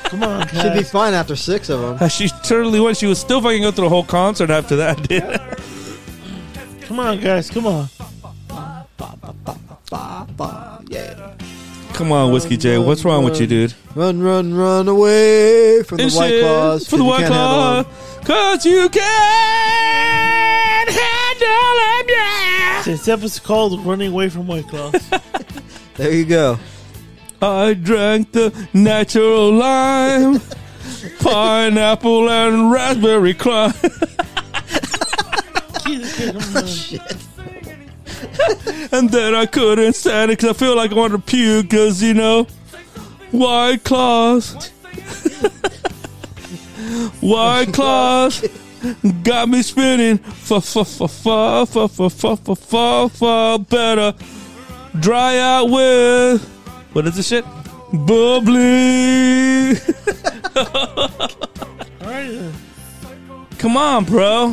come on, she'd be fine after six of them. She totally was. She was still fucking go through the whole concert after that, dude. Come on, guys. Come on. Come on, Whiskey J. What's wrong with you, dude? Run, run, run away from And the white shit, claws. For the White Claw. Cause you can't handle them, yeah. This episode's called "Running Away from White Claws." There you go. I drank the natural lime, pineapple, and raspberry crime. and then I couldn't stand it because I feel like I wanted to puke because, you know, white claws. white claws got me spinning for for for for for for for for for for better dry out with what is this shit bubbly All right. then. come on bro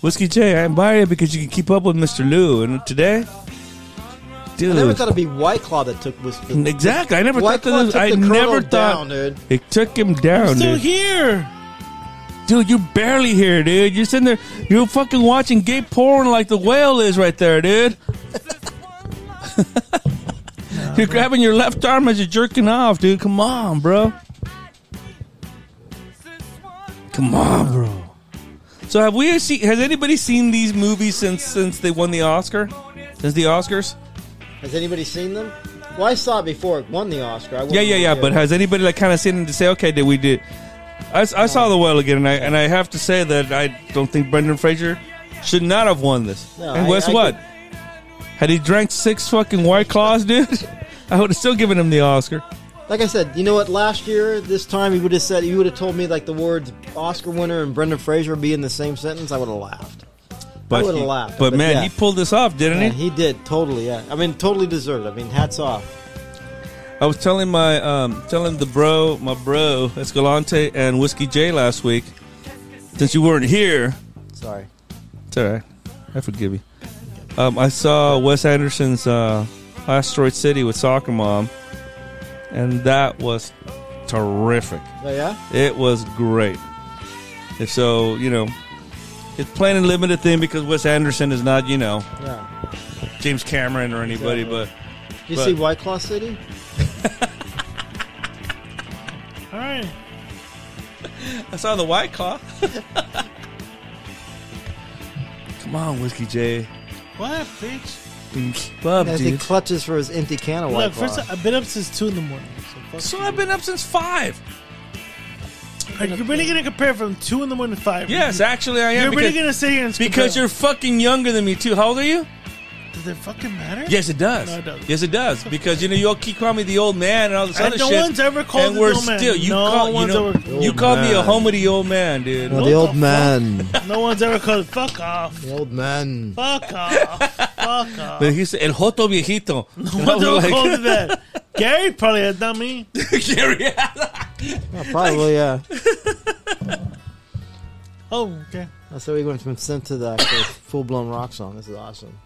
whiskey j i admire you because you can keep up with mr lou and today I never dude thought it'd be White Claw that took was exactly i never White thought that was, Claw i took the never Colonel thought down, dude. it took him down I'm still dude. here. Dude, you're barely here, dude. You're sitting there, you're fucking watching gay porn like the whale is right there, dude. you're grabbing your left arm as you're jerking off, dude. Come on, bro. Come on, bro. So have we seen? Has anybody seen these movies since since they won the Oscar? Since the Oscars? Has anybody seen them? Well, I saw it before it won the Oscar. I Yeah, yeah, yeah. But has anybody like kind of seen it to say, okay, did we did? I, I saw the whale again, and I and I have to say that I don't think Brendan Fraser should not have won this. No, and I- guess I what? Had he drank six fucking white claws, dude, I would have still given him the Oscar. like I said, you know what? Last year, this time, you would have said you would have told me like the words Oscar winner and Brendan Fraser would be in the same sentence. I would have laughed. But I would he- have laughed. But, man, yeah. he pulled this off, didn't Yeah, he? he did totally. Yeah, I mean, totally deserved. I mean, hats off. I was telling my um, telling the bro, my bro Escalante and Whiskey J last week. Since you weren't here, Sorry. It's all right. I forgive you. Um, I saw Wes Anderson's uh, Asteroid City with Soccer Mom, and that was terrific. Oh, yeah? It was great. If so, you know, it's plain and limited thing because Wes Anderson is not, you know, Yeah. James Cameron or anybody, but. Did you but- see White Claw City? All right. I saw the white claw. Come on, Whiskey J. What, bitch? You can keep up, As he dude. clutches for his empty can of White Look, Claw. first I've been up since two in the morning. So, fuck So I've been up since five. you. Are you really gonna compare from two in the morning to five? Yes, actually, I am. You're really because- gonna sit here and Because compare- you're fucking younger than me too. How old are you? Does it fucking matter? Yes, it does. No, it doesn't. Yes, it does. Because you know you all keep calling me the old man and all this And other no shit. one's ever called and us we're old man. still you No call you, one's know, ever- you Old call me a man. homity old man, dude. No, What the the old fuck? man. No one's ever called. Fuck off. the old man. Fuck off. Fuck off. But he said el joto viejito. And I What was the like- called it that? Gary probably had not me. Gary- Oh, probably, yeah. Oh, okay. That's how we went from synth to the full blown rock song. This is awesome.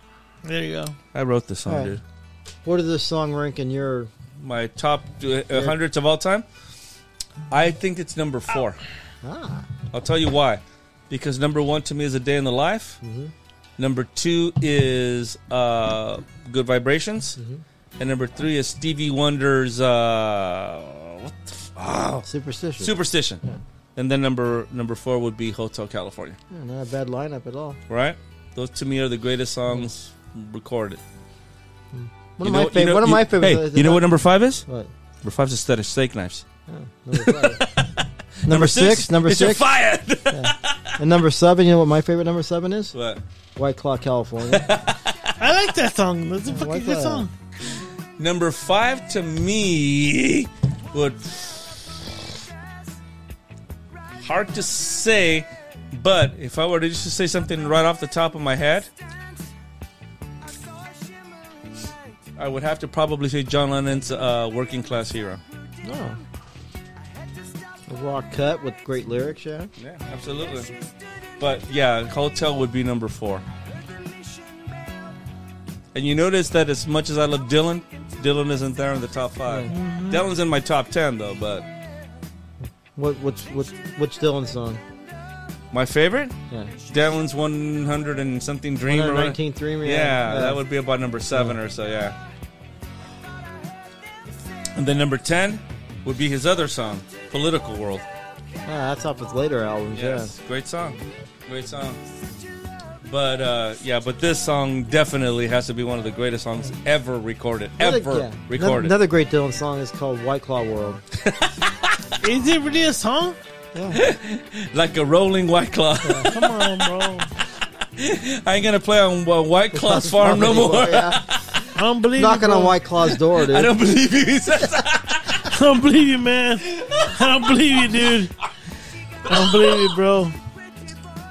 There you go. I wrote this song, Alright. dude. Where does this song rank in your? My top uh, uh, hundreds of all time. I think it's number four. Ah, I'll tell you why. Because number one to me is a day in the life. Mm-hmm. Number two is uh, Good Vibrations, Mm-hmm. and number three is Stevie Wonder's uh, what the f- oh, superstition. Superstition, and then number number four would be Hotel California. Yeah, not a bad lineup at all. Right? Those to me are the greatest songs recorded. You One know- of my you favorite. know- one of you- my uh, favorite. Hey, you know what number five is? What? Number five is Aesthetic Steak Knives. Number, six, Number is six. Fired. And number seven. You know what my favorite number seven is? What? White Claw, California. I like that song. That's a fucking like good that. song. Number five to me would hard to say, but if I were to just say something right off the top of my head, I would have to probably say John Lennon's uh, "Working Class Hero." oh. A raw cut with great lyrics, yeah. Yeah, absolutely. But yeah, Hotel would be number four. And you notice that as much as I love Dylan, Dylan isn't there in the top 5 Mhm. Dylan's in my top ten though, but What what's what's which Dylan song? my favorite, Yeah. Dylan's one hundred and something dream or 119th Dream, yeah. Yeah, Yeah. that would be about number seven or so. Yeah. And then number ten would be his other song, Political World. Ah, that's off his later albums, Yes, great song, great song. But uh, yeah, but this song definitely has to be one of the greatest songs ever recorded, yeah. ever Another- yeah. recorded. Another great Dylan song is called White Claw World. Is it really a song? like a rolling white claw. Come on, bro. I ain't gonna play on uh, White Claw's farm no anymore, more. yeah. Unbelievable. Knocking on White Claw's door, dude. I don't believe you. He says I don't believe you, man. I don't believe you, dude. I don't believe you, bro.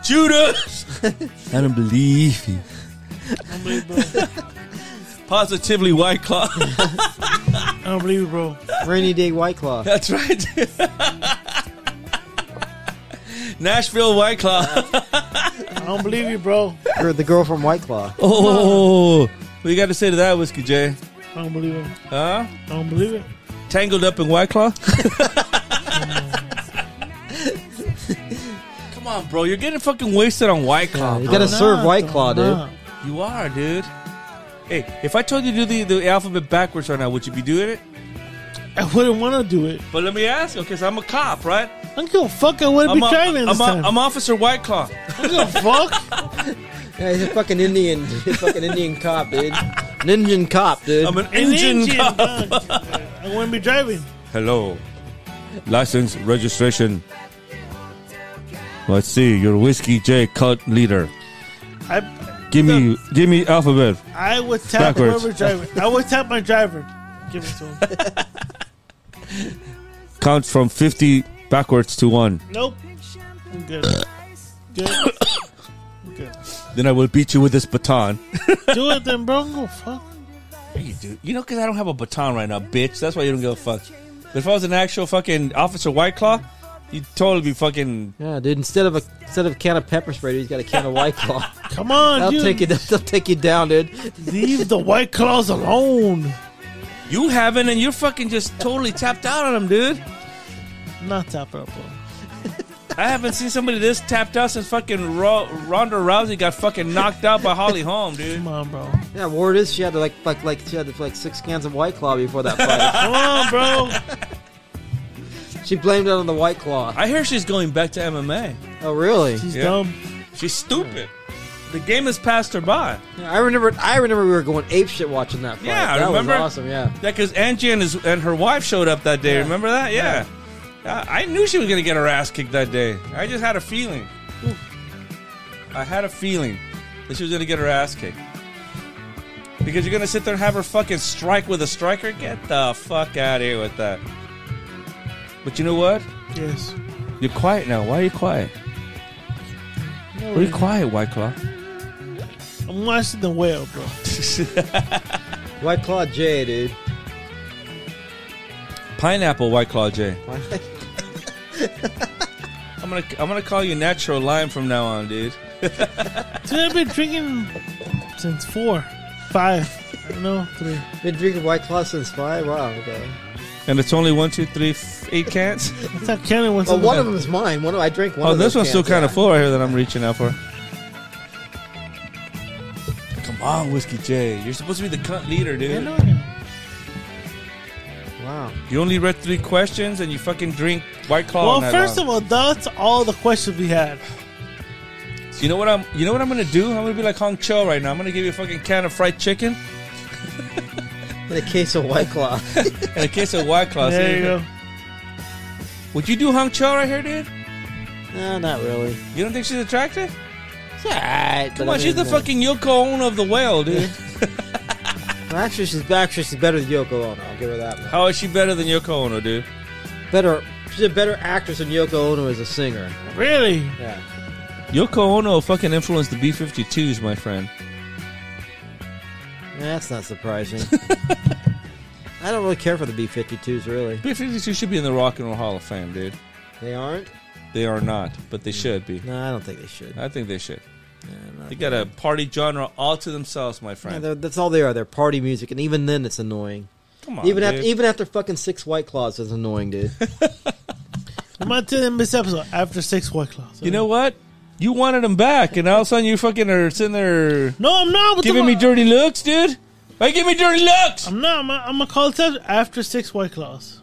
Judas. I don't believe you. Positively White Claw. I don't believe you, bro. Rainy Day White Claw. That's right. Nashville White Claw. I don't believe you, bro. Or the girl from White Claw. oh, what you got to say to that, Whiskey J? I don't believe it. Huh? I don't believe it. Tangled up in White Claw? Come on, bro. You're getting fucking wasted on White Claw. You bro. gotta serve White I'm Claw, dude. not. You are, dude. Hey, if I told you to do the, the alphabet backwards right now, would you be doing it? I wouldn't want to do it. But let me ask you, because I'm a cop, right? I don't give a fuck. I wouldn't I'm, be a- trying this I'm a- time. I'm Officer White Claw. I don't give a fuck. Yeah, he's a fucking Indian. He's a fucking Indian cop, dude. An Indian cop, dude. I'm an An engine, engine, cop. dog. I wouldn't be driving. Hello. License, registration. Let's see. Your Whiskey J cult leader. I Give me, give me alphabet. I would tap Backwards. whoever's driving. I would tap my driver. Give it to him. Count from 50 backwards to 1. Nope. I'm good. Good. I'm good. Then I will beat you with this baton. Do it then, bro. Go fuck. You do. You know, because I don't have a baton right now, bitch. That's why you don't give a fuck. But if I was an actual fucking Officer White Claw, you'd totally be fucking. yeah, dude. Instead of a instead of a can of pepper spray, dude, he's got a can of White Claw. Come on, That'll dude. take you. That'll take you down, dude. Leave the white claws alone. You haven't, and you're fucking just totally tapped out on him, dude. Not tap it up, bro. I haven't seen somebody this tapped out since fucking Ro- Ronda Rousey got fucking knocked out by Holly Holm, dude. Come on, bro. Yeah, word is she had to like like like she had to, like six cans of White Claw before that fight. Come on, bro. she blamed it on the White Claw. I hear she's going back to MMA. Oh, really? She's Yeah. dumb. She's stupid. The game has passed her by. Yeah, I remember. I remember we were going ape shit watching that fight. Yeah, I that remember. was awesome. Yeah. Yeah, because Angie and, his, and her wife showed up that day. Remember that? Yeah. I I knew she was going to get her ass kicked that day. I just had a feeling. I had a feeling that she was going to get her ass kicked. Because you're going to sit there and have her fucking strike with a striker? Get the fuck out of here with that. But you know what? Yes. You're quiet now. Why are you quiet? Why are you quiet, White Claw? I'm watching the whale, bro. White Claw J, dude. Pineapple White Claw J. Why- I'm gonna I'm gonna call you Natural Lime from now on, dude. Dude, I've been drinking since four, five, I don't know, three. Been drinking White Claw since five. Wow. Okay. And it's only one, two, three, f- eight cans. That's not counting once. Well, one of them is mine. One of I drank one. oh, of this those one's still cans, kind yeah. of full right here that I'm reaching out for. Come on, Whiskey J. You're supposed to be the cunt leader, I dude. know. I know. Wow. You only read three questions and you fucking drink White Claw. all Well, night first long. of all, that's all the questions we had. you know what I'm? You know what I'm gonna do? I'm gonna be like Hong Cho right now. I'm gonna give you a fucking can of fried chicken In a case of White Claw. and a case of White Claw. there you go. Would you do Hong Cho right here, dude? no, not really. You don't think she's attractive? It's alright. Come on, she's the fucking Yoko Ono of the whale, dude. Actually, she's actually she's better than Yoko Ono. I'll give her that. One. How is she better than Yoko Ono, dude? Better. She's a better actress than Yoko Ono as a singer. Really? Yeah. Yoko Ono fucking influenced the B-52s, my friend. That's not surprising. I don't really care for the B 52s, really. B-52 should be in the Rock and Roll Hall of Fame, dude. They aren't. They are not, but they should be. No, I don't think they should. I think they should. they got a party genre all to themselves, my Yeah, friend. they're- that's all they are. They're party music, and even then, it's annoying. Come on, even after dude. even after fucking six white claws is annoying, dude. I'm not telling this episode after six white claws. you know what? You wanted them back, and all of a sudden you fucking are sitting there. No, I'm not. What the giving me fuck? dirty looks, dude. Why give me dirty looks? I'm not. I'm, not- I'm gonna call it seven after six white claws.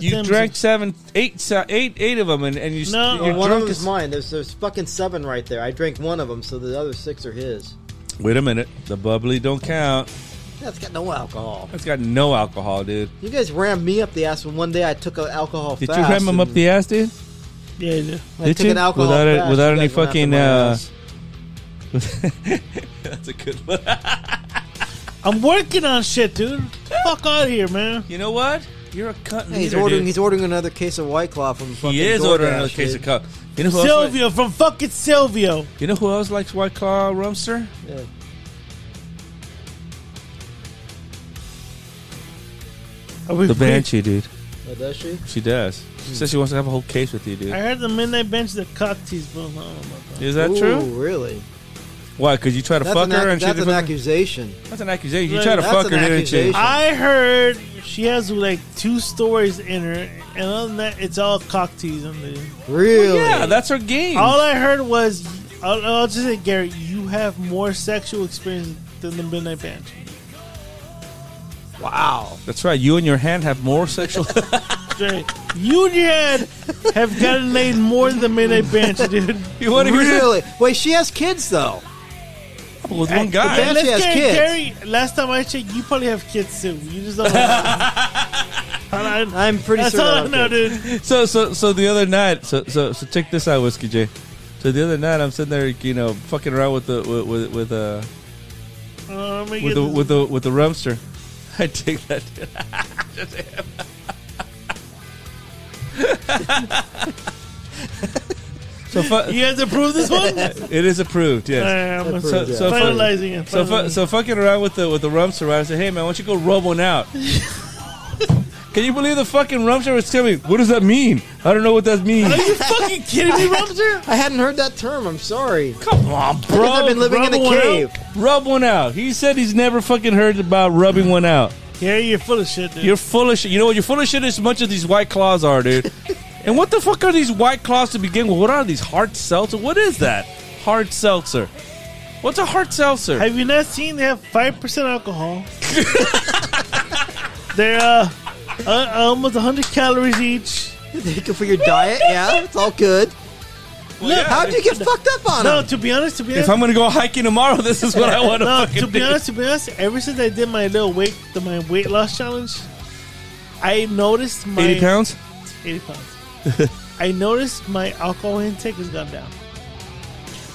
You Them drank seven, eight, se- eight, eight of them, and, and you No. you're Well, one of drunk them as- is mine. There's there's fucking seven right there. I drank one of them, so the other six are his. Wait a minute, the bubbly don't count. That's got no alcohol. It's got no alcohol, dude. You guys rammed me up the ass when one day I took an alcohol. Did fast you ram him up and the ass, dude? Yeah, you do. I Did took you? an alcohol without fast, without you any guys went after fucking. my Uh, ass. that's a good one. I'm working on shit, dude. Fuck out of here, man. You know what? You're a cunt. Hey, he's leader, ordering. dude. He's ordering another case of White Claw from. Fucking He is DoorDash, ordering another case dude. of cup. You know who else? Silvio from fucking Silvio. like- You know who else likes White Claw Rumster? Yeah. Are we The free? Banshee, dude. Oh, does she? She does. She says she wants to have a whole case with you, dude. I heard the midnight bench that cock teased, but I don't know about that. Is that Ooh, true? Really? Why? Because you try to That's fuck an, ac- her and she that's didn't an fuck- accusation. That's an accusation. You Look, try to that's fuck her, an didn't you? accusation. I heard she has like two stories in her, and other than that, it's all cock teasing, dude. Hmm. Really? Yeah, that's her game. All I heard was, I'll, I'll just say, Gary, you have more sexual experience than the midnight bench. Wow. That's right. You and your hand have more sexual. Straight. You and your head have gotten laid more than the midnight bench, dude. you want to Really? Wait, she has kids though. with one Hey, guy? Banshee let's has get- kids. Gary, last time I checked, you probably have kids too. You just don't. I'm I'm pretty That's sure. all I I don't know, care. dude. So so so the other night. So so so check this out, Whiskey J. So the other night, I'm sitting there, you know, fucking around with the with with, with uh Uh, let me with get the this- with the with the rumster. I take that. so fu- you have to prove this one. it is approved. Yes. Alright, I'm So, gonna- so, finalizing it. So, finalizing fu- so fucking around with the with the rumster, right? I said, hey man, why don't you go rub one out? Can you believe the fucking rumster was telling me? What does that mean? I don't know what that means. Are you fucking kidding me, Rumster? I hadn't heard that term. I'm sorry. Come on, bro. I've been living in Rub a one out. cave. Rub one out. He said he's never fucking heard about rubbing one out. Gary, you're full of shit, dude. You're full of shit. You know what? You're full of shit as much as these white claws are, dude. and what the fuck are these white claws to begin with? What are these hard seltzer? What is that? Hard seltzer. What's a hard seltzer? have you not seen they have five percent alcohol? They're uh, uh, almost 100 calories each. Thank you for your diet. Yeah, it's all good. Well, yeah. How'd you get fucked up on No, him? to be honest, to be If honest, I'm gonna go hiking tomorrow, this is what I want to no, fucking to be do. honest, to be honest, ever since I did my little weight, the, my weight loss challenge, I noticed my 80 pounds? 80 pounds. I noticed my alcohol intake has gone down.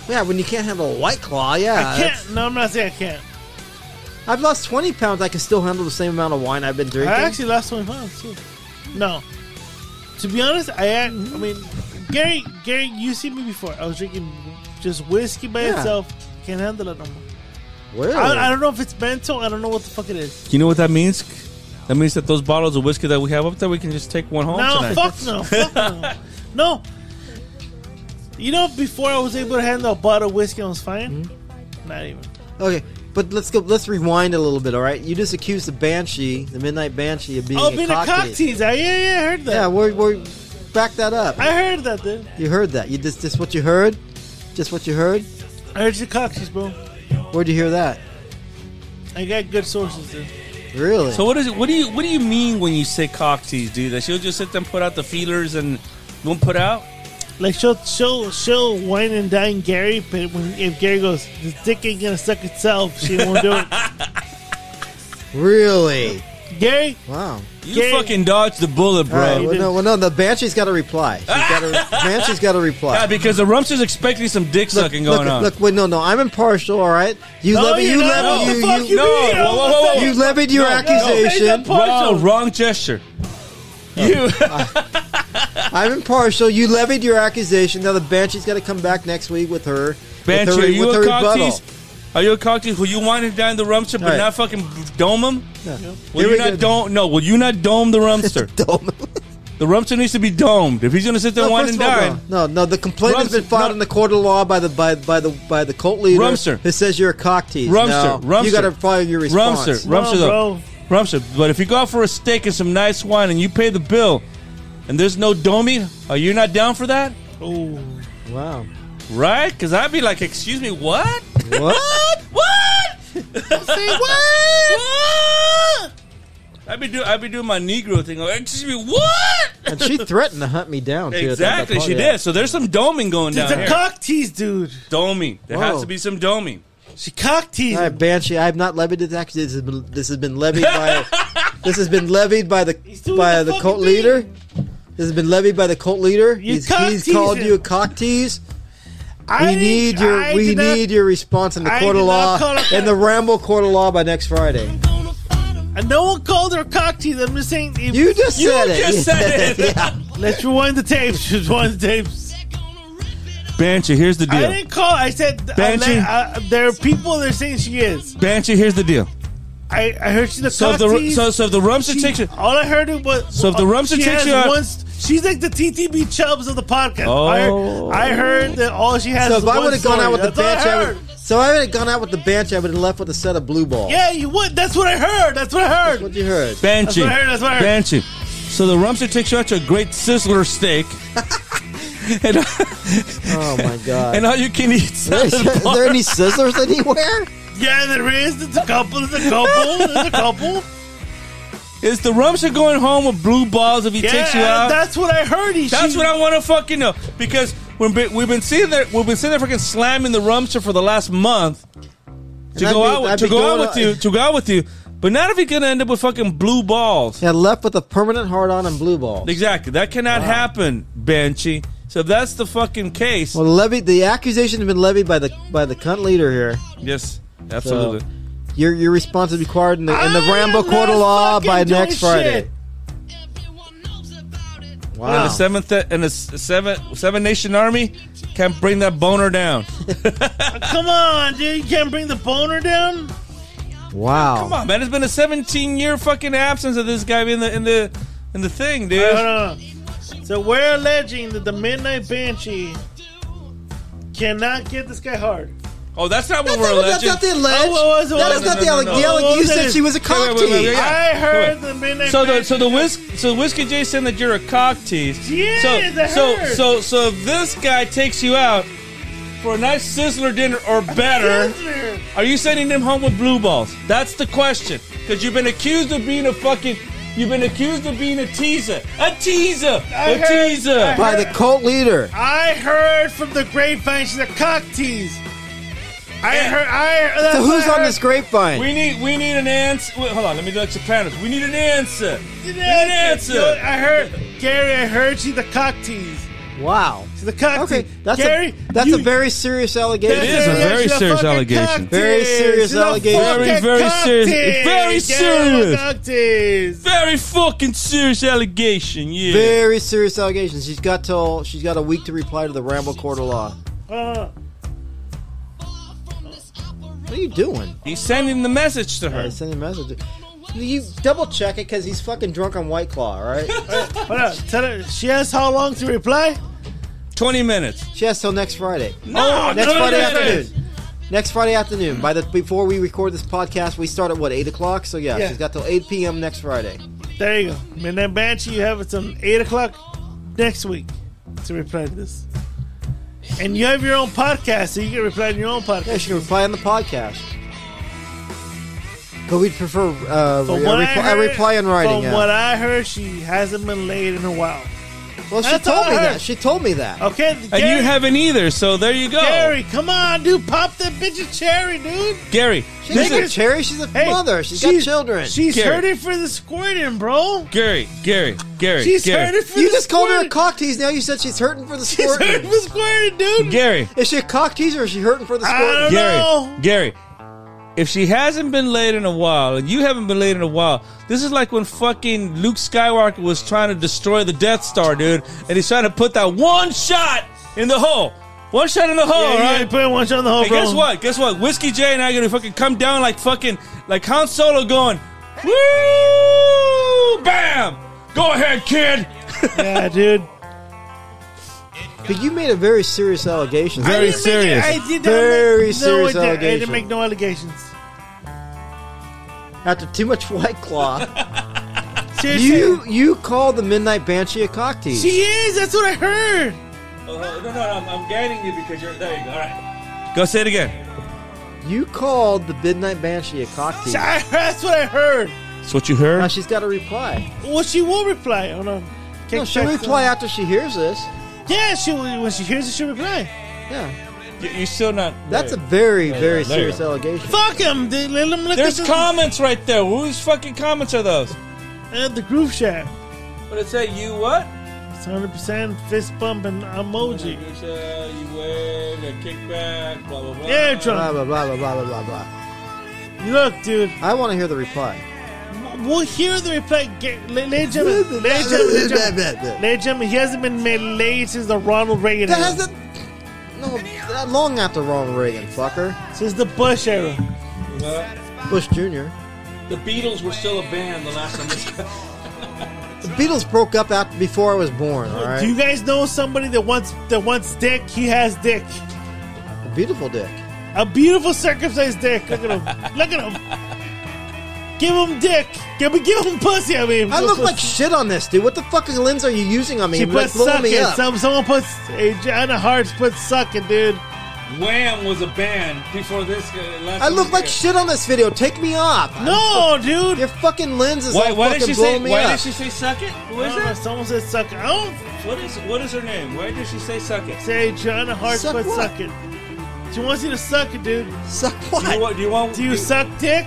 Yeah, when you can't handle a white claw, yeah. I Ah, that's- can't. No, I'm not saying I can't. I've lost 20 pounds. I can still handle the same amount of wine I've been drinking. I actually lost 20 pounds too. No. To be honest, I act, I mean, Gary, Gary, you see me before. I was drinking just whiskey by Yeah. Oh. itself. Can't handle it no more. really? I, I don't know if it's mental. I don't know what the fuck it is. You know what that means? That means that those bottles of whiskey that we have up there, we can just take one home no, tonight. fuck no, fuck no, no. You know, before I was able to handle a bottle of whiskey, I was fine. Hmm? Not even. okay, but let's go. Let's rewind a little bit. All right, you just accused the banshee, the midnight banshee, of being oh, a being a cock cocktail. teaser. Yeah, yeah, I heard that. Yeah, we're, we're back that up. I heard that, dude. You heard that? You just just what you heard? Just what you heard? I heard your cock tease, bro. Where'd you hear that? I got good sources, dude. Really? So what is it? What do you what do you mean when you say cock tease, dude? That she'll just sit there and put out the feelers and won't put out? Like she'll she'll she'll whine and dine Gary, but when if Gary goes, the dick ain't gonna suck itself, she won't do it. really? Gary, Wow. You Gary- fucking dodged the bullet, bro. Ah! All right. Well, did- no, well, no. The banshee's got to reply. She's gotta, banshee's got to reply. Yeah, because the rumster's expecting some dick sucking going look, on. Look, wait, no, no, I'm impartial. All right, you No, levied, you're you not. levied, What you, the fuck you, you no, mean? whoa, whoa, whoa, whoa. you levied your No, no. accusation. Wrong, wrong gesture. You I'm impartial. You levied your accusation. Now the banshee's got to come back next week with her. Banshee, with her, are you with a her cock rebuttal. tease? Are you a cock tease? Will you wind it down the rumster but All right. not fucking dome him? Yeah. Will Here you we not go. dome? No, will you not dome the rumster? Dome. The Rumpster needs to be domed. If he's going to sit there No, whining first and of all, dine, No, no. The complaint has Rumster- been filed no. in the court of law by the by by the by the cult leader. Rumster. who says you're a cock tease. Rumster, No, Rumster, you got to follow your response. Rumster, Rumster, though. Rumster. But if you go out for a steak and some nice wine and you pay the bill, and there's no doming, are you not down for that? Oh, wow. Right? Because I'd be like, excuse me, what? What? what? Say what? I'd be doing, I'd be doing my Negro thing. Like, excuse me, what? and she threatened to hunt me down. Too, at that- Exactly, that she party. did. So there's some doming going down It's a here. cock tease, dude. Doming. There Whoa. has to be some doming. She cock teased. All right, Banshee. I have not levied this. Actually, this has been this has been levied by this has been levied by the by the, cult leader. This has been levied by the cult leader. he's cock he's teased called him. you a cock tease. I we didn't- need your I we did not- need your response in the I court of did not call law it in the Ramble court of law by next Friday. And no one called her cock tease. I'm just saying. If, You just You said it. just said it. Yeah. Let's rewind the tapes. Just rewind the tapes. Banshee, here's the I deal. didn't call. I said. I, Banshee. let- I, there are people that are saying she is. Banshee, here's the deal. I, I heard she's a So if cock the- tease. so- so if the Rumster takes you- All I heard was. uh, So if the Rumster she has takes you out- one st- She's like the TTB Chubs of the podcast. I, Oh. heard, I heard that all she has. So is if I would have gone out with the That's Banshee, all I I heard. would, so I would have gone out with the Banshee, I would have left with a set of blue balls. Yeah, you would. That's what I heard. That's what I heard. What you heard? Banshee. That's what I heard, that's what I heard. Banshee. So the Rumster takes you out to a great sizzler steak. and, oh my god! And all you can eat salad Is there any bars. scissors anywhere? Yeah, there is. There's a couple. There's a couple. There's a couple. Is the Rumster going home with blue balls if he Yeah, takes you out? that's what I heard. He, That's she- what I want to fucking know because when be- we've been sitting there, we've been sitting there fucking slamming the Rumster for the last month to And I'd go be- out with, I'd to be go out going with out- you to go out with you, but not if you're gonna end up with fucking blue balls. Yeah, left with a permanent hard on and blue balls. Exactly, that cannot happen, Banshee. So if that's the fucking case. Well, levy the accusation has been levied by the by the cunt leader here. yes, absolutely. So, your your response is required in the, in the Rambo court of law by doing next Friday. And the Wow. seventh uh, and the s- seven seven nation army can bring that boner down. Come on, dude. You can't bring the boner down. Wow. Come on, man. It's been a 17 year fucking absence of this guy in the in the in the thing, dude. Hold on. So we're alleging that the Midnight Banshee cannot get this guy hard. Oh, that's not what That's we're not- that's alleging. not the alleged. That is not the alleg- the alleg- you said she was a cock tease. I heard the midnight So the match- so the whisk so whiskey J said that you're a cock tease. Yes, so I so heard. so so if this guy takes you out for a nice sizzler dinner or better, Sizzler. are you sending them home with blue balls? That's the question. Because you've been accused of being a fucking. You've been accused of being a teaser. A teaser. I a heard- teaser. I By the cult leader. I heard from the grapevine she's a cock tease. I heard. I. that's So what who's I on heard. this grapevine? We need we need an answer. Wait, hold on, let me do like Sopranos. We need an answer. Did We need an answer. Yo, I heard Gary. I heard she's the cock tease. Wow. She's the cock Okay, tease. that's Gary, a that's a very serious allegation. It is a very serious allegation. Very serious allegation. Very very serious. Very serious. Cock tease. Very fucking serious allegation. Yeah. Very serious allegations. She's got till she's got a week to reply to the Ramble court of law. Uh, What are you doing? He's sending the message to her. He's sending a message. You double check it because he's fucking drunk on White Claw, all right? hold on. Tell her she has how long to reply? Oh, Twenty minutes. She has till next Friday. No, next no, Friday no, no, no. afternoon. Next Friday afternoon. By the before we record this podcast, we start at what eight o'clock. So yeah, Yeah. she's got till eight p.m. next Friday. There you go. Midnight Banshee, you have it till 8 o'clock next week to reply to this. And you have your own podcast, so you can reply to your own podcast. Yeah, she can reply on the podcast. But we'd prefer uh, From re- what a, I reply, heard- a reply in writing. From yeah. what I heard, she hasn't been laid in a while. well, she That's told all I me heard. Oh, that. She told me that. Okay, And Gary, you haven't either, so there you go. Gary, come on, dude, pop that bitch a cherry, dude. Gary, She's this not a is- cherry. She's a Hey, mother. She's got she's- children. She's Gary. hurting for the squirting, bro. Gary, Gary, Gary, She's Gary, hurting for you the just called her a squirting. cock tease. Now you said she's hurting for the She's hurting squirting. for the squirting, dude. Gary, Is she a cock teaser or is she hurting for the I squirting? don't Gary, know. Gary. If she hasn't been laid in a while, and you haven't been laid in a while, this is like when fucking Luke Skywalker was trying to destroy the Death Star, dude, and he's trying to put that one shot in the hole. One shot in the hole, Yeah, yeah, right? put one shot on the whole Hey, guess what? Guess what? Whiskey J and I are gonna fucking come down like fucking like Han Solo going, woo, bam, go ahead, kid. yeah, dude. But you made a very serious allegation. I didn't make- I did not make, very no, I serious didn't- I allegation. didn't make no allegations. After too much White Claw, Seriously. you you called the Midnight Banshee a cock tease. She is. That's what I heard. Oh, no, no, no, I'm, I'm guiding you because you're. There you go. All right. Go say it again. You called the Midnight Banshee a cock tease. I- that's what I heard. That's what you heard? Now she's got to reply. Well, she will reply. Oh no. No, she'll reply after she hears this. Yeah, she will- when she hears it, she'll reply. Yeah. You, you're still not. That's a very Yeah, very yeah, there you serious go. allegation. Fuck him. They, let them let There's them- comments right there. Whose fucking comments are those? uh, the groove shaft. But it said you what? It's 100% fist bump and emoji. You wear the kickback, blah blah blah. Yeah, Trump. Blah blah blah blah blah blah blah. Look, dude. I want to hear the reply. We'll hear the reply. Get- la- Ladies and gentlemen, ladies and gentlemen, gentlemen, ladies and gentlemen, he hasn't been made late since the Ronald Reagan That era. hasn't. No, that long after Ronald Reagan, fucker. Since the Bush era. Bush Jr. The Beatles were still a band the last time. This- The Beatles broke up after before I was born. All Do right. you guys know somebody that wants that wants dick? He has dick. A beautiful dick. A beautiful circumcised dick. Look at him. Look at him. Give him dick. Give him, give him pussy. I mean, I look like shit on this, dude. What the fucking lens are you using on me? she You're, like put blowing suck me in. up. Some, someone puts a Jana Hart put sucking, dude. Wham was a band before this. uh, Last I time look this like year. shit on this video. Take me off. No, dude. Your fucking lens is Why, all why fucking did she say? blowing me Why up. did she say suck it? Who I is don't know, it? Someone said suck it. I don't What is what is her name? Why did she say suck it? say Jana Hart Suck put what? suck it. She wants you to suck it, dude. Suck Do you what? want? Do you want? Do you suck dick?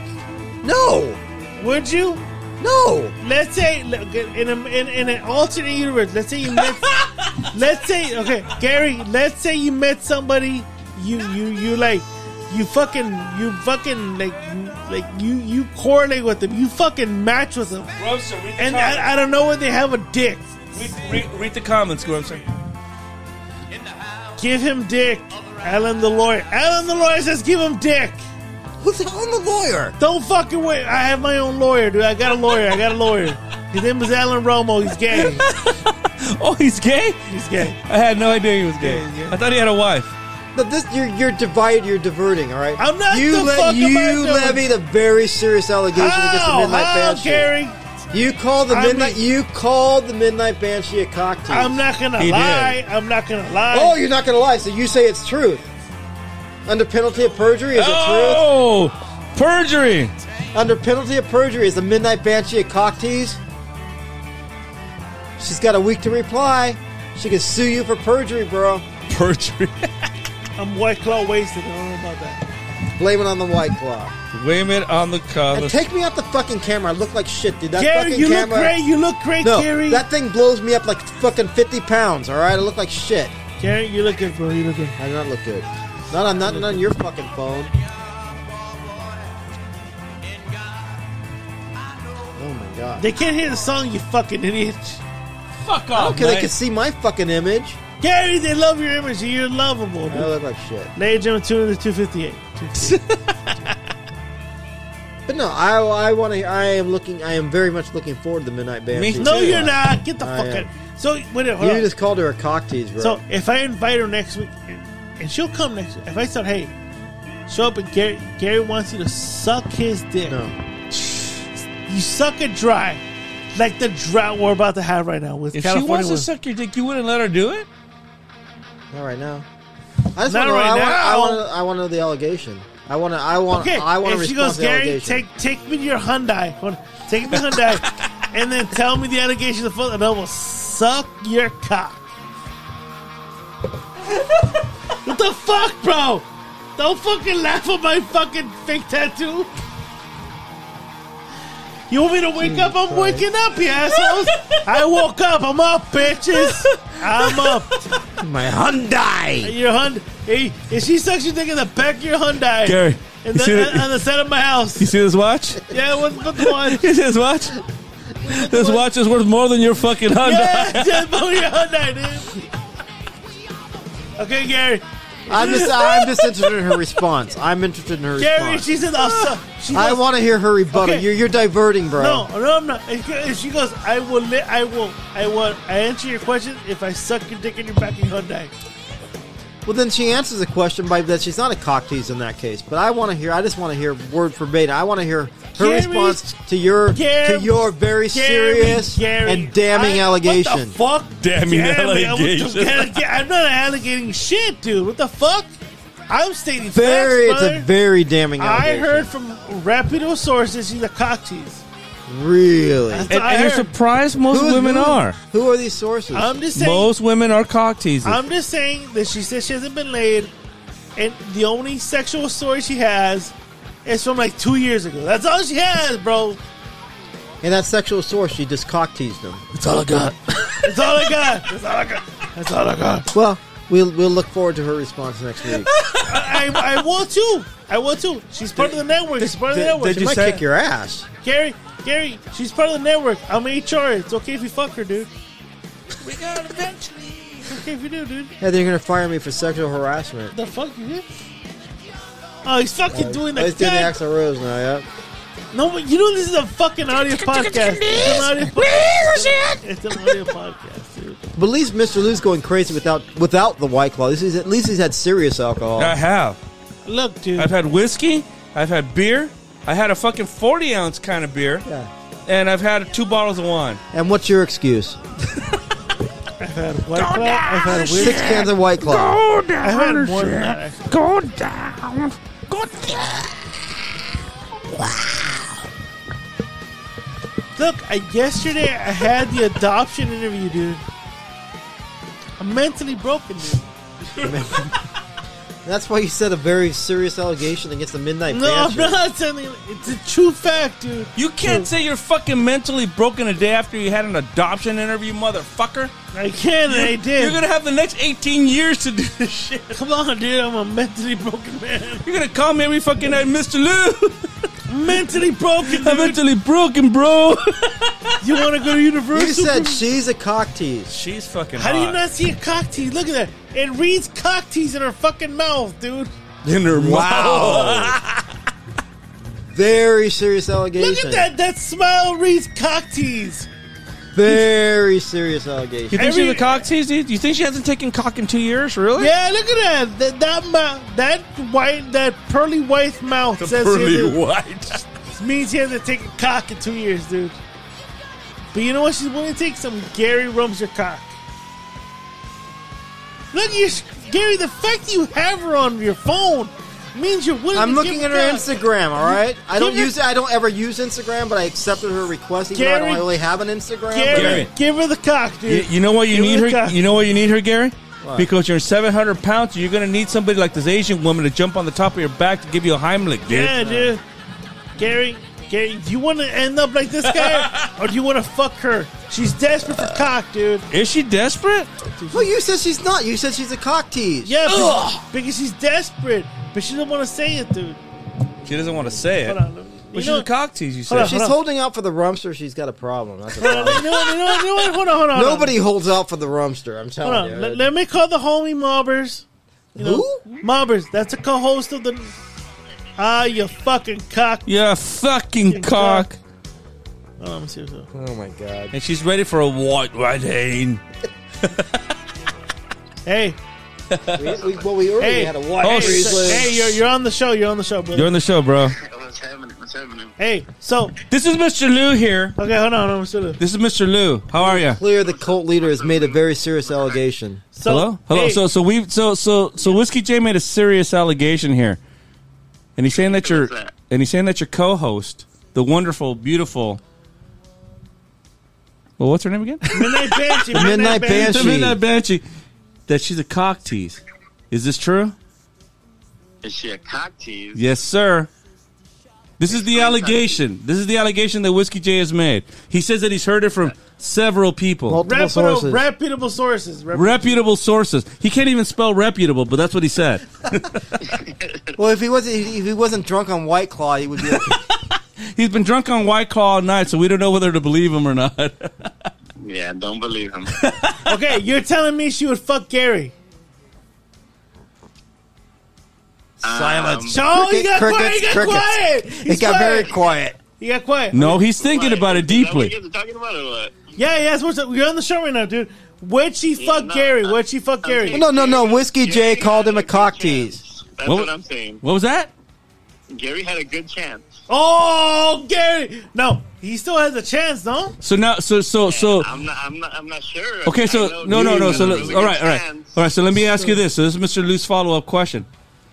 No, Would you? no. Let's say look, in, a, in in an alternate universe. Let's say you met. let's say okay, Gary. Let's say you met somebody. You you you like you fucking you fucking like like you you correlate with them. You fucking match with them. Grocer, read the And comments. I, I don't know when they have a dick. read, read, read the comments, Grocer. Give him dick, Alan the lawyer. Alan the lawyer says give him dick. Who's on the lawyer? Don't fucking wait. I have my own lawyer, dude. I got a lawyer. I got a lawyer. His name is Alan Romo. He's gay. Oh, he's gay. He's gay. I had no idea he was gay. I thought he had a wife. No, this you're you're divided. You're diverting. All right. I'm not You the fuck am I you doing? levied a very serious allegation against the How? Midnight How, Banshee. Oh, Gary? You called the I'm midnight. not- you called the midnight banshee a cock tease. I'm not gonna He did. lie. I'm not gonna lie. Oh, you're not gonna lie. So you say it's truth under penalty of perjury? Is it oh, perjury. truth? Under penalty of perjury, is the midnight banshee a cock tease? She's got a week to reply. She can sue you for perjury, bro. Perjury. I'm white claw wasted. I don't know about that. Blame it on the white claw. Wait a minute on the cover. And take me out the fucking camera. I look like shit, dude. That Gary, fucking you camera. look great. You look great, No, Gary. that thing blows me up like fucking fifty pounds. All right, I look like shit. Gary, you look good, bro. You look good. I do not look good. Not on not, not on your fucking phone. Oh my god. They can't hear the song, you fucking idiot. Fuck I off. don't care. They mate. can see my fucking image. Gary, they love your image. You're lovable, I dude. look like shit. Ladies and gentlemen, tune in to 258. 258. But no, I I want to. I am looking. I am very much looking forward to the Midnight Band. Me too. no, you're not. Get the I fuck am. out. So, wait, hold Oh, You on. just called her a cock tease, bro. So, if I invite her next week, and she'll come next week, if I start, hey, show up and Gary, Gary wants you to suck his dick. no, You suck it dry, like the drought we're about to have right now with If she California. wants to weather. suck your dick, you wouldn't let her do it. not right now. I just Not want to. right I want. I now. want. to- I want to know the allegation. I want to. I want. Okay, I want to if she respond goes, to the Gary, allegation. take take me to your Hyundai, Hold on. take me to Hyundai, and then tell me the allegations of and I will suck your cock. what the fuck, bro? Don't fucking laugh at my fucking fake tattoo. You want me to wake up? I'm waking up, you assholes. I woke up. I'm up, bitches. I'm up. my Hyundai. Your Hyundai. Hey, if she sucks your dick in the back of your Hyundai, Gary, and you see then that- on the side of my house. You see this watch? Yeah, what's but the one? You see this watch? This watch is worth more than your fucking Honda. Yeah, just put your Hyundai, dude. Okay, Gary. I'm just, I'm just interested in her response. I'm interested in her Gary, response. she says, "I'll suck." She I goes- want to hear her rebuttal. Okay. You're, you're diverting, bro. No, no, I'm not. And she- and She goes, "I will, li- I will, I will. I answer your question if I suck your dick in your back in Hyundai." Well, then she answers the question by that she's not a cock tease in that case. But I want to hear. I just want to hear word verbatim. I want to hear her Gary, response to your Gary, to your very Gary, serious Gary, and damning I- allegation. What the fuck? Damning I was just allegation. gonna- I'm not allegating shit, dude. What the fuck? I'm stating Very, facts, it's a brother. very damning I allegation. heard from reputable sources she's a cock tease. really. That's And, what I and you're heard. surprised most Who- women who- are. Who are these sources? I'm just saying. Most women are cock teasers. I'm just saying that she says she hasn't been laid, and the only sexual story she has is from like two years ago. That's all she has, bro. and that sexual source, she just cock teased them. That's all I got. That's all I got. That's all I got. That's all I got. Well, we'll we'll look forward to her response next week. I, I, I will too. I will too. She's part of the network. She's part of the Did, network. did you might say, kick your ass? Gary, Gary, she's part of the network. I'm HR. It's okay if you fuck her, dude. We got it eventually. It's okay if you do, dude. Yeah, they're gonna fire me for sexual harassment. The fuck you did? Oh, he's fucking doing Let's that. do the God Axl Rose now. Yeah. No, but you know this is a fucking audio podcast. It's an audio podcast. It's an audio podcast, dude. But at least Mr. Lou's going crazy without without the white claw. At least he's, at least he's had serious alcohol. I have. Look, dude. I've had whiskey. I've had beer. I had a fucking 40 ounce kind of beer. Yeah. And I've had two bottles of wine. And what's your excuse? I've had white claw. I've had whiskey. Six cans of white claw. I've had more than that. Go down. Go down. Look, I, yesterday I had the adoption interview, dude. I'm mentally broken, dude. That's why you said a very serious allegation against the Midnight No, I'm Mansion. not saying it's a true fact, dude. You can't say you're fucking mentally broken a day after you had an adoption interview, motherfucker. I can, and I did. You're gonna have the next 18 years to do this shit. Come on, dude. I'm a mentally broken man. You're gonna call me every fucking night, Mr. Lou. mentally broken. I'm Dude. mentally broken, bro. You want to go to You Universal? said she's a cock tease. She's fucking. How do you hot. not see a cock tease? Look at that. It reads cock tease in her fucking mouth, dude. In her mouth. Very serious Look allegation. at that. That smile reads cock tease. Very serious You allegation. think she's Every- a cock tease? dude? You think she hasn't taken cock in two years? Really? Yeah, look at that. That that, mou- that white, that pearly white mouth says here, dude. white. means he hasn't taken cock in two years, dude. But you know what? She's willing to take some Gary Rumser cock. Look, you Gary. The fact that you have her on your phone means you're willing. I'm to looking give at her cock. Instagram. All right, I don't Give her- use it. I don't ever use Instagram, but I accepted her request. Even though I Gary- don't really have an Instagram. Gary, Gary. give her the cock, You, dude. you know why you Give her need the her? cock. You know why you need her, Gary? Because you're 700 pounds, you're gonna need somebody like this Asian woman to jump on the top of your back to give you a Heimlich, dude. yeah, dude. Gary, Gary, do you want to end up like this guy, or do you want to fuck her? She's desperate for cock, dude. Is she desperate? But well, you said she's not. You said she's a cock tease. Yeah, because, because she's desperate, but she doesn't want to say it, dude. She doesn't want to say it. Hold on, let me- But she's you know, a cock tease, you Hold said. on. She's holding out for the rumster. She's got a problem. That's a Hold on, problem. you know what, you know what, you know what? Hold on, hold on. hold on. Nobody holds out for the rumster. I'm Hold telling on. you. Let, let me call the homie Mobbers. You Who? Mobbers. That's a co-host of the. Ah, you fucking cock. Yeah, fucking Fucking cock. cock. Oh, let me see what's up. oh my god. And she's ready for a white white hane. Hey, We, we, well, we already hey, had a hey, white s- hey, you're, you're on the show. You're on the show, brother. You're on the show, bro. What's happening? What's happening? hey, so This is Mr. Lou here. okay, hold on. I'm still This is Mr. Lou. How are you? Clear the cult leader has made a very serious allegation. so, Hello, hello. hey, So, so we, so, so, so, Whiskey J made a serious allegation here, and he's saying that your, What's that? and he's saying that your co-host, the wonderful, beautiful. Well, what's her name again? midnight banshee. Midnight Banshee. The Midnight Banshee. That she's a cock tease. Is this true? Is she a cock tease? Yes, sir. This is the allegation. This is the allegation that Whiskey J has made. He says that he's heard it from several people, Multiple Reputable, sources. reputable sources. Reputable. reputable sources. He can't even spell reputable, but that's what he said. well, if he wasn't if he wasn't drunk on White Claw, he would be. Like, He's been drunk on White Claw all night, so we don't know whether to believe him or not. Yeah, don't believe him. okay, you're telling me she would fuck Gary. Silence. Um, Oh, he got quiet. He got quiet. He's It got very quiet. You got quiet. No, he's thinking about it deeply. Yeah, yeah. What's up? You're on the show right now, dude. Where'd she fuck Gary? Where'd she fuck Gary? No, no, no. Whiskey J called him a cock tease. That's what, I'm saying. What was that? Gary had a good chance. Oh, Gary. No, he still has a chance, no? So now, so so so. I'm not. I'm not. I'm not sure. Okay, so no, no, no. So let- all right, all right, all right. So let me ask you this. So this is Mr. Lou's follow up question.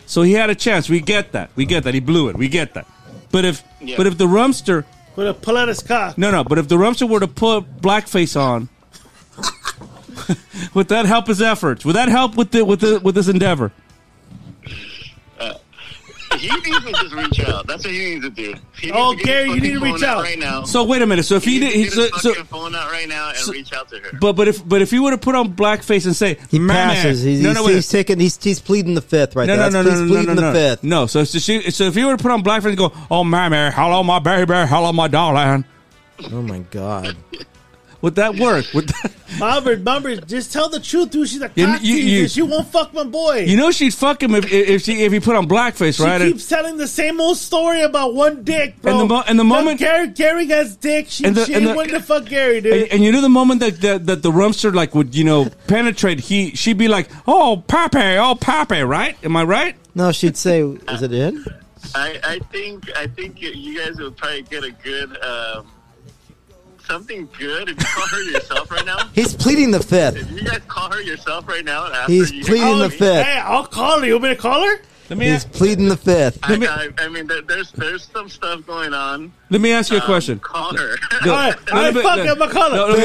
So he had a chance. We get that. We get that. He blew it. We get that. But if Yeah. but if the rumster With a pull out his cock. no no but if the rumster were to put blackface on, would that help his efforts? Would that help with the with the with this endeavor? He needs to just reach out. That's what he needs to do. He needs Oh, to get Gary, his you fucking need to reach phone out. right now. So wait a minute. So if he, did, he so, so phone out right now and reach out to her. but but if but if he were to put on blackface and say He "My man," passes. He's, no he's, no wait, he's taking. He's, he's pleading the fifth right no, there. no, no, he's no, no, no, pleading no, no, the fifth. no. So, so, she, so if you were to put on blackface and go, "Oh my man, hello my baby, hello my darling," oh my god, would that work? Would that, Albert, Albert, just tell the truth, dude. She's a cock You- you- teaser. you- she won't fuck my boy. you know she'd fuck him if if she if he put on blackface, she right? And- keeps telling the same old story about one dick, bro. And the mo- and the That moment- Gary, Gary got dick, she, And the- she and ain't the- wanting to fuck Gary, dude. and, and you know the moment that, that that the rumster like would you know penetrate, he she'd be like, "Oh pape, oh pape," right? Am I right? No, she'd say, "Is it in?" I, I think I think you- you guys would probably get a good um, something good if you call her yourself right now. He's pleading the fifth. If you guys call her yourself right now and ask He's her, you pleading the fifth. Oh, I'll call her. You want me to call her? Let me He's ask, pleading the fifth. I, I, I mean, there, there's there's some stuff going on. Um, let me ask you a question. Call her. No, no, no, but- no. No, no, no, no, no, no, no,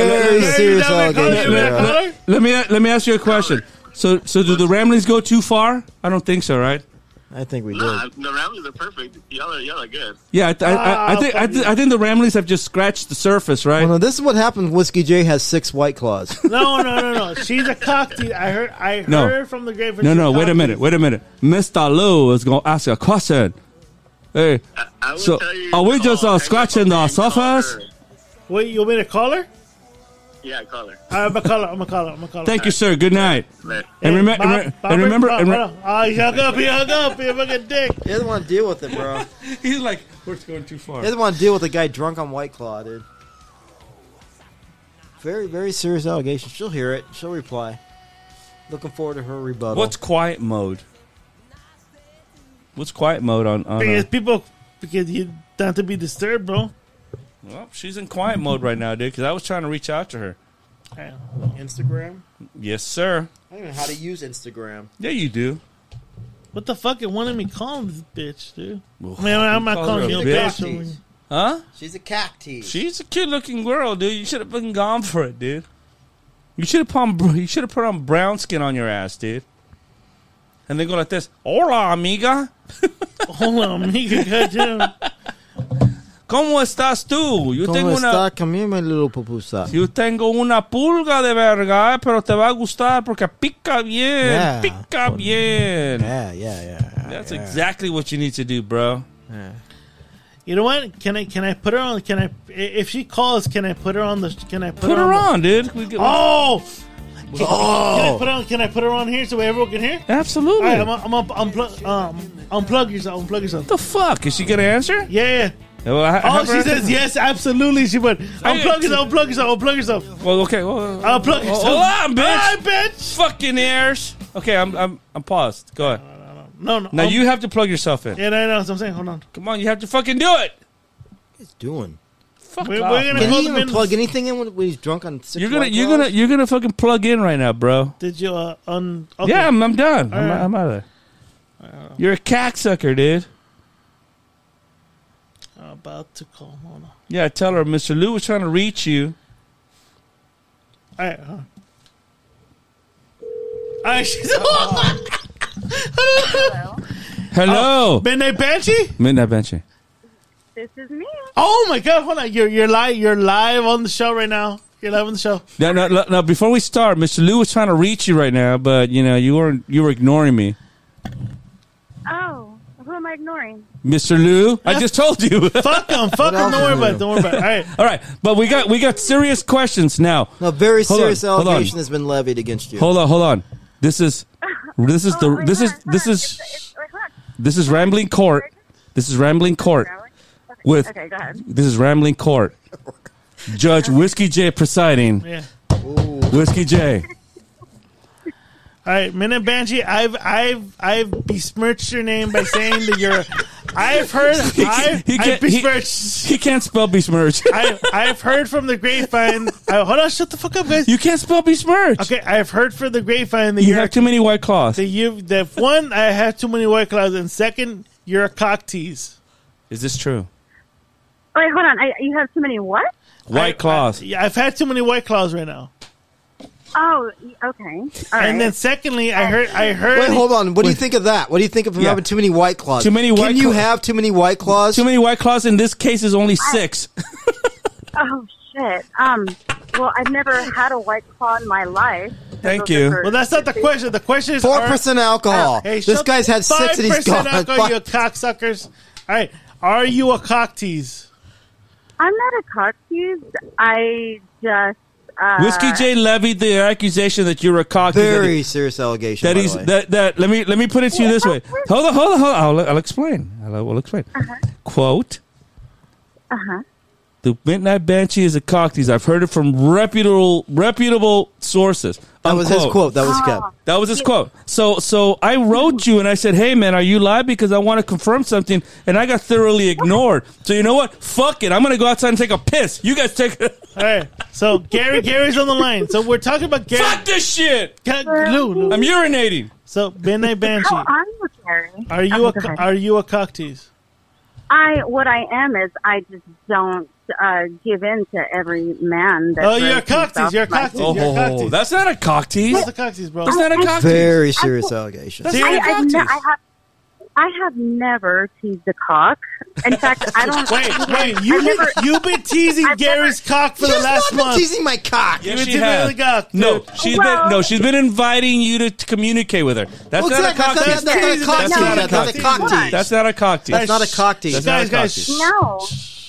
no, no, no, no, no. Let me let me ask you a question. So so do the Ramblings go too far? I don't think so, right? I think we Nah, the Ramblers are perfect. Y'all are y'all are good. Yeah, I, th- I, I, I Ah, think I, th- I think the Ramblings have just scratched the surface, right? Well, no, this is what happened. Whiskey J has six white claws. No, no, no, no. She's a cock teaser. I heard, I heard No. from the grave. No, no, wait a minute, wait a minute. Mr. Lou is going to ask a question. Hey, so are we just uh, scratching the surface? Wait, you want me to call her? Yeah, call her. I'm gonna call her. I'm gonna call her. I'm gonna call her. Thank you, sir. Good night. And, remem- and, re- and remember, and re- Uh-huh. oh, he hung up. He hung up. He fucking dick. He doesn't want to deal with it, bro. He's like, we're going too far. He doesn't want to deal with a guy drunk on White Claw, dude. Very, very serious allegation. She'll hear it. She'll reply. Looking forward to her rebuttal. what's quiet mode? What's quiet mode on? on Because uh, people, because you not to be disturbed, bro. well, she's in quiet mode right now, dude. Because I was trying to reach out to her. Instagram? Yes, sir. I don't know how to use Instagram. Yeah, you do. What the fuck? It wanted me calling this bitch, dude. Well, Man, I'm you not call calling her you a a bitch. bitch. Huh? She's a cactus. She's a cute-looking girl, dude. You should have been gone for it, dude. You should have put on, you should have put on brown skin on your ass, dude. And they go like this: "Hola, amiga. Hola, amiga. Goddamn. ¿Cómo estás tú? Yo Como tengo una, está? Come here, my little pupusa. yo tengo una pulga de verga, eh, pero te va a gustar porque pica bien, Yeah. pica bien." Yeah, yeah, yeah. That's exactly what you need to do, bro. You know what? Can I can I put her on? Can I i- if she calls? Can I put her on the? Can I put, Put her the- on, dude. We get- Oh, Can- Can I Oh. put on? Can I put her on here so everyone can hear? All Absolutely. right, I'm gonna- I'm gonna unplug um unplug yourself. Unplug yourself. the fuck is she gonna answer? Yeah. Well, I- I Oh, have her- she says yes, absolutely. She would. Unplug yourself. Unplug yourself. Unplug yourself. Well, okay. Well, Unplug Oh, Hold yourself. on, bitch. All right, bitch. Fucking airs. Okay, I'm I'm I'm paused. Go ahead. No, no. Now um, you have to plug yourself in. Yeah, no, no. That's what I'm saying. Hold on. Come on, you have to fucking do it. doing? Fuck We're- off. we're gonna uh, man. Can he Hold even him in- plug anything in when when he's drunk on six You're gonna White you're Claws? gonna you're gonna fucking plug in right now, bro. Did you uh, un? Yeah, I'm, I'm done. All I'm, right. I'm out of Uh, there. You're a cocksucker, dude. I'm about to call. Hold on. Yeah, tell her Mr. Lou was trying to reach you. All right. Hold on. All right. She's. Hello. Hello, Midnight Banshee. Midnight Banshee. This is me. Oh my god, hold on. You're you're live you're live on the show right now. You're live on the show. Now, now, now- now, before we start, Mr. Lou was trying to reach you right now, but you know you weren't you were ignoring me, Oh, who am I ignoring? Mr. Lou. I just told you. Fuck him, fuck him, don't worry about it, don't worry about it. All right. All right, but we got we got serious questions now. No, very Hold on, serious hold on. allegation has been levied against you. Oh Hold on, hold on. This is this is the this is this is Wait, hold on. This is Rambling Court. This is Rambling Court. With Okay, go ahead. this is Rambling Court. Judge Whiskey J presiding. Yeah. Whiskey J. All right, Minute Banshee, I've I've I've besmirched your name by saying that you're. I've heard. He I've, can't- he I've can't- he- besmirched. He can't spell besmirch. I, I've heard from the grapevine. I, hold on, shut the fuck up, guys. You can't spell besmirch. Okay, I've heard from the grapevine that You are have too many white claws. That you that one, I have too many white clouds, and second, you're a cock tease. Is this true? Wait, hold on. I, you have too many what? White claws. Yeah, I've had too many white claws right now. Oh, y- okay. All right. and then secondly, I heard. I heard. Wait, hold on. What do you Wait. think of that? What do you think of Yeah. having too many white claws? Too many white Can you claws. have too many white claws? Too many white claws in this case is only six. Oh shit. Um. Well, I've never had a white claw in my life. Thank you. Well, that's not the question. The question is Four are- Uh, percent alcohol. Hey, this shut- guy's had six and he's 5% gone. alcohol, you cocksuckers. All right, are you a cock tease? I'm not a cock tease. I just. Uh, Whiskey J levied the accusation that you're a cock. Very serious allegation. That by he's the way. that that. Let me let me put it to you this way. Hold on, hold on, hold on. I'll, I'll explain. I'll, I'll explain. Quote: Uh huh. The Midnight Banshee is a cock tease. I've heard it from reputable reputable sources. That was his Unquote. quote. That was kept. That was his quote. So so I wrote you and I said, "Hey man, are you live? Because I want to confirm something." And I got thoroughly ignored. So you know what? Fuck it. I'm gonna go outside and take a piss. You guys take. All right, so Gary, Gary's on the line. So we're talking about Gary. Fuck this shit. Lou, Lou. I'm urinating. So Midnight Banshee, How are you, Gary? are you Oh, a go co- ahead. are you a cock tease? I what I am is I just don't uh, give in to every man. That Oh, you're throws a cock tease. himself You're a my cock tease. way. Oh, You're a cock tease. that's not a cock tease. That's a cock tease, bro. That's not a cock tease. Very serious allegation. I, I've ne- I have I have never teased a cock. In fact, I don't. Wait, wait, I you've been, never- you've been teasing Gary's cock for the She's last not been month. teasing my cock. You've Yes, she been teasing has. the cock. No, dude. she's Well- been no, she's been inviting you to, to communicate with her. That's Well, not a exactly. cock That's tease. not- that's not a That's cock not tease. a That's cock a tease. cock What? tease. That's not a cock tease. That's not a cock tease. That's not a Guys, cock guys, tease.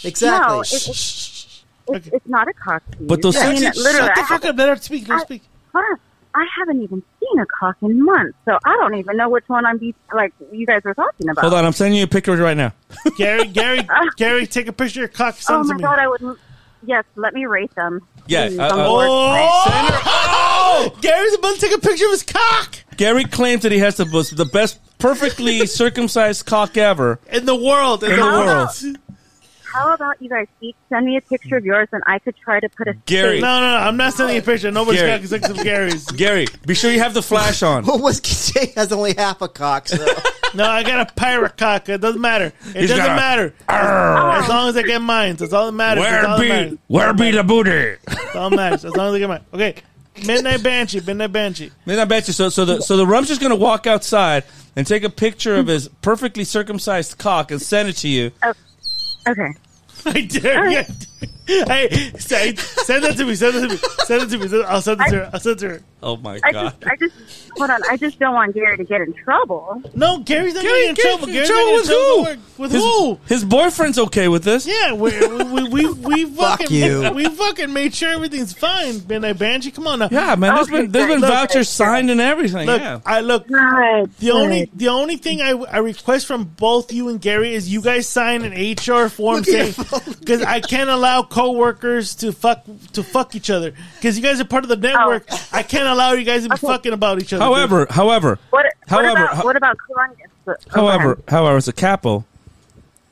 No, Exactly. No, it, it's, it's, it's not a cock tease. But those I mean, sexy- literally, Shut the I fuck haven't- up. Let her speak. Let her I- speak. hold on. I haven't even seen a cock in months, so I don't even know which one I'm be- like you guys were talking about. Hold on, I'm sending you a picture right now. Gary, Gary, Gary, take a picture of your cock. Send Oh it to my me. god, I would. Yes, let me rate them. Yeah, Please, uh, on uh, the board. Oh! Gary's about to take a picture of his cock Gary claims that he has the best, the best perfectly circumcised cock ever. in the world. In, In the, the world. How about you guys each send me a picture of yours, and I could try to put a Gary. No, no, no. I'm not sending you a picture. Nobody's Gary. got except Gary's. Gary, be sure you have the flash on. Well, Whiskey J has only half a cock, so No, I got a pirate cock. It doesn't matter. It He's doesn't got a- matter. As long as I get mine. That's all that matters. That's all that Where matters. be, where be the booty? That's all that matters. As long as I get mine. Okay. Midnight Banshee. Midnight Banshee. Then I bet you. So, so the so the rump's just gonna walk outside and take a picture of his perfectly circumcised cock and send it to you. Okay. I dare you. Hey, say, send that to me. Send that to me. Send it to me. Send- I'll send it to her. I'll send it to her. Oh my I god! just, I just, hold on. I just don't want Gary to get in trouble. No, Gary's not Gary, getting in trouble. Gary's Gary, not trouble with getting in who? trouble. With his, who? His boyfriend's okay with this. Yeah, we we we we, we fucking you. we fucking made sure everything's fine. Midnight Banshee, come on now. Yeah, man. There's Okay, been there's been look, vouchers signed and everything. Look, yeah. I look. Good. The only the only thing I, I request from both you and Gary is you guys sign an HR form saying because I can't allow coworkers to fuck to fuck each other because you guys are part of the Oh. network. I can't allow you guys to be fucking about each other. dude. However, however, What, However, what about ho- what about Columbus? Oh, go ahead. however, however, it's a capo.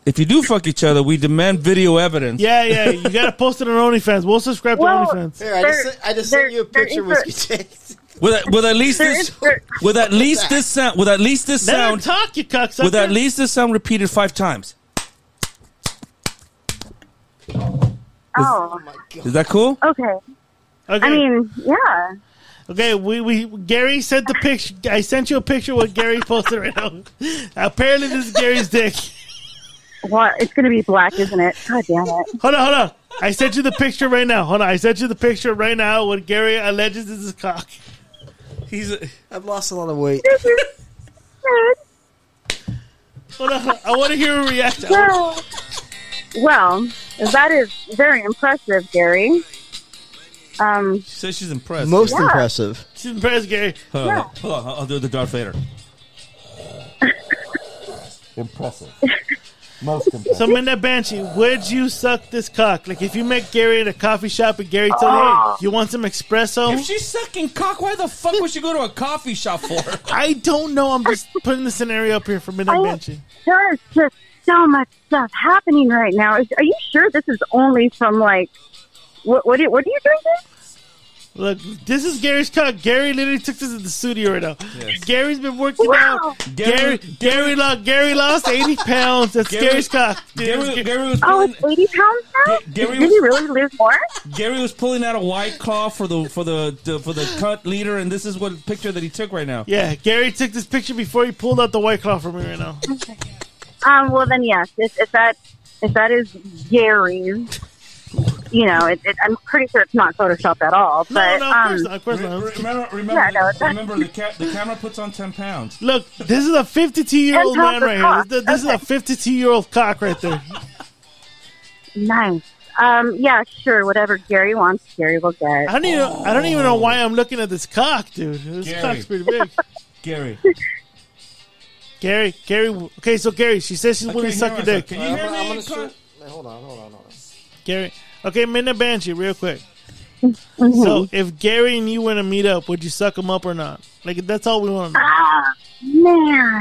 If you do fuck each other, we demand video evidence. yeah, yeah, you gotta post it on OnlyFans. We'll subscribe Well, to OnlyFans. here I There- just sent- I just sent there- you a there picture, is a- Whiskey J. With at- with at least There this is- there- with at least this sound with at least this Let her sound talk, you cocksucker. with at least this sound repeated five times. oh, Is that cool? okay. okay. I mean, yeah. Okay, we, we Gary sent the picture. I sent you a picture of what Gary posted right now. Apparently, this is Gary's dick. Well, it's gonna be black, isn't it? God damn it. Hold on, hold on. I sent you the picture right now. Hold on, I sent you the picture right now. What Gary alleges is his cock. He's a, I've lost a lot of weight. Hold on, hold on. I want to hear a reaction. I wanna- Well, well, that is very impressive, Gary. Um, she says she's impressed. Most Yeah. impressive. Uh, She's impressed, Gary. Hold on, hold on, I'll do the Darth Vader. Impressive. Most impressive. So, Minda Banshee, would you suck this cock? Like, if you met Gary at a coffee shop and Gary told her, hey, you want some espresso? If she's sucking cock, why the fuck would she go to a coffee shop for? I don't know. I'm just putting the scenario up here for Minda Banshee. There is just so much stuff happening right now. Is- Are you sure this is only from like what? What, do- what are you drinking? Look, this is Gary's cock. Gary literally took this to the studio right now. Gary's been working out. Gary, Gary, lost. Gary lost eighty pounds. That's Gary- Gary's cock. Gary- Gary was Oh, it's eighty pounds now. Gary Did was- he really lose more? Gary was pulling out a white claw for the for the, the for the cut leader, and this is what picture that he took right now. Yeah, Gary took this picture before he pulled out the white claw for me right now. Um. Well, then yes. If, if that if that is Gary's, you know, it, it, I'm pretty sure it's not photoshopped at all. But no, of course um, not, of course not. Remember, remember, Yeah, no, it's- remember the, ca- the camera puts on ten pounds. Look, this is a fifty-two-year-old And man pounds of right cock. here. This, this is a fifty-two-year-old cock right there. nice. Um. Yeah. Sure. Whatever Gary wants, Gary will get. I don't even. I don't even know why I'm looking at this cock, dude. This Gary. cock's pretty big. Gary. Gary. Gary. Okay, so Gary, she says she's I willing can't to hear suck myself. your dick. Can you hear me? Hold on, hold on, hold on. Gary. Okay, Minda Banshee, real quick. Mm-hmm. So, if Gary and you were to meet up, would you suck him up or not? Like, that's all we want to know. Ah,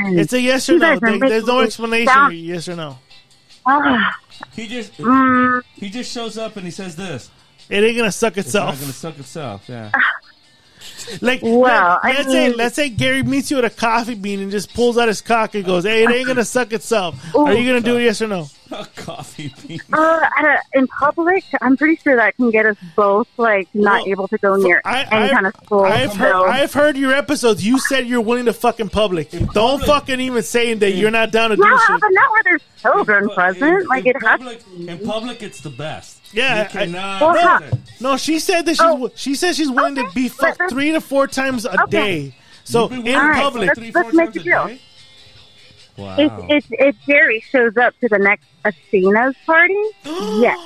man. It's a yes or You no. guys are There- there's no making me explanation. sound- Yes or no. Ah. He just Mm. he just shows up and he says this. It ain't gonna suck itself. It's not gonna suck itself. Yeah. Like, Well, let- I let's say mean- let's say Gary meets you at a coffee bean and just pulls out his cock and goes, "Hey, it ain't gonna suck itself." Are you gonna do it? Yes or no? A coffee bean. Uh, I don't- in public, I'm pretty sure that can get us both like not able to go near any kind of school. I've heard, so- I've heard your episodes. You said you're willing to fuck in public. Don't fucking even saying that you're not down to yeah, do shit. but not where there's children present. like it has. In public, it's the best. Yeah, You cannot. I- no, no, she said that Oh. she's wi- she says she's willing to be fucked three to four times a Okay. day. So in All right, public, let's, let's make a deal. If, if if Jerry shows up to the next Athena's party, yes.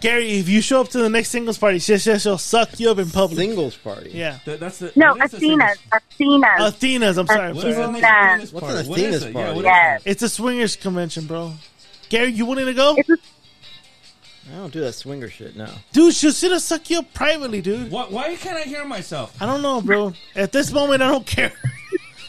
Gary, if you show up to the next singles party, she says she'll suck you up in public. Singles party. Yeah, that's the No, Athena's. Athena's. Athena's. I'm sorry. I'm Athena's. sorry. What's an Athena's party? Yes. It's a swingers convention, bro. Gary, you willing to go? I don't do that swinger shit now. Dude, she'll sit and suck you up privately, dude. What? Why can't I hear myself? I don't know, bro. At this moment, I don't care.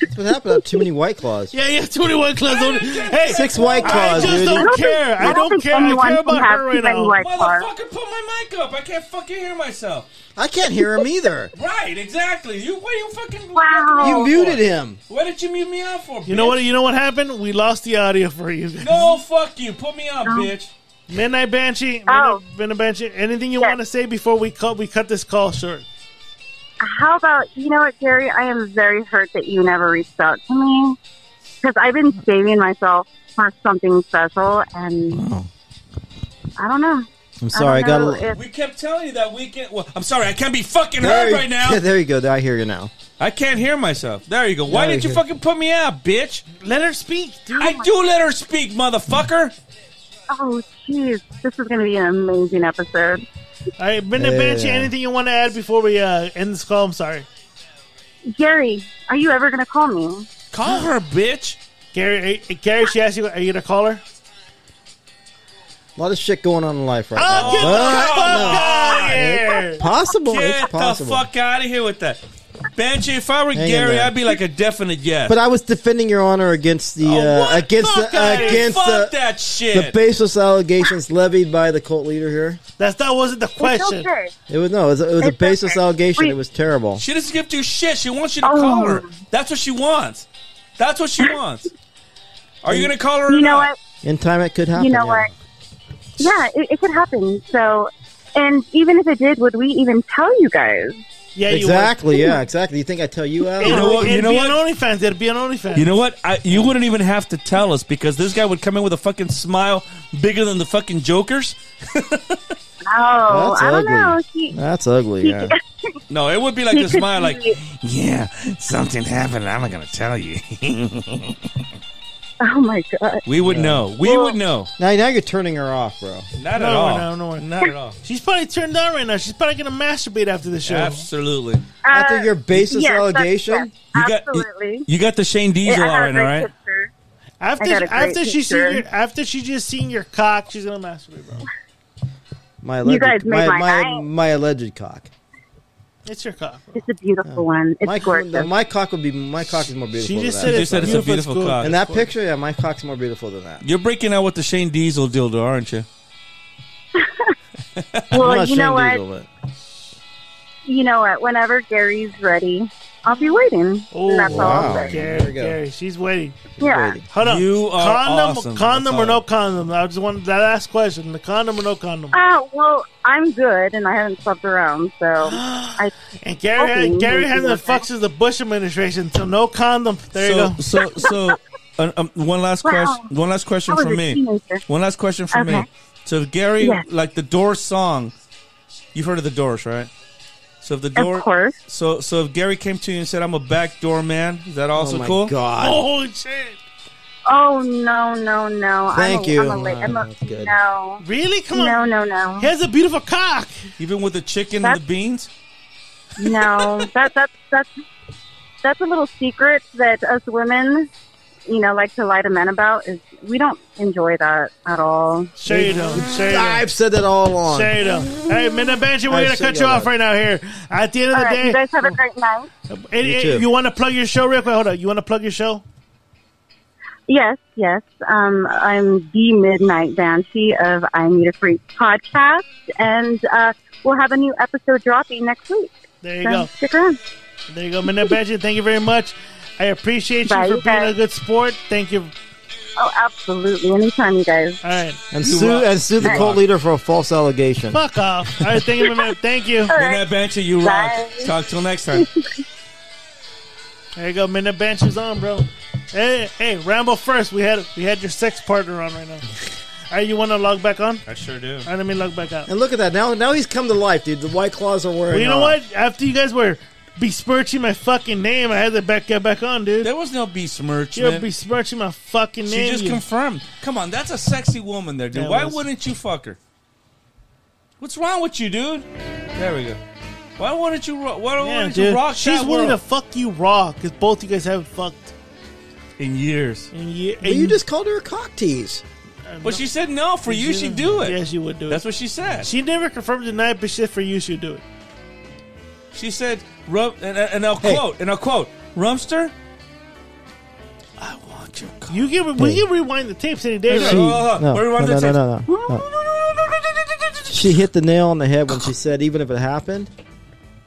That's what happened. I have too many white claws. Yeah, yeah, 21 claws. Only. Hey, Six white I claws, just dude. don't care. I don't care. I care about her right now. Motherfucker, put my mic up. I can't fucking hear myself. I can't hear him either. Right, exactly. You, what are you fucking? Oh. You muted him. What did you mute me up for? You know what? bitch? You know what happened? We lost the audio for you. No, fuck you. Put me up, bitch. Midnight Banshee. Midnight, Midnight Banshee. Anything you want to say before we cut? We cut this call short. How about you know what, Gary? I am very hurt that you never reached out to me because I've been saving myself for something special, and I don't know. I'm sorry. I, don't got a know little. if- We kept telling you that we can't. Well, I'm sorry, I can't be fucking There heard you- right now. Yeah, there you go. There, I hear you now. I can't hear myself. There you go. Why There did you you go. fucking put me out, bitch? Let her speak, dude. I do let her speak, motherfucker. Oh, jeez, this is going to be an amazing episode. All right, Midnight Yeah. Banshee. Anything you want to add before we uh, end this call? I'm sorry. Gary, are you ever going to call me? Call her, bitch. Gary, eh, Gary, she asked you, are you gonna call her? A lot of shit going on in life right now. Oh, get the But- fuck outta here. It's possible. Get Oh, it's possible. the fuck out of here with that. Banshee, if I were Hang in Gary, there. I'd be like a definite yes. But I was defending your honor against the uh, against the, Oh, Fuck outta here. against Fuck the, that the shit. baseless allegations levied by the cult leader here. That's that wasn't the question. okay. It was no, it was, it was a It's baseless okay. allegation. Wait. It was terrible. she doesn't give two shit. She wants you to call Oh. her. That's what she wants. That's what she wants. Are you gonna call her? or You know not? what? In time, it could happen. You know yeah. what? Yeah, it, it could happen. So, and even if it did, would we even tell you guys? Yeah, exactly. Yeah, exactly. You think I tell you out? You know what? You know what? what? OnlyFans. It'd be an OnlyFans. You know what? I, you wouldn't even have to tell us because this guy would come in with a fucking smile bigger than the fucking Joker's. Oh, That's I don't ugly. know. He, That's ugly. Yeah. No, it would be like a He could smile, like, be- yeah, something happened. I'm not gonna tell you. oh my god. we would know. We would know. Now, now you're turning her off, bro. Not no, at all. No, no, no. Not at all. She's probably turned on right now. She's probably gonna masturbate after the show. Absolutely. After Uh, your baseless yes, that's- allegation, You got, you, you got the Shane Yeah, Diesel I out have right now, great right? After I got a great after she seen picture. your, after she just seen your cock, she's gonna masturbate, bro. My You alleged, guys my, made my my, night. my alleged cock. It's your cock. It's a beautiful one. It's my, gorgeous. my cock would be my cock is more beautiful. just than said that. it's She just said it's a beautiful, it's beautiful cool. cock. In that It's cool. picture, yeah, my cock's more beautiful than that. You're breaking out with the Shane Diesel dildo, aren't you? I'm well, not you Shane know what? Diesel, but- You know what? Whenever Gary's ready, I'll be waiting. Oh, That's all. I'll say. Gary, Gary, she's waiting. Yeah. waiting. Hold up. You are condom, awesome. condom That's or no condom? I just wanted that last question. The condom or no condom? Uh, well, I'm good, and I haven't slept around, so I. And Gary, had, Gary had the fucks is the Bush administration, so no condom. There so, you go. So, so, uh, um, one last Wow. question. One last question I was from a me. teenager. One last question from me. Okay. So, if Gary, Yes. like the Doors song, you've heard of the Doors, right? So, if the door, course. so, so if Gary came to you and said, "I'm a backdoor man," is that also my cool? God. Oh shit! Oh no no no! Thank I'm a, you. I'm a, la- I'm a, That's good. No. Really? Come on. No no no. He has a beautiful cock. Even with the chicken and the beans. No, that that's that's that's a little secret that us women, you know, like to lie to men about. Is we don't enjoy that at all. Sure you don't. Sure you don't. I've said that all along. Sure you don't. Hey, Minna Banshee, we're I've gonna said cut you that. off right now here. At the end of All the right, day, you guys have a great night. Hey, You hey, too. you want to plug your show real quick? Hold on. You want to plug your show? Yes, yes. Um, I'm the Midnight Banshee of I Need a Freak podcast, and uh, we'll have a new episode dropping next week. There you So go. Stick around. There you go, Minna Banshee. Thank you very much. I appreciate you Bye, for you being guys. a good sport. Thank you. Oh, absolutely. Anytime, you guys. All right. And sue and sue the cult leader for a false allegation. Fuck off. All right. Thank you, Minna. Thank you. In that bench, you rock. Talk till next time. There you go. Minna Banshee's on, bro. Hey, hey, Rambo first. We had we had your sex partner on right now. All right, you want to log back on? I sure do. All right, let me log back out. And look at that. Now now he's come to life, dude. The white claws are wearing. Well, you know off. what? After you guys were besmirching my fucking name, I had to back get back on, dude. There was no besmirchment. You're besmirching my fucking She name. just you- confirmed. Come on, that's a sexy woman there, dude. Yeah, it Why was. wouldn't you fuck her? What's wrong with you, dude? There we go. Why wouldn't you? ro- Why Damn, wouldn't dude. you rock? She's that willing world? to fuck you raw because both you guys haven't fucked in years. in years. But you just called her a cock tease. But she said no. For you, she'd do it. Yeah, she would do it. That's what she said. She never confirmed tonight, but shit, for you, she'd do it. She said, "Rub," and, and I'll quote. And I'll quote. Rumster. You can re- we can rewind the tapes any day. She- right? no, no, no, no, no, no, no. She hit the nail on the head when she said, "Even if it happened,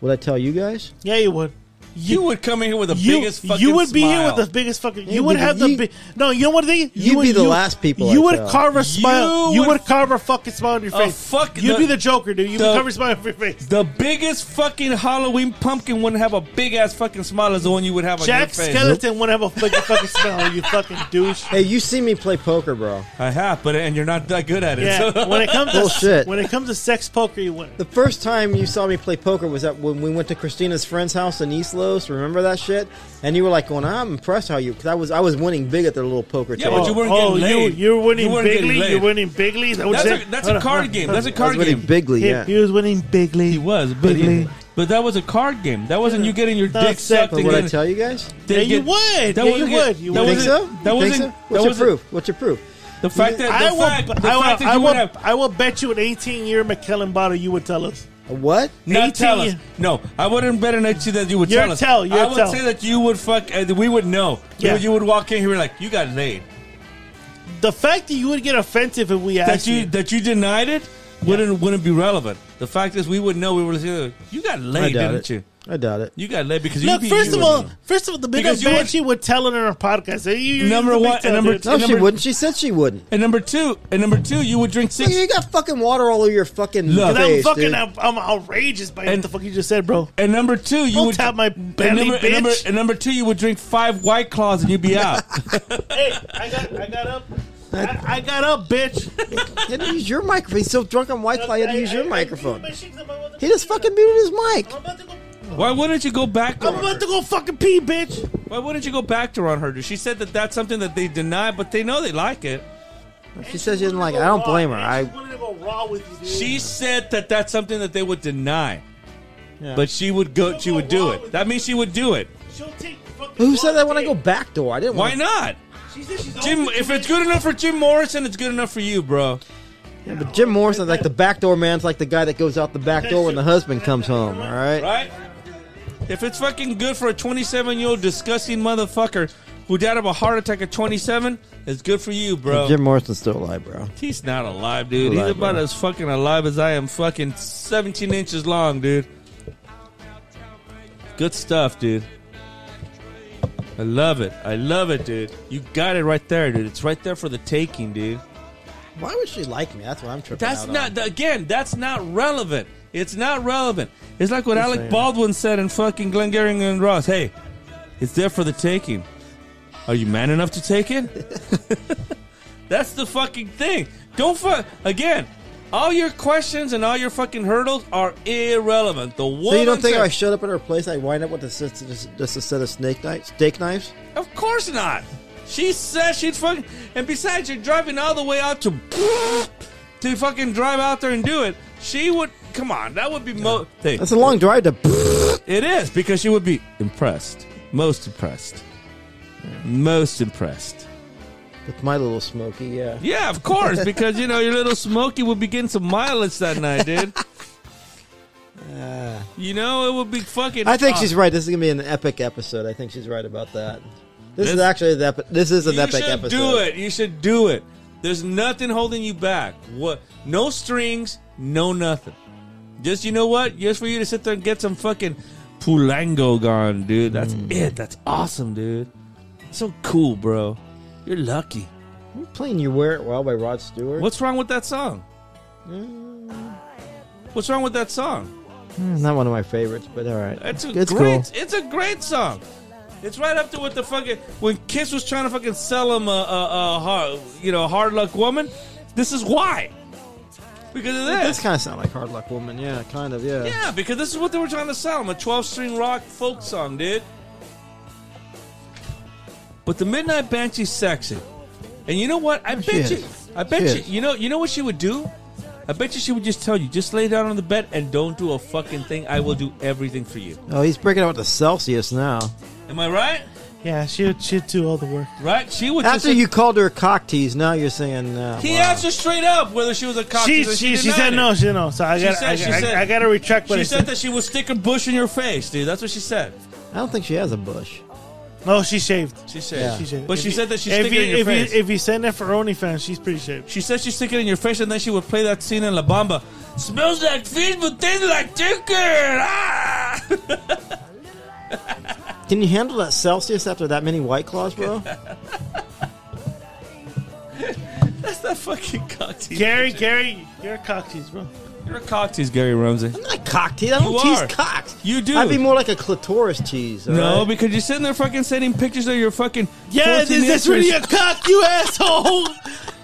would I tell you guys?" Yeah, you would. You would come in here with the You, biggest fucking you would be here smile. with the biggest fucking. You, You'd would be the- have the you- big. No, you know what they. You'd would, be the last people You I would tell. carve a smile. You You, would- would, carve a fucking smile on your A face. fuck- You'd the- be the Joker, dude. You the- would carve a smile on your face. The biggest fucking Halloween pumpkin wouldn't have a big ass fucking smile as the one you would have on Jack your face. Skeleton would have a fucking fucking smile. You fucking douche. Hey, you see me play poker, bro. I have, but and you're not that good at it. Yeah, so- when it comes to Bullshit. when it comes to sex poker, you win. The first time you saw me play poker was that when we went to Christina's friend's house in East Los. Remember that shit? And you were like, "Going, I'm impressed how you." Because I was, I was winning big at their little poker Yeah, table. but you weren't Oh, getting you laid. you're winning You weren't getting bigly. laid. You're winning bigly. Is that what That's you a- said? that's a Hold on, card hold on, game. hold That's a on. card I was winning game. bigly, He, yeah. he was winning bigly. He was, but, Bigly. but that was a card game. That wasn't you getting your That's dick sucked. But and would I getting- tell you guys? Yeah, you get- would. that Yeah, wasn't you get- would. You that would. Think wasn't- so? That you think wasn't. so? that What's your wasn't- proof? What's your proof? The fact that I the will, fact, the I will, fact that I you will, would have I will bet you an 18 year McKellen bottle you would tell us. What? not tell us. year- No, I wouldn't bet an you that you would You're tell us. tell, you're I would tell. say that you would fuck. Uh, we would know. You Yeah. would- You would walk in here like you got laid. The fact that you would get offensive if we That asked you that you denied it wouldn't wouldn't be relevant. The fact is, we would know. We would say, "You got I laid, doubt didn't it. you? I doubt it. You got laid because Look, you." first you of would all, know. first of all, the big Because you would- Banshee would tell it in our podcast. You- you- you're Number the big one- tell, number dude. two- No, she number- wouldn't. She said she wouldn't. and number two, and number two, you would drink Look, six. you got fucking water all over your fucking Look. 'Cause I'm face, fucking, dude. I'm, I'm outrageous by And- what the fuck you just said, bro. And number two, you Don't would tap my belly, and number, and number- bitch. and number two, you would drink five white claws and you'd be out. hey, I got, I got up. I, I got up, bitch. You had to use your microphone. He's so drunk on Wi-Fi. You had to use your microphone. I, I'm about He just fucking muted his mic. to go- Why wouldn't you go back? To I'm her? about to go fucking pee, bitch. Why wouldn't you go back to her on her? dude? She said that that's something that they deny, but they know they like it. She says she didn't like. it. I don't blame her. I I wanted to go raw with you, dude. She said that that's something that they would deny, Yeah. but she would go. She would do it. That means she would do it. She'll take fucking who said raw I want to dick. go back door? I didn't. Why want not? Jim, if it's good enough for Jim Morrison, it's good enough for you, bro. Yeah, but Jim Morrison's like the backdoor man's like the guy that goes out the back door when the husband comes home. All right. Right? If it's fucking good for a 27 year old disgusting motherfucker who died of a heart attack at 27, it's good for you, bro. Jim Morrison's still alive, bro. He's not alive, dude. He's Alive, about as fucking alive as I am fucking 17 inches long, dude. Good stuff, dude. I love it. I love it, dude. You got it right there, dude. It's right there for the taking, dude. Why would she like me? That's what I'm tripping That's out not th- again. That's not relevant. It's not relevant. It's like what Just Alec saying. Baldwin said in fucking Glengarry and Ross. Hey, it's there for the taking. Are you man enough to take it? That's the fucking thing. Don't fuck again. All your questions and all your fucking hurdles are irrelevant. The woman So you don't think said- I showed up at her place? I wind up with a, just, just, just a set of snake knives, steak knives. Of course not. She said she'd fucking. And besides, you're driving all the way out to to fucking drive out there and do it. She would. Come on, that would be mo. Hey, That's a long drive to. It is because she would be impressed, most impressed, most impressed. With my little smoky, yeah. Yeah, of course, because you know your little Smokey would be getting some mileage that night, dude. you know it would be fucking. I think uh, she's right. This is gonna be an epic episode. I think she's right about that. This, is This- actually the epi- this is an you epic should episode. do it. You should do it. There's nothing holding you back. What? No strings. No nothing. Just you know what? Just for you to sit there and get some fucking Pulango gone, dude. That's Mm. it. That's awesome, dude. So cool, bro. You're lucky. You're playing "You Wear It Well" by Rod Stewart. What's wrong with that song? What's wrong with that song? Mm, not one of my favorites, but all right. It's a It's great. cool. It's a great song. It's right up to what the fucking when Kiss was trying to fucking sell him a, a, a hard, you know, hard luck woman. This is why. Because of It does this. kind of sound like Hard Luck Woman. Yeah, kind of. Yeah. Yeah, because this is what they were trying to sell him—a twelve-string rock folk song, dude. But the Midnight Banshee's sexy, and you know what? I She bet is. you. I bet She you. is. You know. You know what she would do? I bet you she would just tell you, just lay down on the bed and don't do a fucking thing. I will do everything for you. Oh, he's breaking out with the Celsius now. Am I right? Yeah, she'd, she'd do all the work. Right? She would. After just, you called her a cock tease, now you're saying uh, He wow. asked her straight up whether she was a cock. She, teaser. she, she denied said it. no, she no. So I She got said- I, she I, said- I got to retract what She I said that she would stick a bush in your face, dude. That's what she said. I don't think she has a bush. No, she shaved. She shaved. But If she you- said that she's if you, sticking it in your if face. You, if you send it for OnlyFans, she's pretty shaved. She said she'd stick it in your face, and then she would play that scene in La Bamba. Smells like fish, but tastes like chicken. Ah! Can you handle that Celsius after that many White Claws, bro? That's that fucking cock tease. Gary, Gary, you're a cock tease, bro. You're a cock tease, Gary Ramsey. I'm not cock tease. I don't You tease are. cocks. You do. I'd be more like a clitoris tease. all No, right? because you're sitting there fucking sending pictures of your fucking. Yeah, is 14 this inches really a cock, you asshole?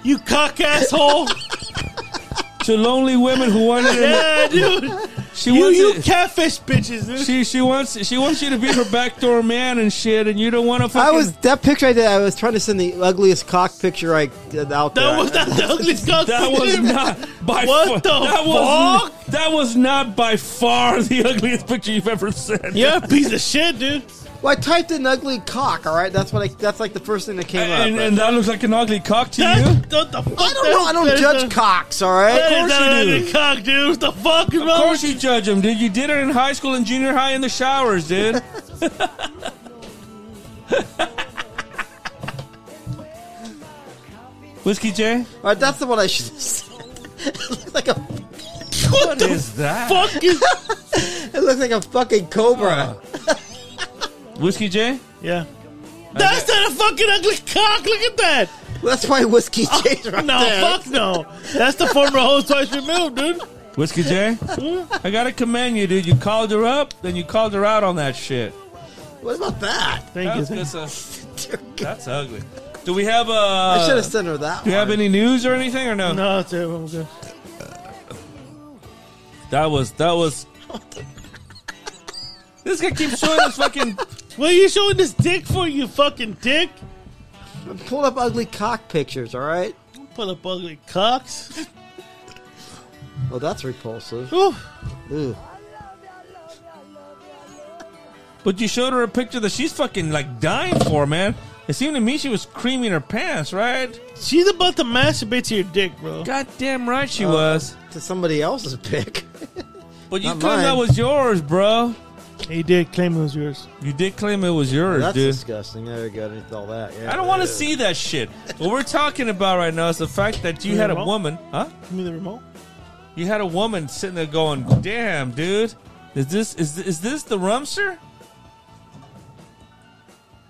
You cock asshole. to lonely women who want to. yeah, dude. She you, wants you it- catfish bitches, dude. She she wants she wants you to be her backdoor man and shit, and you don't want to I fucking. was that picture I did. I was trying to send the ugliest cock picture I did out there. that was not the ugliest cock. That was tease. not by far, What the that Was, fuck? that was not by far the ugliest picture you've ever sent. You're a piece of shit, dude. Well, I typed in ugly cock. All right, that's what I. That's like the first thing that came up. And, and that looks like an ugly cock to That, you. what the fuck? I don't know. I don't judge cocks. All That right. is course not you an do. ugly cock, dude. What the fuck, bro? Of course you judge him, dude. You did it in high school and junior high in the showers, dude. Whiskey J? All right, that's the one I should. have said. it looks like a. What the is that? fuck is? It looks like a fucking Uh. cobra. Whiskey J? yeah. That's not a fucking ugly cock. Look at that. That's why whiskey Oh, changed right No, there. fuck no. That's the former host twice removed, dude. Whiskey J? Hmm? I gotta commend you, dude. You called her up, then you called her out on that shit. What about that? Thank you. That's, Thank you. that's, a- that's ugly. Do we have a? Uh, I should have sent her that. Do you have any news or anything or no? No, it's everyone good. That was that was. this guy keeps showing us fucking. What are you showing this dick for, you fucking dick? one. I pulled up ugly cock pictures. All right. Pull up ugly cocks. Well, that's repulsive. Ooh. Ooh. But you showed her a picture that she's fucking like dying for, man. It seemed to me she was creaming her pants, right? She's about to masturbate to your dick, bro. Goddamn right she Uh, was. To somebody else's pick. But you Not claimed that mine. was yours, bro. He did claim it was yours. You did claim it was yours, that's dude. disgusting. There you go. Underneath all that. Yeah, I don't want to see that shit. What we're talking about right now is the fact that you You had a remote? woman, huh? Give me the remote. You had a woman sitting there going, "Damn, dude, is this is this, is this the rumster?"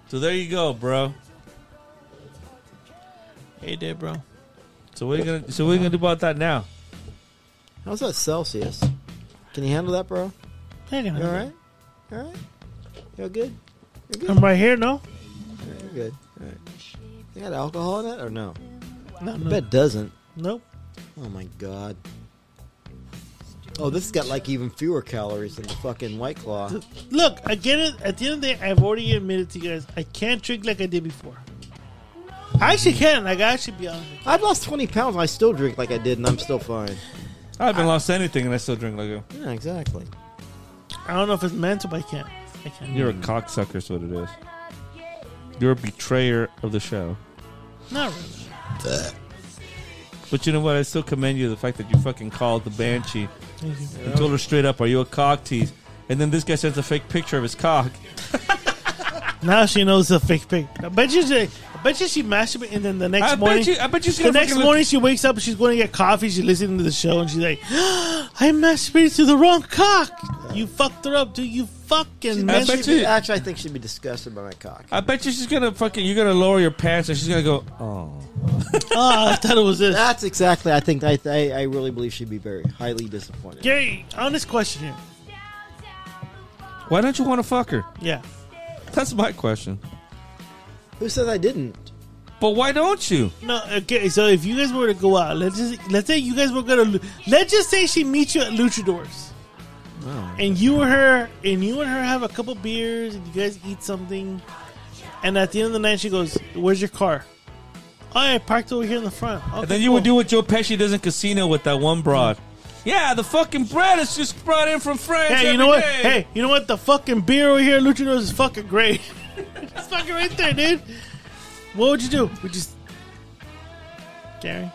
So there you go, bro. Hey, did bro. So what are you gonna so what are you gonna do about that now? How's that Celsius? Can you handle that, bro? Hey, You all right? All right. You all good? You're good. I'm right here, no? Yeah, You're good. All right. You got alcohol in it or no? No, I no. bet it doesn't. Nope. Oh my god. Oh, this has got like even fewer calories than the fucking White Claw. Look, I get it. At the end of the day, I've already admitted to you guys, I can't drink like I did before. I actually can. Like, I should be honest. with I've lost 20 pounds. I still drink like I did, and I'm still fine. I haven't lost anything, and I still drink like a. Yeah, exactly. you. I don't know if it's mental, but I can't. I can't. You're a cocksucker, is what it is. You're a betrayer of the show. Not really. But you know what? I still commend you the fact that you fucking called the banshee Thank you. and told her straight up, "Are you a cock tease?" And then this guy sends a fake picture of his cock. Now she knows the fake pic. I bet you she, I bet you she masturbated and then the next I bet morning. you- I bet you she's the gonna next fucking- morning she wakes up and she's going to get coffee. She's listening to the show and she's like, I masturbated to the wrong cock. You fucked her up, dude. You fucking I messed bet me you. Actually, I think she'd be disgusted by my cock. I bet you she's gonna fucking. You're gonna lower your pants, and she's gonna go, "Oh." Oh, I thought it was this. That's exactly. I think I, I, I really believe she'd be very highly disappointed. Gary, honest question here. Why don't you want to fuck her? Yeah. That's my question. Who said I didn't? But why don't you? No, okay. So if you guys were to go out, let's just let's say you guys were gonna let's just say she meets you at Luchadors, Oh, and you and her and you and her have a couple beers, and you guys eat something, and at the end of the night she goes, "Where's your car?" Oh, I parked over here in the front. Okay, And then you would do what Joe Pesci does in Casino with that one broad. Yeah, the fucking bread is just brought in from France. Hey, you every know what? day. Hey, you know what? The fucking beer over here, at Luchadors, is fucking great. it's fucking right there, dude. What would you do? Would you, Gary?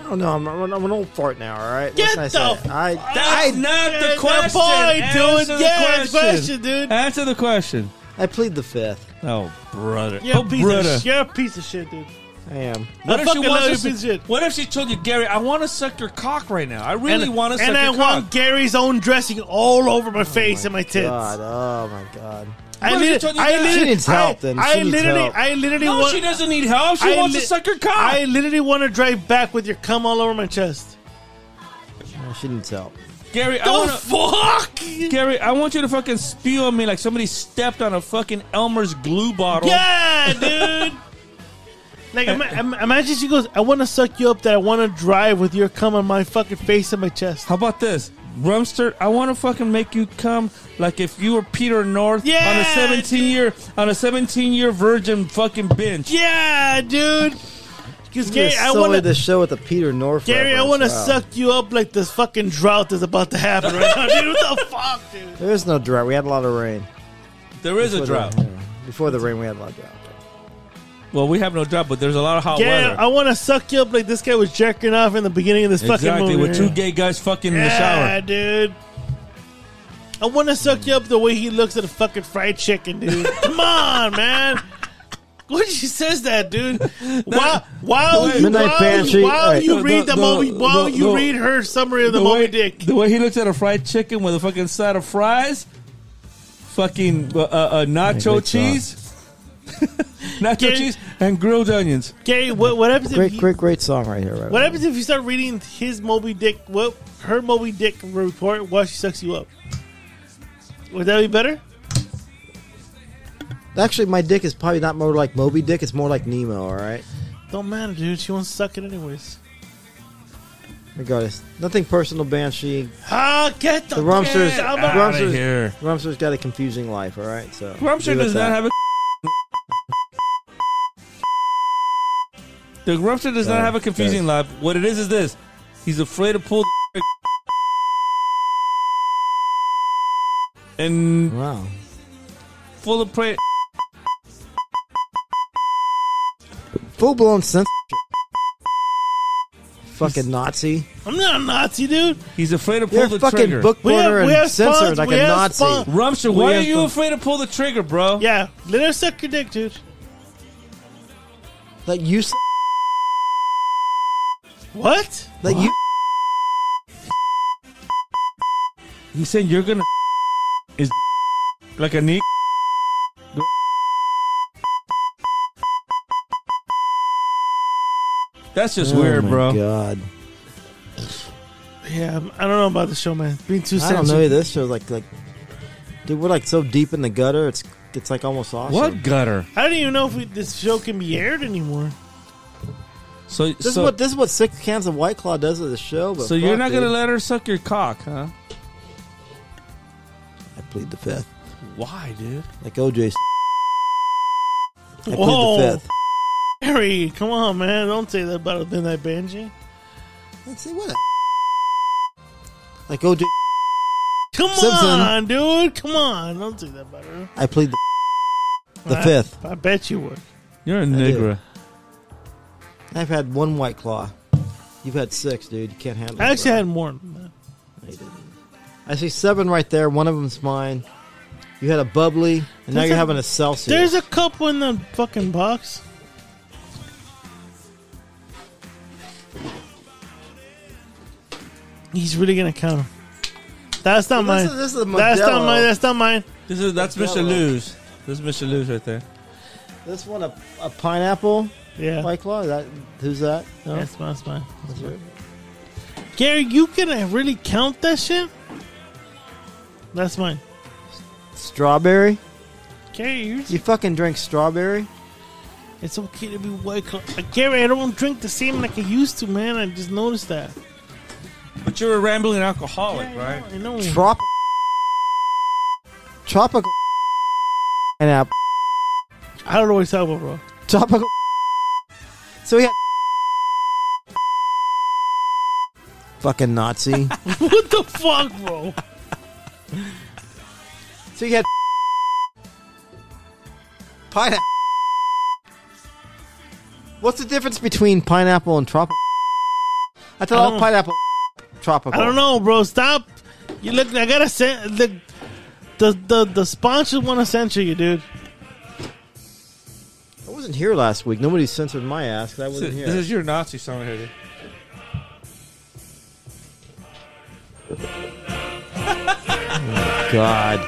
I don't know. Oh, I'm, I'm, I'm an old fart now. All right. Get what the can I say? I, That's I, not Yeah, the that question. boy, dude. Answer the Yeah, it's question, dude. Answer the question. I plead the fifth. Oh, brother. You're oh, a piece brother. of shit. You're a piece of shit, dude. I am. I What if, she fucking wants love to- you, piece of shit. what if she told you, Gary, I want to suck your cock right now. I really and, want to suck And I your want cock. Gary's own dressing all over my face and my tits. Oh God. Oh my God. I What if she literally, told you I that? literally, She needs help, I, then. I She needs literally, help. I literally no, want. she doesn't need help. She I wants li- to suck your cock. I literally want to drive back with your cum all over my chest. No, she needs help. Gary, I The want fuck? Gary, I want you to fucking spew on me like somebody stepped on a fucking Elmer's glue bottle. Yeah, dude. like, ima- im- imagine she goes, "I want to suck you up. That I want to drive with your cum on my fucking face and my chest." How about this? Rumster, I want to fucking make you come like if you were Peter North Yeah, on a 17 year on a 17 year virgin fucking bench. Yeah, dude. Because Gary, Gary, I so want to. this show with the Peter North. Gary, I reference. want to Wow. suck you up like this fucking drought that's about to happen right now, dude. What the fuck, dude? There is no drought. We had a lot of rain. There is a Before the- drought. yeah. Before the rain, we had a lot of drought. Well, we have no drought, but there's a lot of hot Gary, weather. I want to suck you up like this guy was jerking off in the beginning of this fucking exactly, movie. with two gay guys fucking in the yeah, shower. dude. I want to suck you up the way he looks at a fucking fried chicken, dude. Come on, man. What she says that, dude? While while you, Midnight while Pantry, you, while alright. you read the, The- the- movie, while the- you the- read her summary of the, movie, way, Dick. the way he looks at a fried chicken with a fucking side of fries, fucking uh, uh, uh, nacho great cheese, nacho Gary- cheese, and grilled onions. Gary, what, what happens if Great, you, great, great song right here. Right What happens if you start reading his Moby Dick, what her Moby Dick report while she sucks you up? Would that be better? Actually, my dick is probably not more like Moby Dick. It's more like Nemo. All right. Don't matter, dude. She won't suck it anyways. Regardless, nothing personal, Banshee. Ah, get the, The Rumsters, fuck out of outta Rumsters, here. Rumster's got a confusing life. All right, so Rumster leave it does at not that. have a. The Rumster does not Sorry, have a confusing life. What it is is this: he's afraid to pull. The and Wow. full of prey. full blown censorship. Fucking Nazi. I'm not a Nazi, dude. He's afraid to pull You're the fucking trigger. book We have- burner we and have censored spons- like we a have Nazi. spons- Rumster, We why are have you spons- afraid to pull the trigger, bro? Yeah, let her suck your dick, dude. Like you. s- What? Like you. He said you're gonna is like a knee. That's just Oh weird, my bro. God. Yeah, I'm- I don't know about the show, man. Being too I sensitive. don't know this show. Like like, dude, we're like so deep in the gutter. It's it's like almost awesome. What gutter? I don't even know if we, this show can be aired anymore. So This is what this is what six cans of White Claw does to the show. But So you're fuck, not dude. gonna let her suck your cock, huh? I plead the fifth. Why, dude? Like OJ. s- I plead Whoa. the fifth. Harry, come on, man. Don't say that about a midnight banshee. Let's see what. Like OJ. Come Simpson. on, dude. Come on. Don't do that about her. I plead the, the I- fifth. I bet you would. You're a nigger. I've had one White Claw. You've had six, dude. You can't handle. I it. actually had more than that. I see seven right there. One of them's mine. You had a bubbly, and now There's you're a- having a Celsius. There's a couple in the fucking box. He's really gonna count 'em. That's not Well, mine. this is- this is a that's not Modelo. mine. That's not mine. This is that's That's Mr. yellow. Lose. This is Mr. Lose right there. This one a, a pineapple. Yeah. White Claw. That who's that? No? That's mine. That's mine. That's yours? Gary, you gonna really count that shit? That's mine. Strawberry. Gary, you You fucking drink strawberry. It's okay to be white claw. Uh, Gary, I don't drink the same like I used to, man. I just noticed that. But you're a rambling alcoholic, right? I know. Trop- tropical pineapple. I don't know what he's talking about, bro. Tropical. So we had fucking Nazi. what the fuck, bro? so you had pineapple. What's the difference between pineapple and tropical? I thought I all don't- pineapple tropical. I don't know, bro. Stop. You look. I gotta send the the the, the sponsors want to censor you, dude. I wasn't here last week. Nobody censored my ass 'cause I This wasn't is, here. this is your Nazi song right here. dude. God.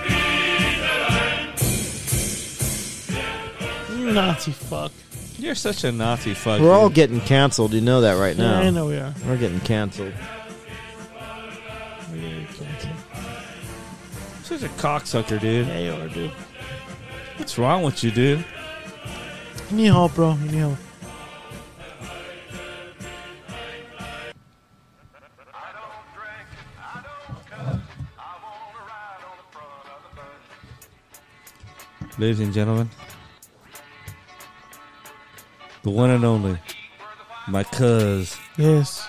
You Nazi fuck. You're such a Nazi fuck. We're all dude. getting canceled. You know that right Yeah, now. I know we are. We're getting canceled. such a cocksucker, dude. Yeah, you are, dude. What's wrong with you, dude? You need help, bro. You need help. Ladies and gentlemen, the one and only, my cuz, Yes.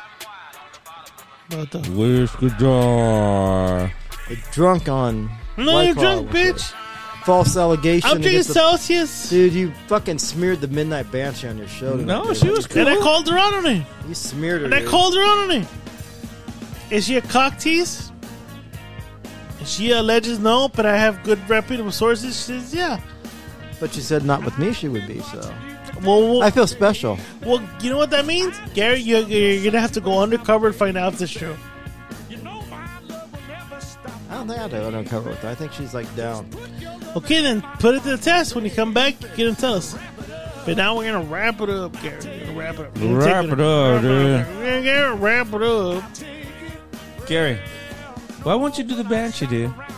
What the? where's the jar? Drunk on. No, White you Claw drunk, with bitch. a False allegation. I'm drinking against the- Celsius. Dude, you fucking smeared the Midnight Banshee on your show. tonight, No, dude. she was cool. And I called her out on it. You smeared her. And I dude. called her out on it. Is she a cock tease? And She alleges no, but I have good reputable sources. She says, yeah. But she said not with me she would be, so. Well, well, I feel special. well you know what that means? Gary, you're, you're going to have to go undercover and find out if it's true. I don't think I had to undercover with her. I think she's like down. Okay, then put it to the test. When you come back, you're going to tell us. But now we're going to wrap it up, Gary. We're going to wrap it up. We're gonna Wrap take it up, dude. We're going to wrap it up. Gary, why won't you do the banshee, dude? Yeah,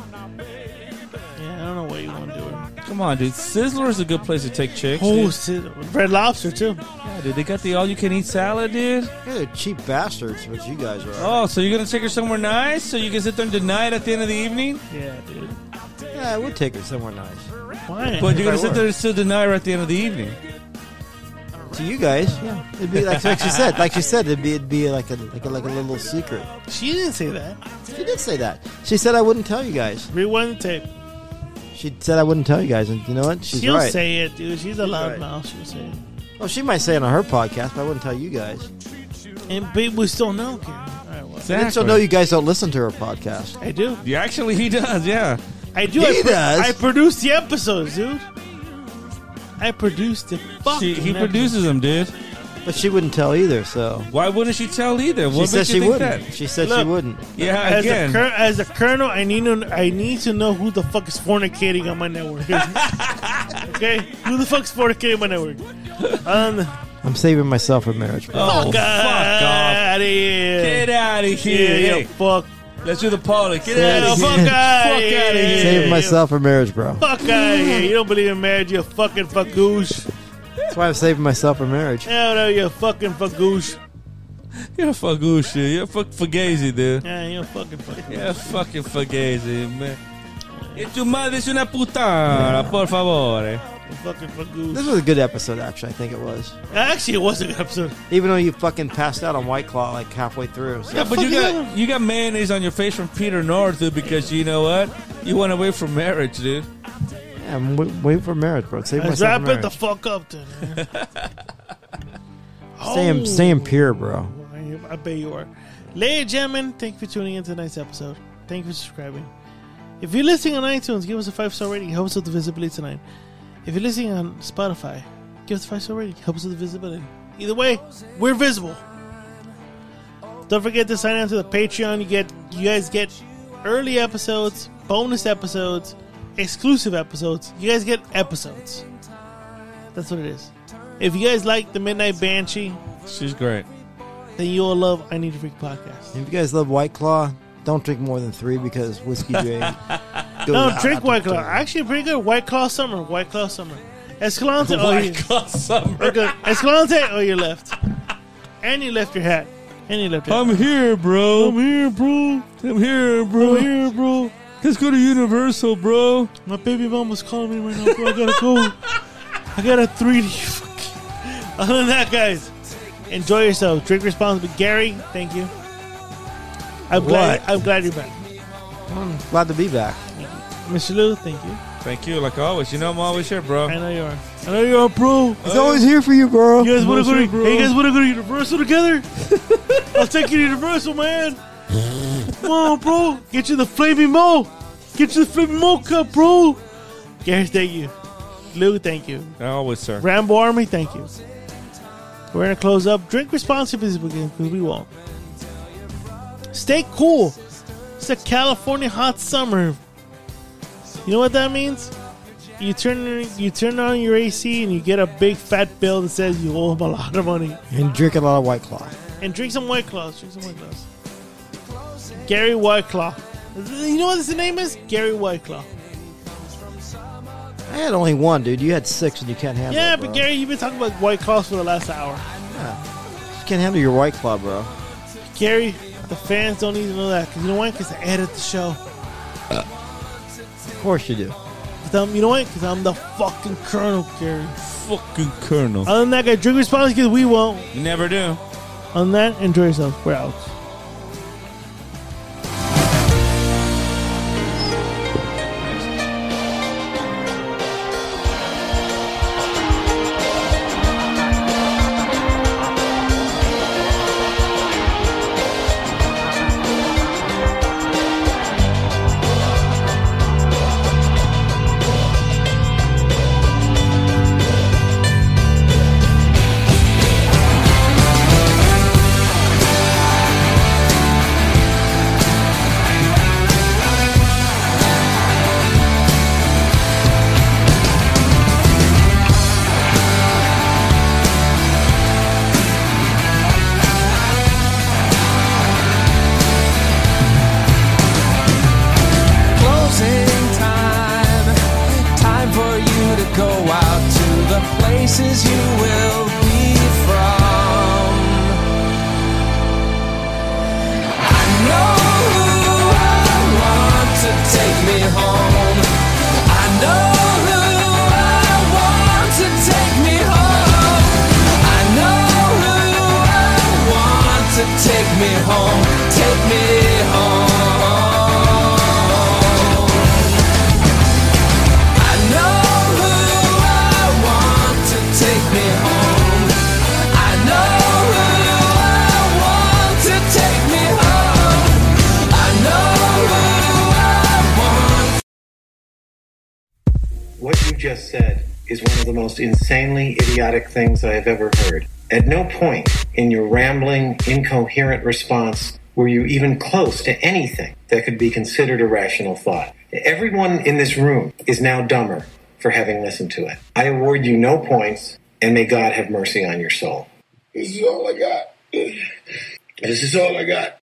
I don't know what you want to do. it. Come on, dude. Sizzler is a good place to take chicks. Oh, dude. shit. Red Lobster, too. Yeah, dude. They got the all-you-can-eat salad, dude. You're cheap bastards, what you guys are. Oh, so you're gonna take her somewhere nice, so you can sit there and deny it at the end of the evening? Yeah, dude. Yeah, I would take her somewhere nice. Why? But you're gonna If I sit were. there and still deny her at the end of the evening. To you guys, yeah, it'd be like, like she said, like she said, it'd be it'd be like a like a like a little secret. She didn't say that. She did say that. She said I wouldn't tell you guys. Rewind the tape. She said I wouldn't tell you guys, and you know what? She's She'll right. say it, dude. She's a She's right. loudmouth. She'll say it. Well, she might say it on her podcast, but I wouldn't tell you guys. And but we still know. Karen. All right, well. I didn't so know you guys don't listen to her podcast. I do. Yeah, actually, he does. Yeah, I do. He I does. I produce the episodes, dude. I produced the fucking. She, he produces them, dude. But she wouldn't tell either. So why wouldn't she tell either? she What said makes she you think wouldn't. that? She said she Look, wouldn't. Yeah, as again. a cur- as a colonel, I need to I need to know who the fuck is fornicating on my network. okay, who the fuck's fornicating on my network? Um, I'm saving myself for marriage. bro. Oh, fuck, fuck off. out of here! Get out of here! Yeah, Hey, yeah, fuck, Let's do the party. Get Yeah, out of fuck outta here! Fuck outta here. here! Saving myself for marriage, bro. fuck out of here! You don't believe in marriage? You fucking fuckoosh! That's why I'm saving myself for marriage. Hell no, you fucking fuckoosh! You're a fuckoosh, dude. You're a fuck fugazi, dude. Yeah, you fucking fucking. You're a fucking fugazi, man. E tu madre es una puttana, por favore. Fucking This fuckoosh. was a good episode, actually. I think it was. Actually, it was a good episode. Even though you fucking passed out on White Claw like halfway through. So. Yeah, but you got you got mayonnaise on your face from Peter North, dude, because you know what? You went away from marriage, dude. Yeah, I'm wa- waiting for marriage, bro. Save Let's myself wrap for it marriage. the fuck up, then. man. staying, staying pure, bro. I, I bet you are. Ladies and gentlemen, thank you for tuning in to tonight's episode. Thank you for subscribing. If you're listening on iTunes, give us a five star rating. It helps with the visibility tonight. If you're listening on Spotify, give us a five star rating. It helps with the visibility. Either way, we're visible. Don't forget to sign up to the Patreon. You get you guys get early episodes, bonus episodes, exclusive episodes. You guys get episodes. That's what it is. If you guys like the Midnight Banshee, She's great. then you'll love I Need a Freak podcast. If you guys love White Claw, don't drink more than three because whiskey drain. No, drink White Claw. Actually, pretty good. White Claw Summer. White Claw Summer. Escalante. oh, you, White Claw Summer. okay. Escalante. Oh, you left. And you left your hat. And you left your I'm hat. here, bro. I'm here, bro. I'm here, bro. I'm here, bro. Let's go to Universal, bro. My baby mama's calling me right now, bro. I gotta go. I got a 3D. Fuck. Other than that, guys, enjoy yourself. Drink responsibly. Gary, thank you. I'm glad. I'm glad you're back. Glad to be back. Mr. Lou, thank you. Thank you, like always. You know I'm always here, bro. I know you are. I know you are, bro. He's always here for you, bro. You guys want to go? To, Bullshit, bro. hey, you guys want to go to Universal together? I'll take you to Universal, man. Come on, bro. Get you the flaming mo. Get you the flaming mo cup, bro. Gary, thank you. Lou, thank you. Always, sir. Rambo Army, thank you. We're gonna close up. Drink responsibly because we won't. Stay cool. It's a California hot summer. You know what that means? You turn you turn on your AC and you get a big fat bill that says you owe him a lot of money. And drink a lot of White Claw. And drink some white claws. Drink some white claws. Gary White Claw. You know what his name is? Gary White Claw. I had only one, dude. You had six and you can't handle Yeah, it, bro. but Gary, you've been talking about white claws for the last hour. You can't handle your White Claw, bro. Gary, the fans don't need to know that. 'cause you know why? Because I edit the show. Of course you do. 'Cause I'm- you know why? Because I'm the fucking colonel, Gary. Fucking Colonel. Other than that, guys, drink responsibly because we won't. you never do. Other than that, enjoy yourself. We're out. Closing time. Time for you to go out to the places you will be from. I know who I want to take me home. I know who I want to take me home. I know who I want to take me home. Take me home. I know who I want to take me home. just said is one of the most insanely idiotic things I have ever heard. At no point in your rambling, incoherent response were you even close to anything that could be considered a rational thought. Everyone in this room is now dumber for having listened to it. I award you no points, and may God have mercy on your soul. This is all I got. This is all I got.